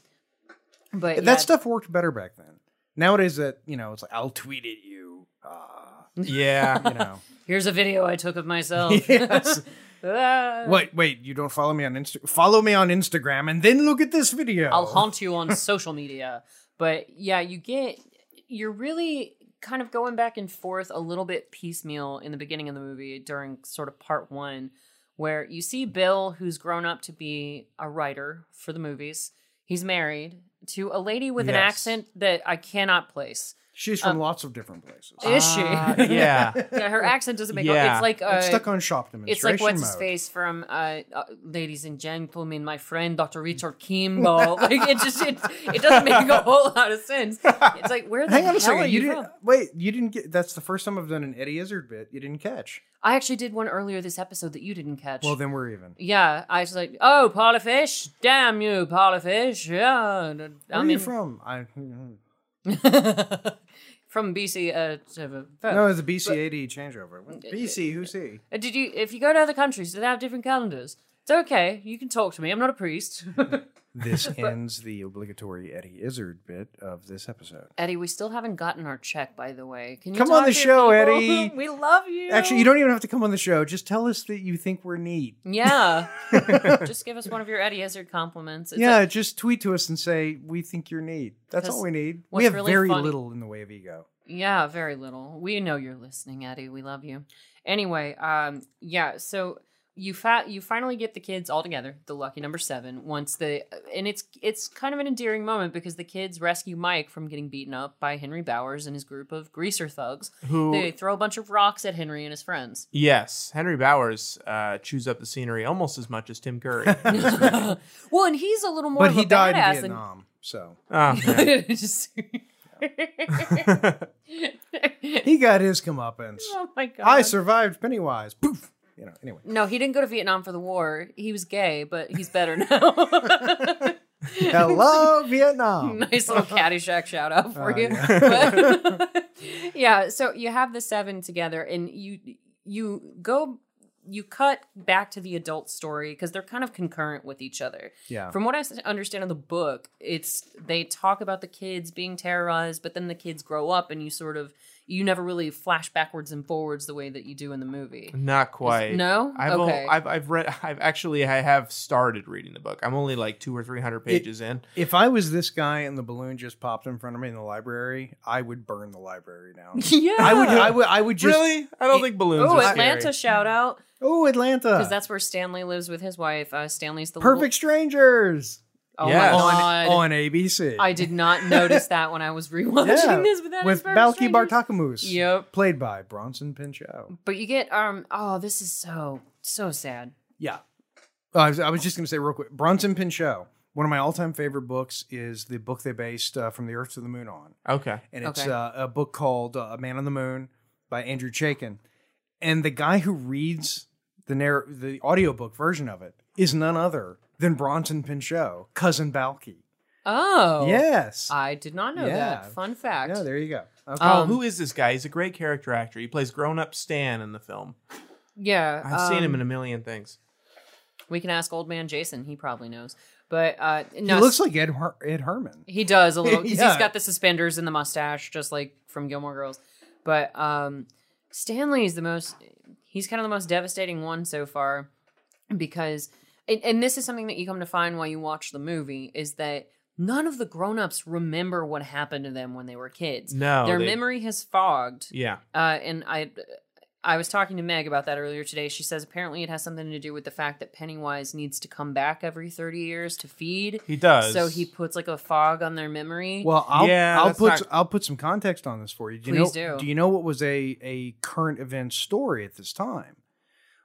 Speaker 2: But yeah,
Speaker 1: that stuff worked better back then nowadays that you know it's like i'll tweet at you uh
Speaker 3: Yeah.
Speaker 1: you know
Speaker 2: here's a video I took of myself.
Speaker 1: Yes.
Speaker 2: Ah.
Speaker 1: Wait, wait, you don't follow me on Insta follow me on Instagram and then look at this video.
Speaker 2: I'll haunt you on social media. But yeah, you get you're really kind of going back and forth a little bit piecemeal in the beginning of the movie during sort of part 1 where you see Bill who's grown up to be a writer for the movies. He's married to a lady with an
Speaker 1: Yes.
Speaker 2: accent that I cannot place.
Speaker 1: She's from lots of different places.
Speaker 2: Is she?
Speaker 3: Ah, yeah.
Speaker 2: Yeah, her accent doesn't make
Speaker 3: Yeah.
Speaker 2: it's like uh,
Speaker 1: it's stuck on shop
Speaker 2: it's
Speaker 1: demonstration
Speaker 2: like what's his
Speaker 1: mode.
Speaker 2: face from uh, uh, "Ladies and Gentlemen, my friend Dr. Richard Kimball." like it just it, it doesn't make a whole lot of sense. It's like where the
Speaker 1: Hang
Speaker 2: hell
Speaker 1: on a
Speaker 2: are
Speaker 1: second. You
Speaker 2: you,
Speaker 1: didn't
Speaker 2: from?
Speaker 1: wait, you didn't get that's the first time I've done an Eddie Izzard bit you didn't catch.
Speaker 2: I actually did one earlier this episode that you didn't catch.
Speaker 1: Well then we're even.
Speaker 2: yeah, I was like, "Oh, Polyfish, damn you, Polyfish!" Yeah,
Speaker 1: Where
Speaker 2: I
Speaker 1: are you
Speaker 2: mean,
Speaker 1: from? I hmm,
Speaker 2: from BC. Uh, to-
Speaker 1: No, it's a BC eighty changeover. What- BC, who's he?
Speaker 2: Uh, Did you? If you go to other countries, do they have different calendars? It's okay. You can talk to me. I'm not a priest.
Speaker 1: This ends the obligatory Eddie Izzard bit of this episode.
Speaker 2: Eddie, we still haven't gotten our check, by the way. Can you
Speaker 1: Come on
Speaker 2: talk
Speaker 1: the
Speaker 2: to
Speaker 1: show,
Speaker 2: people?
Speaker 1: Eddie.
Speaker 2: we love you.
Speaker 1: Actually, you don't even have to come on the show. Just tell us that you think we're neat.
Speaker 2: Yeah, just give us one of your Eddie Izzard compliments. It's
Speaker 1: yeah,
Speaker 2: like-
Speaker 1: just tweet to us and say we think you're neat. That's all
Speaker 2: Because
Speaker 1: we need.
Speaker 2: what's
Speaker 1: We have
Speaker 2: really
Speaker 1: very
Speaker 2: funny-
Speaker 1: little in the way of ego.
Speaker 2: yeah, very little. We know you're listening, Eddie. We love you. Anyway, um, yeah. So you fa- you finally get the kids all together. The lucky number seven. Once the and it's it's kind of an endearing moment because the kids rescue Mike from getting beaten up by Henry Bowers and his group of greaser thugs.
Speaker 3: Who?
Speaker 2: They throw a bunch of rocks at Henry and his friends.
Speaker 3: Yes, Henry Bowers uh, chews up the scenery almost as much as Tim Curry.
Speaker 2: well, and he's a little more.
Speaker 1: but
Speaker 2: of
Speaker 1: he
Speaker 2: a
Speaker 1: died
Speaker 2: badass
Speaker 1: in
Speaker 2: than-
Speaker 1: Vietnam, so
Speaker 3: Oh, man.
Speaker 2: Just-
Speaker 1: he got his comeuppance.
Speaker 2: oh my god!
Speaker 1: I survived Pennywise. Poof. You know. Anyway,
Speaker 2: no, he didn't go to Vietnam for the war. He was gay, but he's better now.
Speaker 1: hello Vietnam.
Speaker 2: nice little Caddyshack shout out for
Speaker 1: Oh,
Speaker 2: you.
Speaker 1: yeah.
Speaker 2: But- Yeah. so you have the seven together, and you you go you cut back to the adult story because they're kind of concurrent with each other.
Speaker 1: Yeah.
Speaker 2: From what I s- understand of the book, it's they talk about the kids being terrorized, but then the kids grow up, and you sort of you never really flash backwards and forwards the way that you do in the movie.
Speaker 3: Not quite.
Speaker 2: no?
Speaker 3: I've o-
Speaker 2: Okay.
Speaker 3: I've I've read. I've actually I have started reading the book. I'm only like two or three hundred pages in.
Speaker 1: If I was this guy and the balloon just popped in front of me in the library, I would burn the library down.
Speaker 2: yeah,
Speaker 1: I would. I would. I would just.
Speaker 3: really? I don't think balloons.
Speaker 2: Oh,
Speaker 3: are scary.
Speaker 2: Atlanta! Shout out
Speaker 1: Oh, Atlanta!
Speaker 2: because that's where Stanley lives with his wife. Uh, Stanley's the
Speaker 1: Perfect Strangers
Speaker 2: Little, oh
Speaker 3: Yes.
Speaker 2: my
Speaker 1: on
Speaker 2: god!
Speaker 1: on ABC.
Speaker 2: I did not notice that when I was rewatching
Speaker 1: Yeah,
Speaker 2: this, but that is
Speaker 1: with
Speaker 2: Perfect
Speaker 1: Balki
Speaker 2: Strangers.
Speaker 1: Bartakamus.
Speaker 2: Yep.
Speaker 1: Played by Bronson Pinchot.
Speaker 2: But you get um oh this is so so sad.
Speaker 1: Yeah. Uh, I, was, I was just going to say real quick Bronson Pinchot. One of my all time favorite books is the book they based uh, From the Earth to the Moon on.
Speaker 3: Okay.
Speaker 1: And it's
Speaker 2: Okay.
Speaker 1: uh, a book called uh, A Man on the Moon by Andrew Chaikin. And the guy who reads the narr- the audiobook version of it is none other than Bronson Pinchot, cousin Balky.
Speaker 2: Oh
Speaker 1: Yes.
Speaker 2: I did not know
Speaker 1: Yeah.
Speaker 2: that. Fun fact.
Speaker 1: yeah, there you go. Okay.
Speaker 3: Oh,
Speaker 2: Um,
Speaker 3: who is this guy? He's a great character actor. He plays grown-up Stan in the film.
Speaker 2: yeah,
Speaker 3: I've seen him
Speaker 2: um,
Speaker 3: in a million things.
Speaker 2: We can ask old man Jason. He probably knows. But uh, no,
Speaker 1: he looks like Ed, Her- Ed Herman.
Speaker 2: He does a little. 'cause
Speaker 1: Yeah.
Speaker 2: He's got the suspenders and the mustache, just like from Gilmore Girls. But um, Stanley is the most. He's kind of the most devastating one so far, because and, and this is something that you come to find while you watch the movie is that none of the grown-ups remember what happened to them when they were kids.
Speaker 3: No,
Speaker 2: Their
Speaker 3: they-
Speaker 2: memory has fogged
Speaker 3: Yeah.
Speaker 2: uh, and I, I was talking to Meg about that earlier today. She says apparently it has something to do with the fact that Pennywise needs to come back every thirty years to feed.
Speaker 3: He does.
Speaker 2: So he puts like a fog on their memory.
Speaker 1: Well, I'll,
Speaker 3: Yeah,
Speaker 1: I'll
Speaker 3: that's
Speaker 1: put
Speaker 3: not-
Speaker 1: I'll put some context on this for you. Do you
Speaker 2: Please
Speaker 1: know,
Speaker 2: do.
Speaker 1: you know what was a a current event story at this time?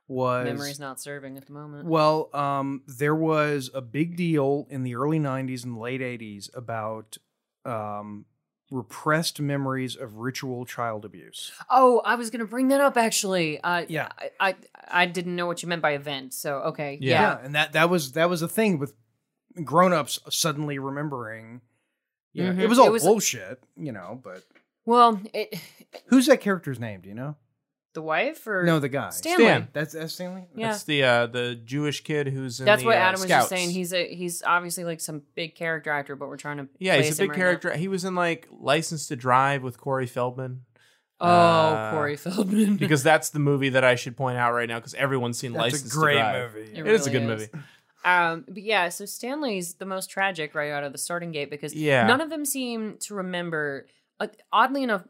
Speaker 1: Was
Speaker 2: Memory's not serving at the moment.
Speaker 1: well, um, there was a big deal in the early '90s and late '80s about um, repressed memories of ritual child abuse.
Speaker 2: Oh, I was gonna bring that up actually. Uh,
Speaker 1: Yeah.
Speaker 2: I, I, I didn't know what you meant by event. So okay,
Speaker 3: Yeah.
Speaker 2: yeah.
Speaker 1: and that that was that was a thing with grown-ups suddenly remembering. Yeah,
Speaker 2: Mhm.
Speaker 1: it was all
Speaker 2: It was-
Speaker 1: bullshit, you know. But
Speaker 2: Well, it,
Speaker 1: who's that character's name? Do you know?
Speaker 2: the wife or
Speaker 1: No, the guy.
Speaker 2: Stanley.
Speaker 3: Stan.
Speaker 1: That's that's Stanley.
Speaker 2: Yeah.
Speaker 3: That's the uh, the Jewish kid who's in
Speaker 2: That's
Speaker 3: the,
Speaker 2: what
Speaker 3: uh,
Speaker 2: Adam was just
Speaker 3: Scouts.
Speaker 2: saying. He's a he's obviously like some big character actor, but we're trying to
Speaker 3: yeah, he's
Speaker 2: place
Speaker 3: a
Speaker 2: him
Speaker 3: big
Speaker 2: right now.
Speaker 3: character. He was in like License to Drive with Corey Feldman.
Speaker 2: Oh,
Speaker 3: Uh,
Speaker 2: Corey Feldman.
Speaker 3: because that's the movie that I should point out right now because everyone's seen
Speaker 1: That's
Speaker 3: License
Speaker 1: a great
Speaker 3: to Drive.
Speaker 1: movie.
Speaker 2: It
Speaker 3: It is a
Speaker 2: really
Speaker 3: good
Speaker 2: is.
Speaker 3: movie.
Speaker 2: Um, but yeah, so Stanley's the most tragic right out of the starting gate because
Speaker 3: Yeah.
Speaker 2: none of them seem to remember. Uh, oddly enough,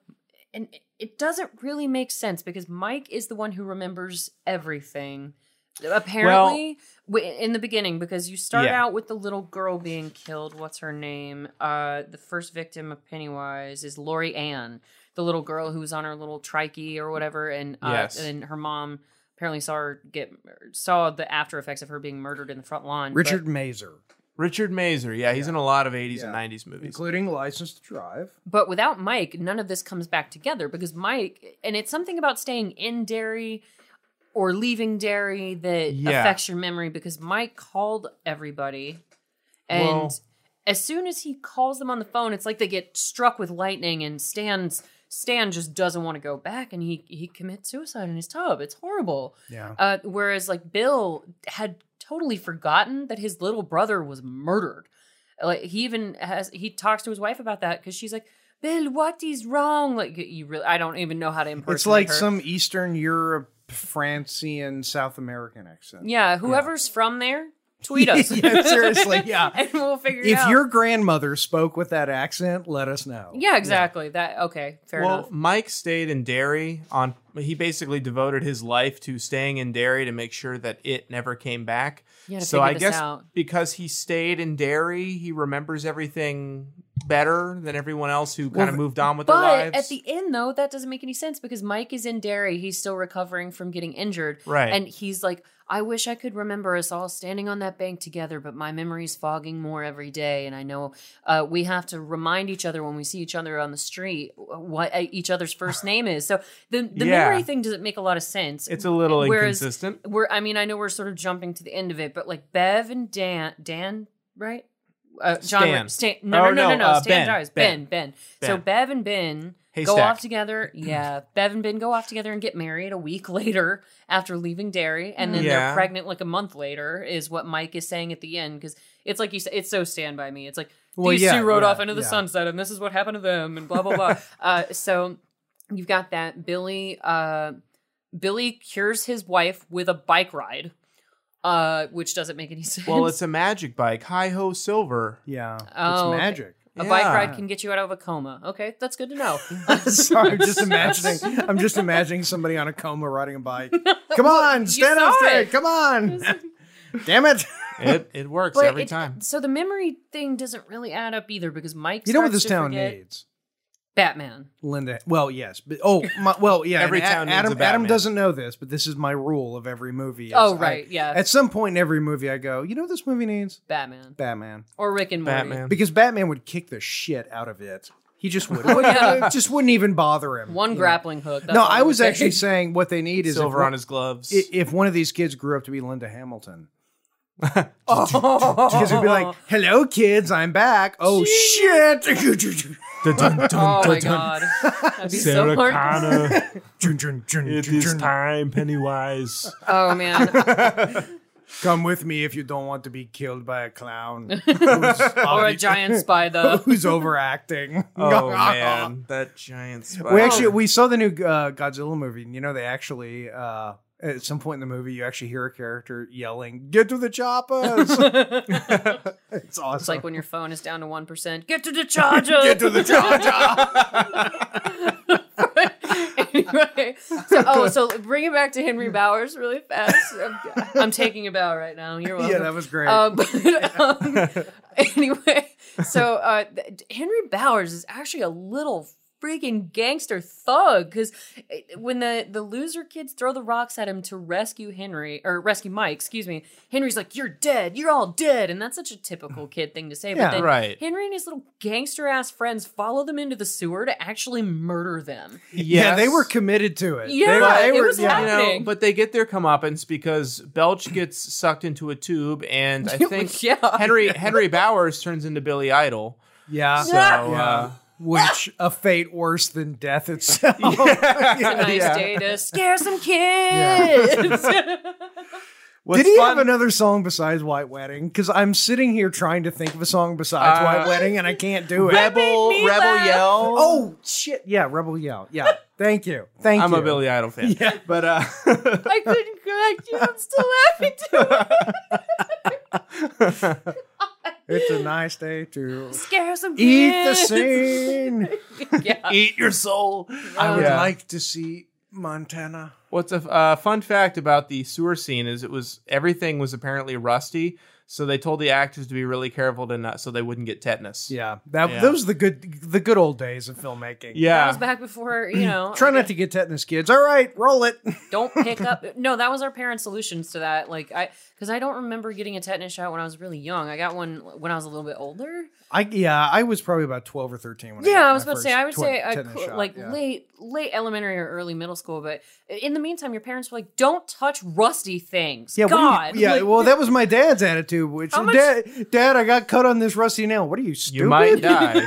Speaker 2: and it doesn't really make sense because Mike is the one who remembers everything. Apparently, w- in the beginning, because you start
Speaker 3: Yeah.
Speaker 2: out with the little girl being killed. What's her name? Uh, the first victim of Pennywise is Lori Ann, the little girl who was on her little trikey or whatever, and uh,
Speaker 3: Yes.
Speaker 2: and her mom apparently saw her get saw the after effects of her being murdered in the front lawn. but-
Speaker 1: Richard Mazer,
Speaker 3: Richard Mazer. Yeah, he's in a lot of 80s
Speaker 1: Yeah.
Speaker 3: and 90s movies.
Speaker 1: including License to Drive.
Speaker 2: But without Mike, none of this comes back together because Mike, and it's something about staying in Derry or leaving Derry that
Speaker 3: Yeah.
Speaker 2: affects your memory because Mike called everybody. And
Speaker 3: Well-
Speaker 2: as soon as he calls them on the phone, it's like they get struck with lightning and Stan's. Stan just doesn't want to go back and he he commits suicide in his tub. It's horrible.
Speaker 1: Yeah.
Speaker 2: Uh, whereas like Bill had totally forgotten that his little brother was murdered. Like he even has he talks to his wife about that because she's like, Bill, what is wrong? Like you really, I don't even know how to impersonate.
Speaker 1: It's like
Speaker 2: her.
Speaker 1: some Eastern Europe, Francian, South American accent.
Speaker 2: yeah. Whoever's from there, tweet us.
Speaker 1: Yeah, seriously, yeah.
Speaker 2: and we'll figure it
Speaker 1: If
Speaker 2: out.
Speaker 1: your grandmother spoke with that accent, let us know.
Speaker 2: yeah, exactly. That okay, fair
Speaker 3: well,
Speaker 2: enough.
Speaker 3: Mike stayed in Derry on he basically devoted his life to staying in Derry to make sure that it never came back.
Speaker 2: You gotta
Speaker 3: So
Speaker 2: figure
Speaker 3: I
Speaker 2: this
Speaker 3: guess
Speaker 2: out.
Speaker 3: because he stayed in Derry, he remembers everything better than everyone else who kind of moved on with their
Speaker 2: But
Speaker 3: lives.
Speaker 2: at the end, though, that doesn't make any sense because Mike is in Derry. He's still recovering from getting injured.
Speaker 3: Right.
Speaker 2: And he's like, I wish I could remember us all standing on that bank together, but my memory's fogging more every day. And I know uh, we have to remind each other when we see each other on the street what uh, each other's first name is. So the, the
Speaker 3: Yeah.
Speaker 2: memory thing doesn't make a lot of sense.
Speaker 3: it's a little
Speaker 2: Whereas-
Speaker 3: inconsistent.
Speaker 2: We're, I mean, I know we're sort of jumping to the end of it, but like Bev and Dan, Dan, right? Uh, John,
Speaker 3: Stan.
Speaker 2: Stan, no,
Speaker 3: Oh,
Speaker 2: no, no,
Speaker 3: no,
Speaker 2: no, no.
Speaker 3: uh,
Speaker 2: Stan
Speaker 3: Ben,
Speaker 2: dies.
Speaker 3: Ben.
Speaker 2: Ben, ben,
Speaker 3: Ben.
Speaker 2: So Bev and Ben go
Speaker 3: Haystack.
Speaker 2: off together. Yeah, Bev and Ben go off together and get married a week later after leaving Derry, and then
Speaker 3: Yeah.
Speaker 2: they're pregnant like a month later. Is what Mike is saying at the end because it's like you said, it's so Stand by Me. It's like
Speaker 1: Well,
Speaker 2: these
Speaker 1: yeah,
Speaker 2: two rode
Speaker 1: yeah,
Speaker 2: off into the
Speaker 1: yeah.
Speaker 2: sunset, and this is what happened to them, and blah blah blah. uh, so you've got that Billy. Uh, Billy cures his wife with a bike ride, uh, which doesn't make any sense.
Speaker 3: well, it's a magic bike. Hi ho, silver.
Speaker 1: Yeah,
Speaker 2: Oh, okay.
Speaker 1: it's magic.
Speaker 2: a bike
Speaker 3: Yeah.
Speaker 2: ride can get you out of a coma. Okay, that's good to know.
Speaker 1: so I'm just imagining. I'm just imagining somebody on a coma riding a bike. Come on, stand up
Speaker 2: saw
Speaker 1: straight.
Speaker 2: it.
Speaker 1: Come on. Damn it.
Speaker 3: It it works
Speaker 2: But
Speaker 3: every
Speaker 2: it-
Speaker 3: time.
Speaker 2: So the memory thing doesn't really add up either because Mike.
Speaker 1: You know what this
Speaker 2: starts to
Speaker 1: town
Speaker 2: forget
Speaker 1: needs?
Speaker 2: Batman.
Speaker 1: Linda. Well, yes, but oh, my, well, yeah.
Speaker 3: Every
Speaker 1: and A-
Speaker 3: town needs
Speaker 1: Adam.
Speaker 3: a Batman.
Speaker 1: Adam doesn't know this, but this is my rule of every movie. is
Speaker 2: Oh,
Speaker 1: I-
Speaker 2: right, yeah.
Speaker 1: At some point in every movie, I go, you know, what this movie needs
Speaker 2: Batman
Speaker 1: Batman
Speaker 2: or Rick and Morty.
Speaker 3: Batman.
Speaker 1: because Batman would kick the shit out of it. He just would. not
Speaker 2: yeah.
Speaker 1: just wouldn't even bother him.
Speaker 2: One grappling hook. that's
Speaker 1: No,
Speaker 2: all
Speaker 1: I
Speaker 2: I'm
Speaker 1: was
Speaker 2: saying.
Speaker 1: actually saying what they need is if
Speaker 3: Silver
Speaker 1: one-
Speaker 3: on his gloves.
Speaker 1: i- if one of these kids grew up to be Linda Hamilton.
Speaker 2: oh,
Speaker 1: Because it'd be like, "Hello, kids, I'm back." Oh shit!
Speaker 3: Dun, dun, dun,
Speaker 2: Oh, my
Speaker 3: dun, dun.
Speaker 2: god, that'd be so hard.
Speaker 1: Jun, jun, jun,
Speaker 3: it
Speaker 1: jun,
Speaker 3: is
Speaker 1: jun.
Speaker 3: time, Pennywise.
Speaker 2: Oh man,
Speaker 1: Come with me if you don't want to be killed by a clown who's,
Speaker 2: or a giant spider.
Speaker 1: who's overacting.
Speaker 3: Oh man, that giant spider.
Speaker 1: We actually we saw the new uh, Godzilla movie, and you know they actually uh, at some point in the movie you actually hear a character yelling, "Get to the choppers!" it's awesome.
Speaker 2: It's like when your phone is down to one percent. Get to the charger.
Speaker 1: Get to the chopper.
Speaker 2: anyway, so oh, so bring it back to Henry Bowers really fast. I'm, I'm taking a bow right now. You're welcome.
Speaker 1: yeah, that was great.
Speaker 2: Uh, but um, anyway, so uh, th- Henry Bowers is actually a little freaking gangster thug because when the the loser kids throw the rocks at him to rescue Henry or rescue Mike, excuse me, Henry's like, "You're dead. You're all dead," and that's such a typical kid thing to say.
Speaker 1: Yeah.
Speaker 2: but then
Speaker 3: Right.
Speaker 2: Henry and his little gangster ass friends follow them into the sewer to actually murder them.
Speaker 1: yeah, they
Speaker 3: Yes.
Speaker 1: were committed to it.
Speaker 2: Yeah,
Speaker 1: they,
Speaker 2: it was
Speaker 1: yeah.
Speaker 3: You know,
Speaker 2: happening.
Speaker 3: but they get their comeuppance because Belch gets sucked into a tube, and I think
Speaker 2: Yeah.
Speaker 3: Henry Henry Bowers turns into Billy Idol.
Speaker 1: Yeah.
Speaker 3: So
Speaker 1: Yeah.
Speaker 3: uh,
Speaker 1: Which a fate worse than death itself.
Speaker 2: It's a nice day to scare some kids.
Speaker 3: what's
Speaker 1: Did he
Speaker 3: fun-
Speaker 1: have another song besides White Wedding? Because I'm sitting here trying to think of a song besides
Speaker 3: Uh,
Speaker 1: White Wedding, and I can't do it.
Speaker 3: Rebel
Speaker 2: made me
Speaker 3: Rebel
Speaker 2: laugh.
Speaker 3: Yell?
Speaker 1: oh shit! Yeah, Rebel Yell. Yeah, thank you, thank
Speaker 3: I'm
Speaker 1: you.
Speaker 3: a Billy Idol fan.
Speaker 1: Yeah.
Speaker 3: But uh
Speaker 2: I couldn't correct you. I'm still laughing too.
Speaker 1: It's a nice day to
Speaker 2: Scare some
Speaker 1: eat the
Speaker 2: kids.
Speaker 1: scene.
Speaker 2: Yeah.
Speaker 3: eat your soul.
Speaker 1: I would
Speaker 3: Yeah.
Speaker 1: like to see Montana.
Speaker 3: What's a f- uh, fun fact about the sewer scene is it was everything was apparently rusty, so they told the actors to be really careful to not so they wouldn't get tetanus.
Speaker 1: Yeah, that
Speaker 3: Yeah.
Speaker 1: those are the good the good old days of filmmaking.
Speaker 2: That
Speaker 3: Yeah.
Speaker 2: was back before, you know.
Speaker 1: Try not to get tetanus, kids. All right, roll it.
Speaker 2: Don't pick up. No, that was our parents' solutions to that. Like, I, because I don't remember getting a tetanus shot when I was really young. I got one when I was a little bit older.
Speaker 1: I yeah, I was probably about twelve or thirteen when.
Speaker 2: Yeah,
Speaker 1: got
Speaker 2: I was
Speaker 1: my
Speaker 2: about to say.
Speaker 1: first
Speaker 2: I would
Speaker 1: tw-
Speaker 2: say uh,
Speaker 1: tetanus
Speaker 2: cl-
Speaker 1: shot,
Speaker 2: like
Speaker 1: yeah.
Speaker 2: late, late elementary or early middle school. But in the meantime, your parents were like, "Don't touch rusty things."
Speaker 1: Yeah, what do you-
Speaker 2: God.
Speaker 1: yeah.
Speaker 2: Like,
Speaker 1: well, that was my dad's attitude. Which
Speaker 2: How much-
Speaker 1: dad, dad, I got cut on this rusty nail. What are you stupid?
Speaker 3: You might die.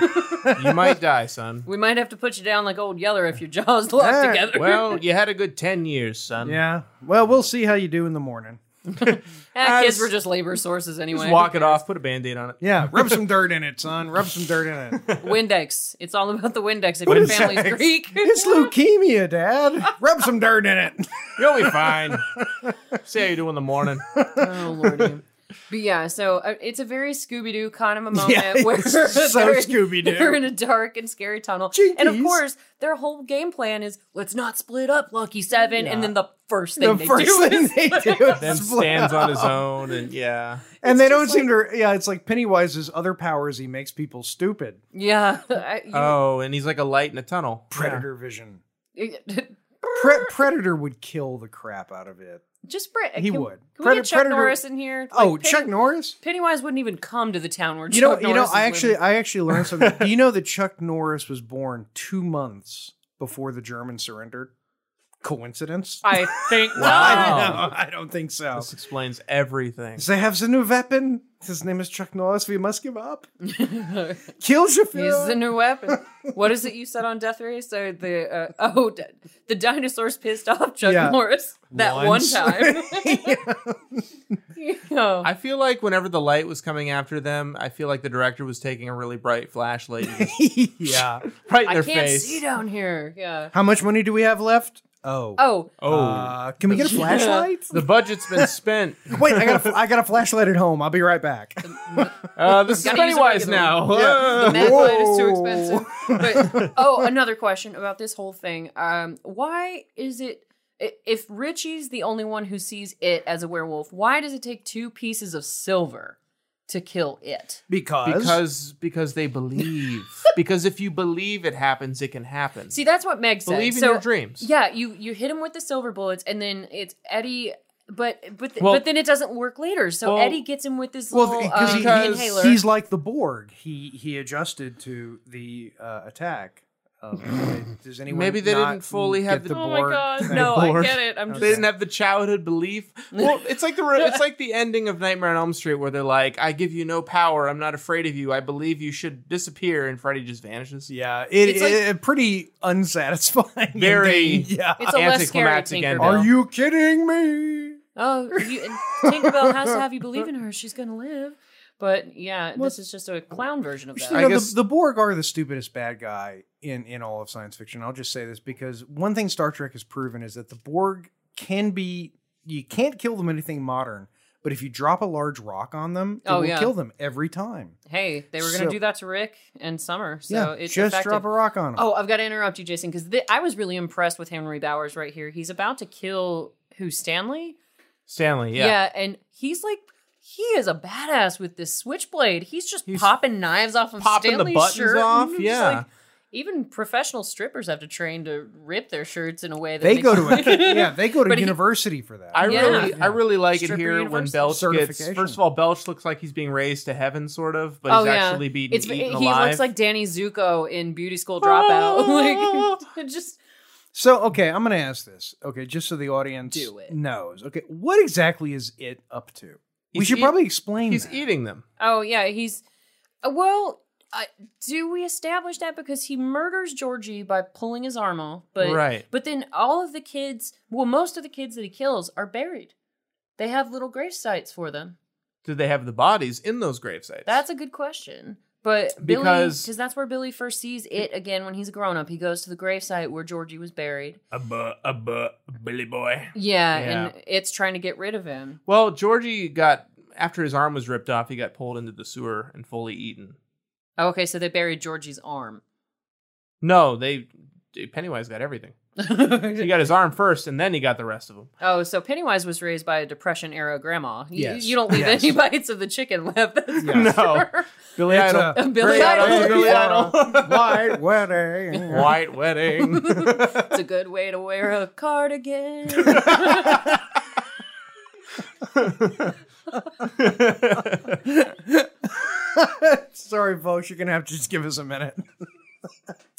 Speaker 3: you might die, son.
Speaker 2: we might have to put you down like old Yeller if your jaws lock
Speaker 1: Yeah.
Speaker 2: together.
Speaker 3: Well, you had a good 10 years, son.
Speaker 1: Yeah. Well, we'll see how you do in the morning.
Speaker 2: Eh, kids
Speaker 3: as-
Speaker 2: were just labor sources anyway.
Speaker 3: Just walk it off, put a band aid on it.
Speaker 1: Yeah. Rub some dirt in it, son. Rub some dirt in it.
Speaker 2: Windex. It's all about the Windex. If your family's
Speaker 1: Windex?
Speaker 2: Greek,
Speaker 1: It's leukemia, Dad. Rub some dirt in it.
Speaker 3: You'll be fine. See how you do in the morning.
Speaker 2: oh lordy. But yeah, so uh, it's a very Scooby Doo kind of a moment
Speaker 1: Yeah, it's
Speaker 2: where
Speaker 1: so
Speaker 2: they're in-
Speaker 1: Scooby-Doo.
Speaker 2: They're in a dark and scary tunnel, and of
Speaker 1: Jinkies.
Speaker 2: course, their whole game plan is let's not split up, Lucky Seven. And then the first thing
Speaker 1: The
Speaker 2: they
Speaker 1: first
Speaker 2: do
Speaker 1: thing
Speaker 2: is
Speaker 1: they do, is
Speaker 3: Then
Speaker 1: split
Speaker 3: stands
Speaker 1: up.
Speaker 3: on his own and yeah.
Speaker 1: and they don't seem to. Yeah, it's like Pennywise's other powers. He makes people stupid.
Speaker 2: yeah. I- you-
Speaker 1: Uh,
Speaker 3: Oh, and he's like a light in a tunnel.
Speaker 1: Predator vision.
Speaker 2: just
Speaker 1: Pre- Predator would kill the crap out of it.
Speaker 2: Brit.
Speaker 1: He
Speaker 2: can,
Speaker 1: would.
Speaker 2: Can we
Speaker 1: Predator-
Speaker 2: get Chuck
Speaker 1: Predator-
Speaker 2: Norris in here?
Speaker 1: Oh,
Speaker 2: Like, Penny-
Speaker 1: Chuck Norris.
Speaker 2: Pennywise wouldn't even come to the town where
Speaker 1: You know,
Speaker 2: Chuck
Speaker 1: you know.
Speaker 2: Norris
Speaker 1: I
Speaker 2: is
Speaker 1: actually,
Speaker 2: living.
Speaker 1: I actually learned something. Do you know that Chuck Norris was born two months before the Germans surrendered? Coincidence?
Speaker 2: I think
Speaker 3: Wow.
Speaker 2: not.
Speaker 1: No, I don't think so.
Speaker 3: This explains everything.
Speaker 1: They have the new weapon. His name is Chuck Norris. We must give up. Kill
Speaker 2: Use the
Speaker 1: Shafir.
Speaker 2: new weapon. What is it you said on Death Race? So the uh, oh, d- the dinosaurs pissed off Chuck
Speaker 1: Yeah.
Speaker 2: Norris that
Speaker 1: Once.
Speaker 2: one time. Yeah.
Speaker 3: I feel like whenever the light was coming after them, I feel like the director was taking a really bright flashlight and just
Speaker 1: yeah.
Speaker 3: right in
Speaker 2: I
Speaker 3: their
Speaker 2: can't
Speaker 3: face.
Speaker 2: see down here. Yeah.
Speaker 1: How much money do we have left? Oh.
Speaker 2: Oh,
Speaker 3: Oh,
Speaker 1: Uh, can we get a flashlight?
Speaker 3: the budget's been spent.
Speaker 1: Wait, I got a, I got a flashlight at home. I'll be right back.
Speaker 3: Uh, this is
Speaker 2: Gotta use a
Speaker 3: Pennywise
Speaker 2: regular
Speaker 3: now.
Speaker 1: one. Yeah.
Speaker 3: Uh,
Speaker 2: the mag light is too
Speaker 1: Oh. Whoa.
Speaker 2: expensive. But oh, another question about this whole thing. Um, why is it i- if Richie's the only one who sees it as a werewolf? Why does it take two pieces of silver to kill it?
Speaker 1: Because,
Speaker 3: Because because they believe. because if you believe it happens, it can happen.
Speaker 2: See, that's what Meg said.
Speaker 3: believe in
Speaker 2: So-
Speaker 3: your dreams.
Speaker 2: Yeah, you you hit him with the silver bullets, and then it's Eddie. But but th-
Speaker 3: Well-
Speaker 2: but then it doesn't work later. So
Speaker 3: Well-
Speaker 2: Eddie gets him with this
Speaker 1: well,
Speaker 2: little
Speaker 1: because
Speaker 2: um,
Speaker 1: he-
Speaker 3: because
Speaker 2: inhaler.
Speaker 1: he's like the Borg. He he adjusted to the uh, attack. Of, does anyone
Speaker 3: Maybe they
Speaker 1: not
Speaker 3: didn't fully
Speaker 1: get
Speaker 3: have the-
Speaker 1: the
Speaker 2: oh
Speaker 1: Borg?
Speaker 2: my god!
Speaker 1: thing?
Speaker 2: No, I
Speaker 3: Borg.
Speaker 2: get it. I'm just
Speaker 3: They didn't have the childhood belief. Well, it's like the re- it's like the ending of Nightmare on Elm Street where they're like, "I give you no power. I'm not afraid of you. I believe you should disappear," and Freddy just vanishes.
Speaker 1: Yeah, it,
Speaker 2: It's like-
Speaker 1: it- pretty unsatisfying.
Speaker 3: Very-
Speaker 1: ending. Yeah.
Speaker 2: It's a less scary
Speaker 3: Anticlimactic
Speaker 2: Tinkerbell.
Speaker 3: ending.
Speaker 1: Are you kidding me?
Speaker 2: Oh, you, Tinkerbell has to have you believe in her. She's going to live. But yeah, this is just a clown version of
Speaker 1: You
Speaker 3: I
Speaker 2: that.
Speaker 1: know,
Speaker 3: guess-
Speaker 1: the, the Borg are the stupidest bad guy in in all of science fiction. I'll just say this because one thing Star Trek has proven is that the Borg can be you can't kill them anything modern, but if you drop a large rock on them, it
Speaker 2: Oh,
Speaker 1: will
Speaker 2: yeah.
Speaker 1: kill them every time.
Speaker 2: Hey, they were going to
Speaker 1: So-
Speaker 2: do that to Rick and Summer. So
Speaker 1: yeah,
Speaker 2: it's
Speaker 1: just
Speaker 2: effective.
Speaker 1: drop a rock on them.
Speaker 2: Oh, I've got to interrupt you, Jason, because th- I was really impressed with Henry Bowers right here. He's about to kill who Stanley.
Speaker 3: Stanley,
Speaker 2: Yeah,
Speaker 3: yeah.
Speaker 2: and he's like, he is a badass with this switchblade. He's just
Speaker 3: He's
Speaker 2: popping knives off of
Speaker 3: popping the
Speaker 2: Stanley's
Speaker 3: buttons
Speaker 2: shirt.
Speaker 3: off,
Speaker 2: I'm just
Speaker 3: yeah.
Speaker 2: like, even professional strippers have to train to rip their shirts in a way that
Speaker 1: they
Speaker 2: makes
Speaker 1: go
Speaker 2: you-
Speaker 1: to a, yeah, they go to
Speaker 2: But he-
Speaker 1: university for that.
Speaker 3: I
Speaker 2: Yeah.
Speaker 3: really, I really like
Speaker 2: Stripper
Speaker 3: it here
Speaker 2: University.
Speaker 3: when Belch gets.
Speaker 1: Certification.
Speaker 3: First of all, Belch looks like he's being raised to heaven, sort of, but he's actually being
Speaker 2: Oh, It's-
Speaker 3: eaten
Speaker 2: he
Speaker 3: alive.
Speaker 2: looks like Danny Zuko in Beauty School Dropout. like just
Speaker 1: So okay, I'm gonna ask this. Okay, just so the audience
Speaker 2: Do it.
Speaker 1: knows. Okay, what exactly is it up to? we
Speaker 3: He's
Speaker 1: should
Speaker 3: eat-
Speaker 1: probably explain.
Speaker 3: he's
Speaker 1: that.
Speaker 3: eating them.
Speaker 2: oh yeah, he's uh, well. Uh, do we establish that because he murders Georgie by pulling his arm off? But
Speaker 3: Right.
Speaker 2: But then all of the kids, well, most of the kids that he kills are buried. They have little grave sites for them.
Speaker 3: Do they have the bodies in those gravesites?
Speaker 2: That's a good question. But Billy,
Speaker 3: Because-
Speaker 2: because that's where Billy first sees it again when he's a grown up. He goes to the gravesite where Georgie was buried.
Speaker 3: a bu- a bu- Billy boy.
Speaker 2: Yeah,
Speaker 3: Yeah.
Speaker 2: and it's trying to get rid of him.
Speaker 3: Well, Georgie got after his arm was ripped off, he got pulled into the sewer and fully eaten.
Speaker 2: Oh, Okay, so they buried Georgie's arm.
Speaker 3: No, they Pennywise got everything. He got his arm first, and then he got the rest of them.
Speaker 2: oh, so Pennywise was raised by a Depression era grandma. You,
Speaker 1: Yes.
Speaker 2: you don't leave
Speaker 1: Yes.
Speaker 2: any bites of the chicken left. That's for
Speaker 1: Yes.
Speaker 3: No.
Speaker 2: sure.
Speaker 3: Billy
Speaker 1: It's
Speaker 3: Idol.
Speaker 1: a
Speaker 2: Billy
Speaker 3: Great
Speaker 2: Idol.
Speaker 3: idol, Billy Idol.
Speaker 1: White wedding.
Speaker 3: White wedding.
Speaker 2: It's a good way to wear a cardigan.
Speaker 1: Sorry, folks, you're gonna have to just give us a minute.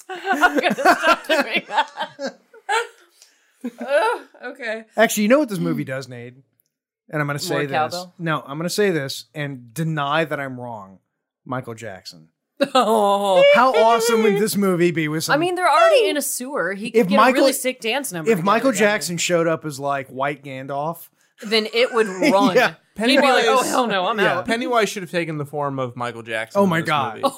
Speaker 2: I'm gonna stop doing that. Ugh, okay.
Speaker 1: Actually, you know what this movie does need, and I'm gonna say
Speaker 2: Mm. More
Speaker 1: this.
Speaker 2: cowbell?
Speaker 1: No, I'm gonna say this and deny that I'm wrong. Michael Jackson.
Speaker 2: Oh.
Speaker 1: How awesome would this movie be with some?
Speaker 2: I mean, they're already in a sewer. He could
Speaker 1: If
Speaker 2: get a
Speaker 1: Michael-
Speaker 2: really sick dance number.
Speaker 1: if
Speaker 2: together
Speaker 1: Michael
Speaker 2: down
Speaker 1: Jackson showed up as like White Gandalf,
Speaker 2: there, then it would run.
Speaker 1: Yeah.
Speaker 2: He'd be like, "Oh
Speaker 3: Pennywise-
Speaker 2: hell no, I'm
Speaker 1: Yeah.
Speaker 2: out."
Speaker 3: Pennywise should have taken the form of Michael Jackson.
Speaker 1: Oh
Speaker 3: in
Speaker 1: my
Speaker 3: this
Speaker 1: God.
Speaker 3: movie.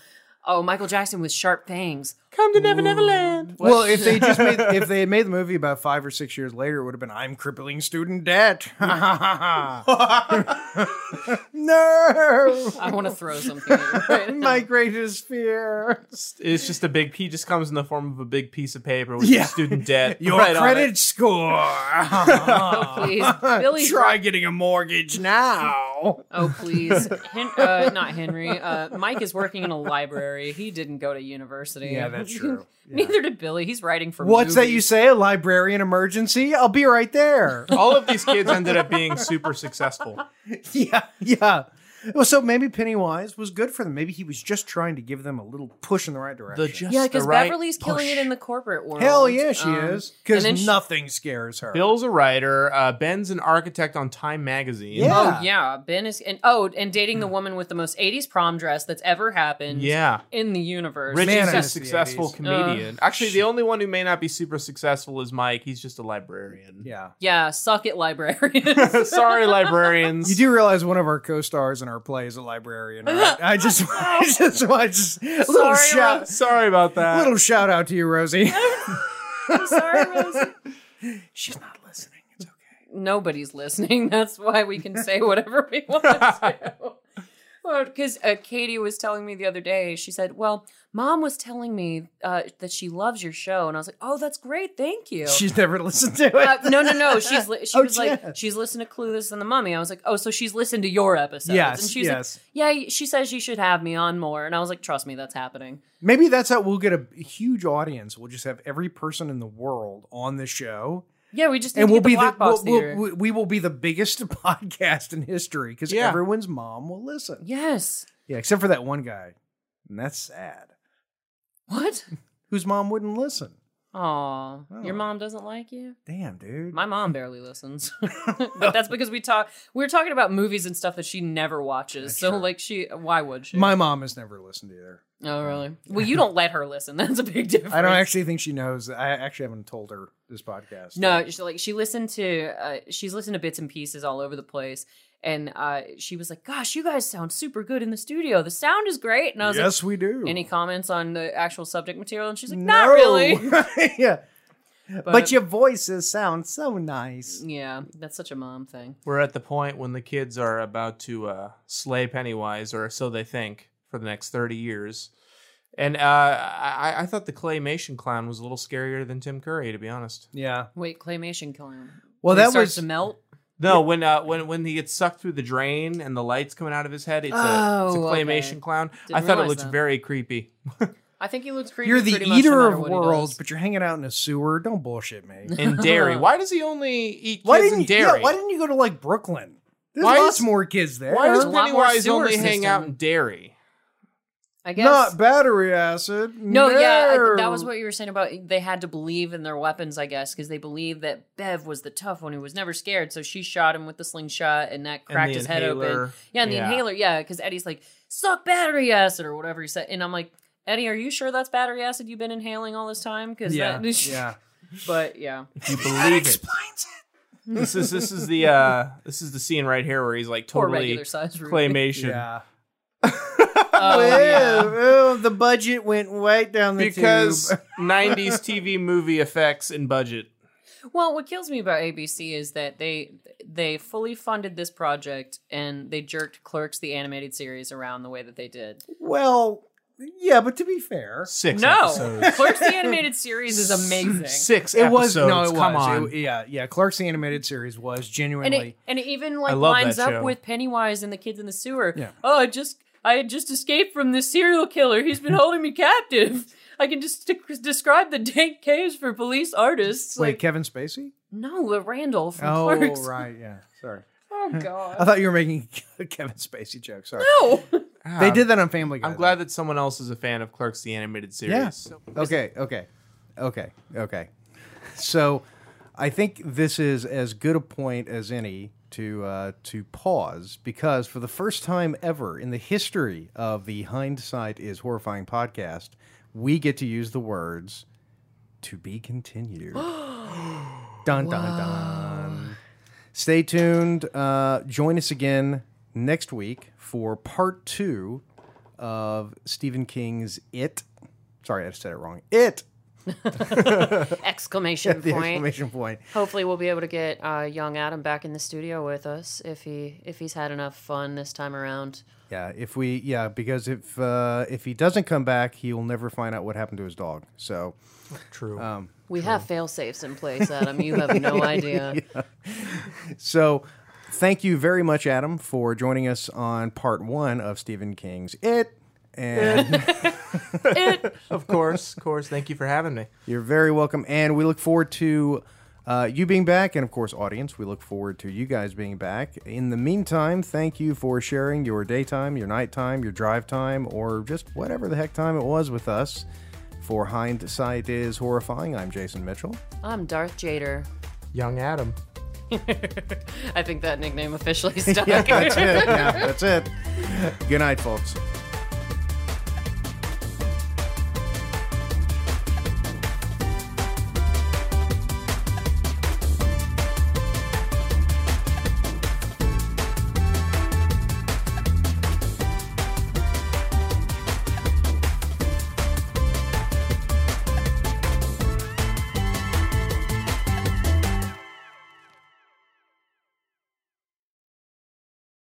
Speaker 2: Oh, Michael Jackson with sharp fangs.
Speaker 3: Come to Never Neverland.
Speaker 1: Well, if they just made if they had made the movie about five or six years later, it would have been I'm crippling student debt. no,
Speaker 2: I want to throw something. At you right now.
Speaker 1: my greatest fear.
Speaker 3: It's just a big. He just comes in the form of a big piece of paper with
Speaker 1: Yeah.
Speaker 3: student debt.
Speaker 1: Your
Speaker 3: right on it.
Speaker 1: credit score.
Speaker 2: Please, Billy.
Speaker 1: Try getting a mortgage now.
Speaker 2: Oh please, Hen- uh, not Henry. Uh, Mike is working in a library. He didn't go to university.
Speaker 1: Yeah, that's true.
Speaker 2: Neither did Billy. He's writing for.
Speaker 1: What's that you
Speaker 2: movies.
Speaker 1: say? A librarian emergency? I'll be right there.
Speaker 3: All of these kids ended up being super successful.
Speaker 1: yeah, yeah. Well, so maybe Pennywise was good for them. Maybe he was just trying to give them a little push in the right direction.
Speaker 3: The just
Speaker 2: Yeah,
Speaker 3: the
Speaker 2: because
Speaker 3: right
Speaker 2: Beverly's killing it
Speaker 3: push.
Speaker 2: in the corporate world.
Speaker 1: Oh, Hell yeah, she
Speaker 2: Um,
Speaker 1: is.
Speaker 2: and
Speaker 1: Because
Speaker 2: then she-
Speaker 1: nothing scares her.
Speaker 3: Bill's a writer. Uh, Ben's an architect on Time Magazine.
Speaker 1: Yeah. Hmm.
Speaker 2: Oh yeah, Ben is and oh, and dating the woman with the most '80s prom dress that's ever happened.
Speaker 3: Yeah.
Speaker 2: in the universe.
Speaker 3: Rich
Speaker 1: Man,
Speaker 3: is
Speaker 1: I
Speaker 3: a
Speaker 1: miss the
Speaker 3: successful
Speaker 1: 80s.
Speaker 3: comedian. Uh, Actually, the only one who may not be super successful is Mike. He's just a librarian.
Speaker 1: Yeah.
Speaker 2: yeah, suck it, librarians.
Speaker 3: Sorry, librarians.
Speaker 1: You do realize one of our co-stars in our play is a librarian. Right? I just, I just, I just a little
Speaker 3: Sorry, Ro-
Speaker 1: shout,
Speaker 3: sorry about that.
Speaker 1: little shout out to you, Rosie.
Speaker 2: I'm sorry, Rosie.
Speaker 1: She's not listening. It's okay.
Speaker 2: Nobody's listening. That's why we can say whatever we want to. Because uh, Katie was telling me the other day, she said, "Well, Mom was telling me uh, that she loves your show," and I was like, "Oh, that's great, thank you."
Speaker 1: She's never listened to it.
Speaker 2: Uh, no, no, no. She's li- she
Speaker 1: Oh,
Speaker 2: was like
Speaker 1: yeah.
Speaker 2: she's listened to Clueless and the Mummy. I was like, oh, so she's listened to your episodes.
Speaker 1: yes,
Speaker 2: and she's like,
Speaker 1: yes.
Speaker 2: yeah. She says you should have me on more, and I was like, trust me, that's happening.
Speaker 1: Maybe that's how we'll get a huge audience. We'll just have every person in the world on the show,
Speaker 2: Yeah, we just need
Speaker 1: and
Speaker 2: to
Speaker 1: we'll
Speaker 2: get
Speaker 1: be
Speaker 2: the black
Speaker 1: the
Speaker 2: box
Speaker 1: we'll, we'll-
Speaker 2: theater.
Speaker 1: we- we will be the biggest podcast in history because
Speaker 3: Yeah.
Speaker 1: everyone's mom will listen.
Speaker 2: yes.
Speaker 1: Yeah, except for that one guy, and that's sad.
Speaker 2: What?
Speaker 1: Whose mom wouldn't listen?
Speaker 2: Aw, your
Speaker 1: Oh.
Speaker 2: mom doesn't like you.
Speaker 1: Damn, dude.
Speaker 2: My mom barely listens, but that's because we talk. We're talking about movies and stuff that she never watches.
Speaker 1: That's
Speaker 2: so,
Speaker 1: true.
Speaker 2: like, she why would she?
Speaker 1: My mom has never listened either.
Speaker 2: oh, really? Well, you don't let her listen. That's a big difference.
Speaker 1: I don't actually think she knows. I actually haven't told her this podcast.
Speaker 2: No, she, like she listened to uh, she's listened to bits and pieces all over the place, and uh, she was like, "Gosh, you guys sound super good in the studio. The sound is great." And I was
Speaker 1: yes, we do.
Speaker 2: like, "Any comments on the actual subject material?" And she's like, "Not really."
Speaker 1: yeah, but,
Speaker 2: But- Mm.
Speaker 1: your voices sound so nice.
Speaker 2: Yeah, that's such a mom thing.
Speaker 3: We're at the point when the kids are about to uh, slay Pennywise, or so they think, for the next 30 years. And uh, I, I thought the claymation clown was a little scarier than Tim Curry, to be honest.
Speaker 1: Yeah.
Speaker 2: Wait, claymation clown.
Speaker 1: Well,
Speaker 2: When it
Speaker 1: that
Speaker 2: starts
Speaker 1: was
Speaker 2: to melt.
Speaker 3: No, when uh, when when he gets sucked through the drain and the lights coming out of his head, it's, a, it's a
Speaker 2: Oh,
Speaker 3: claymation
Speaker 2: okay.
Speaker 3: clown.
Speaker 2: Didn't
Speaker 3: I thought it
Speaker 2: realize
Speaker 3: looked
Speaker 2: that.
Speaker 3: very creepy.
Speaker 2: I think he looks creepy.
Speaker 1: you're the
Speaker 2: pretty much no
Speaker 1: eater
Speaker 2: matter
Speaker 1: of
Speaker 2: what he
Speaker 1: worlds,
Speaker 2: does.
Speaker 1: but you're hanging out in a sewer. Don't bullshit me.
Speaker 3: And dairy. Why does he only eat kids
Speaker 1: why
Speaker 3: and
Speaker 1: didn't you?
Speaker 3: dairy?
Speaker 1: yeah, why didn't you go to like Brooklyn? There's
Speaker 3: Why
Speaker 1: lots
Speaker 3: is-
Speaker 1: more kids there.
Speaker 3: Why does
Speaker 2: There's a lot more
Speaker 3: Pennywise
Speaker 2: sewer
Speaker 3: only hang
Speaker 2: system.
Speaker 3: out in dairy?
Speaker 2: I guess
Speaker 1: not battery acid?
Speaker 2: No, yeah, I-
Speaker 1: No.
Speaker 2: that was what you were saying about they had to believe in their weapons, I guess, because they believed that Bev was the tough one who was never scared. So she shot him with the slingshot, and that
Speaker 3: And
Speaker 2: cracked
Speaker 3: the
Speaker 2: his head open.
Speaker 3: inhaler.
Speaker 2: Yeah, and the
Speaker 3: Yeah.
Speaker 2: inhaler, yeah, because Eddie's like, "Suck battery acid" or whatever he said, and I'm like, "Eddie, are you sure that's battery acid you've been inhaling all this time?" Because
Speaker 1: Yeah,
Speaker 2: that,
Speaker 1: yeah.
Speaker 2: but yeah,
Speaker 3: If you believe it.
Speaker 1: explains it.
Speaker 3: This is this is the uh this is the scene right here where he's like
Speaker 2: poor
Speaker 3: totally
Speaker 2: regular size Ruby.
Speaker 3: claymation.
Speaker 1: Yeah.
Speaker 2: Oh,
Speaker 1: Well,
Speaker 2: yeah.
Speaker 1: well, the budget went right down the
Speaker 3: Because
Speaker 1: tube.
Speaker 3: 90s TV movie effects and budget.
Speaker 2: Well, what kills me about ABC is that they they fully funded this project and they jerked Clerks the animated series around the way that they did.
Speaker 1: Well, yeah, but to be fair,
Speaker 3: Six
Speaker 2: No,
Speaker 3: episodes.
Speaker 2: Clerks the animated series is amazing.
Speaker 3: Six
Speaker 1: it was
Speaker 3: episodes.
Speaker 1: no, it
Speaker 3: Come
Speaker 1: was.
Speaker 3: on.
Speaker 1: It- yeah, yeah. Clark's the animated series was
Speaker 2: and
Speaker 1: genuinely.
Speaker 2: it and it even like
Speaker 3: love
Speaker 2: lines
Speaker 3: that
Speaker 2: up
Speaker 3: show.
Speaker 2: with Pennywise and the kids in the sewer.
Speaker 1: Yeah.
Speaker 2: Oh, I just I had just escaped from this serial killer. He's been holding me captive. I can just dec- describe the dank caves for police artists.
Speaker 1: Wait,
Speaker 2: like
Speaker 1: Kevin Spacey?
Speaker 2: no, the Randall from
Speaker 1: Oh,
Speaker 2: Clerks.
Speaker 1: right, yeah. Sorry,
Speaker 2: Oh
Speaker 1: I
Speaker 2: God.
Speaker 1: thought you were making a Kevin Spacey joke. Sorry,
Speaker 2: No.
Speaker 3: Ah,
Speaker 1: they did that on Family Guy.
Speaker 3: I'm glad that someone else is a fan of Clerks the animated series.
Speaker 1: Yeah. Okay, okay, okay, okay. So, I think this is as good a point as any to uh, to pause because for the first time ever in the history of the hindsight is horrifying podcast, we get to use the words "to be continued." dun dun dun. Stay tuned. Uh, join us again next week for part two of Stephen King's It. Sorry, I said it wrong. It.
Speaker 2: Exclamation
Speaker 1: The
Speaker 2: point.
Speaker 1: exclamation point.
Speaker 2: Hopefully, we'll be able to get uh, young Adam back in the studio with us if he if he's had enough fun this time around.
Speaker 1: Yeah, if we yeah, because if uh, if he doesn't come back, he will never find out what happened to his dog. So
Speaker 3: True.
Speaker 2: We have fail safes in place, Adam. You have no idea.
Speaker 1: so thank you very much, Adam, for joining us on part one of Stephen King's It. And
Speaker 3: of course, of course. Thank you for having me.
Speaker 1: you're very welcome. And we look forward to Uh, you being back, and of course, audience, we look forward to you guys being back. In the meantime, thank you for sharing your daytime, your nighttime, your drive time, or just whatever the heck time it was with us. For Hindsight is Horrifying, I'm Jason Mitchell.
Speaker 2: I'm Darth Jader.
Speaker 3: Young Adam.
Speaker 2: I think that nickname officially stuck.
Speaker 1: That's it. Yeah, that's it. Good night, folks.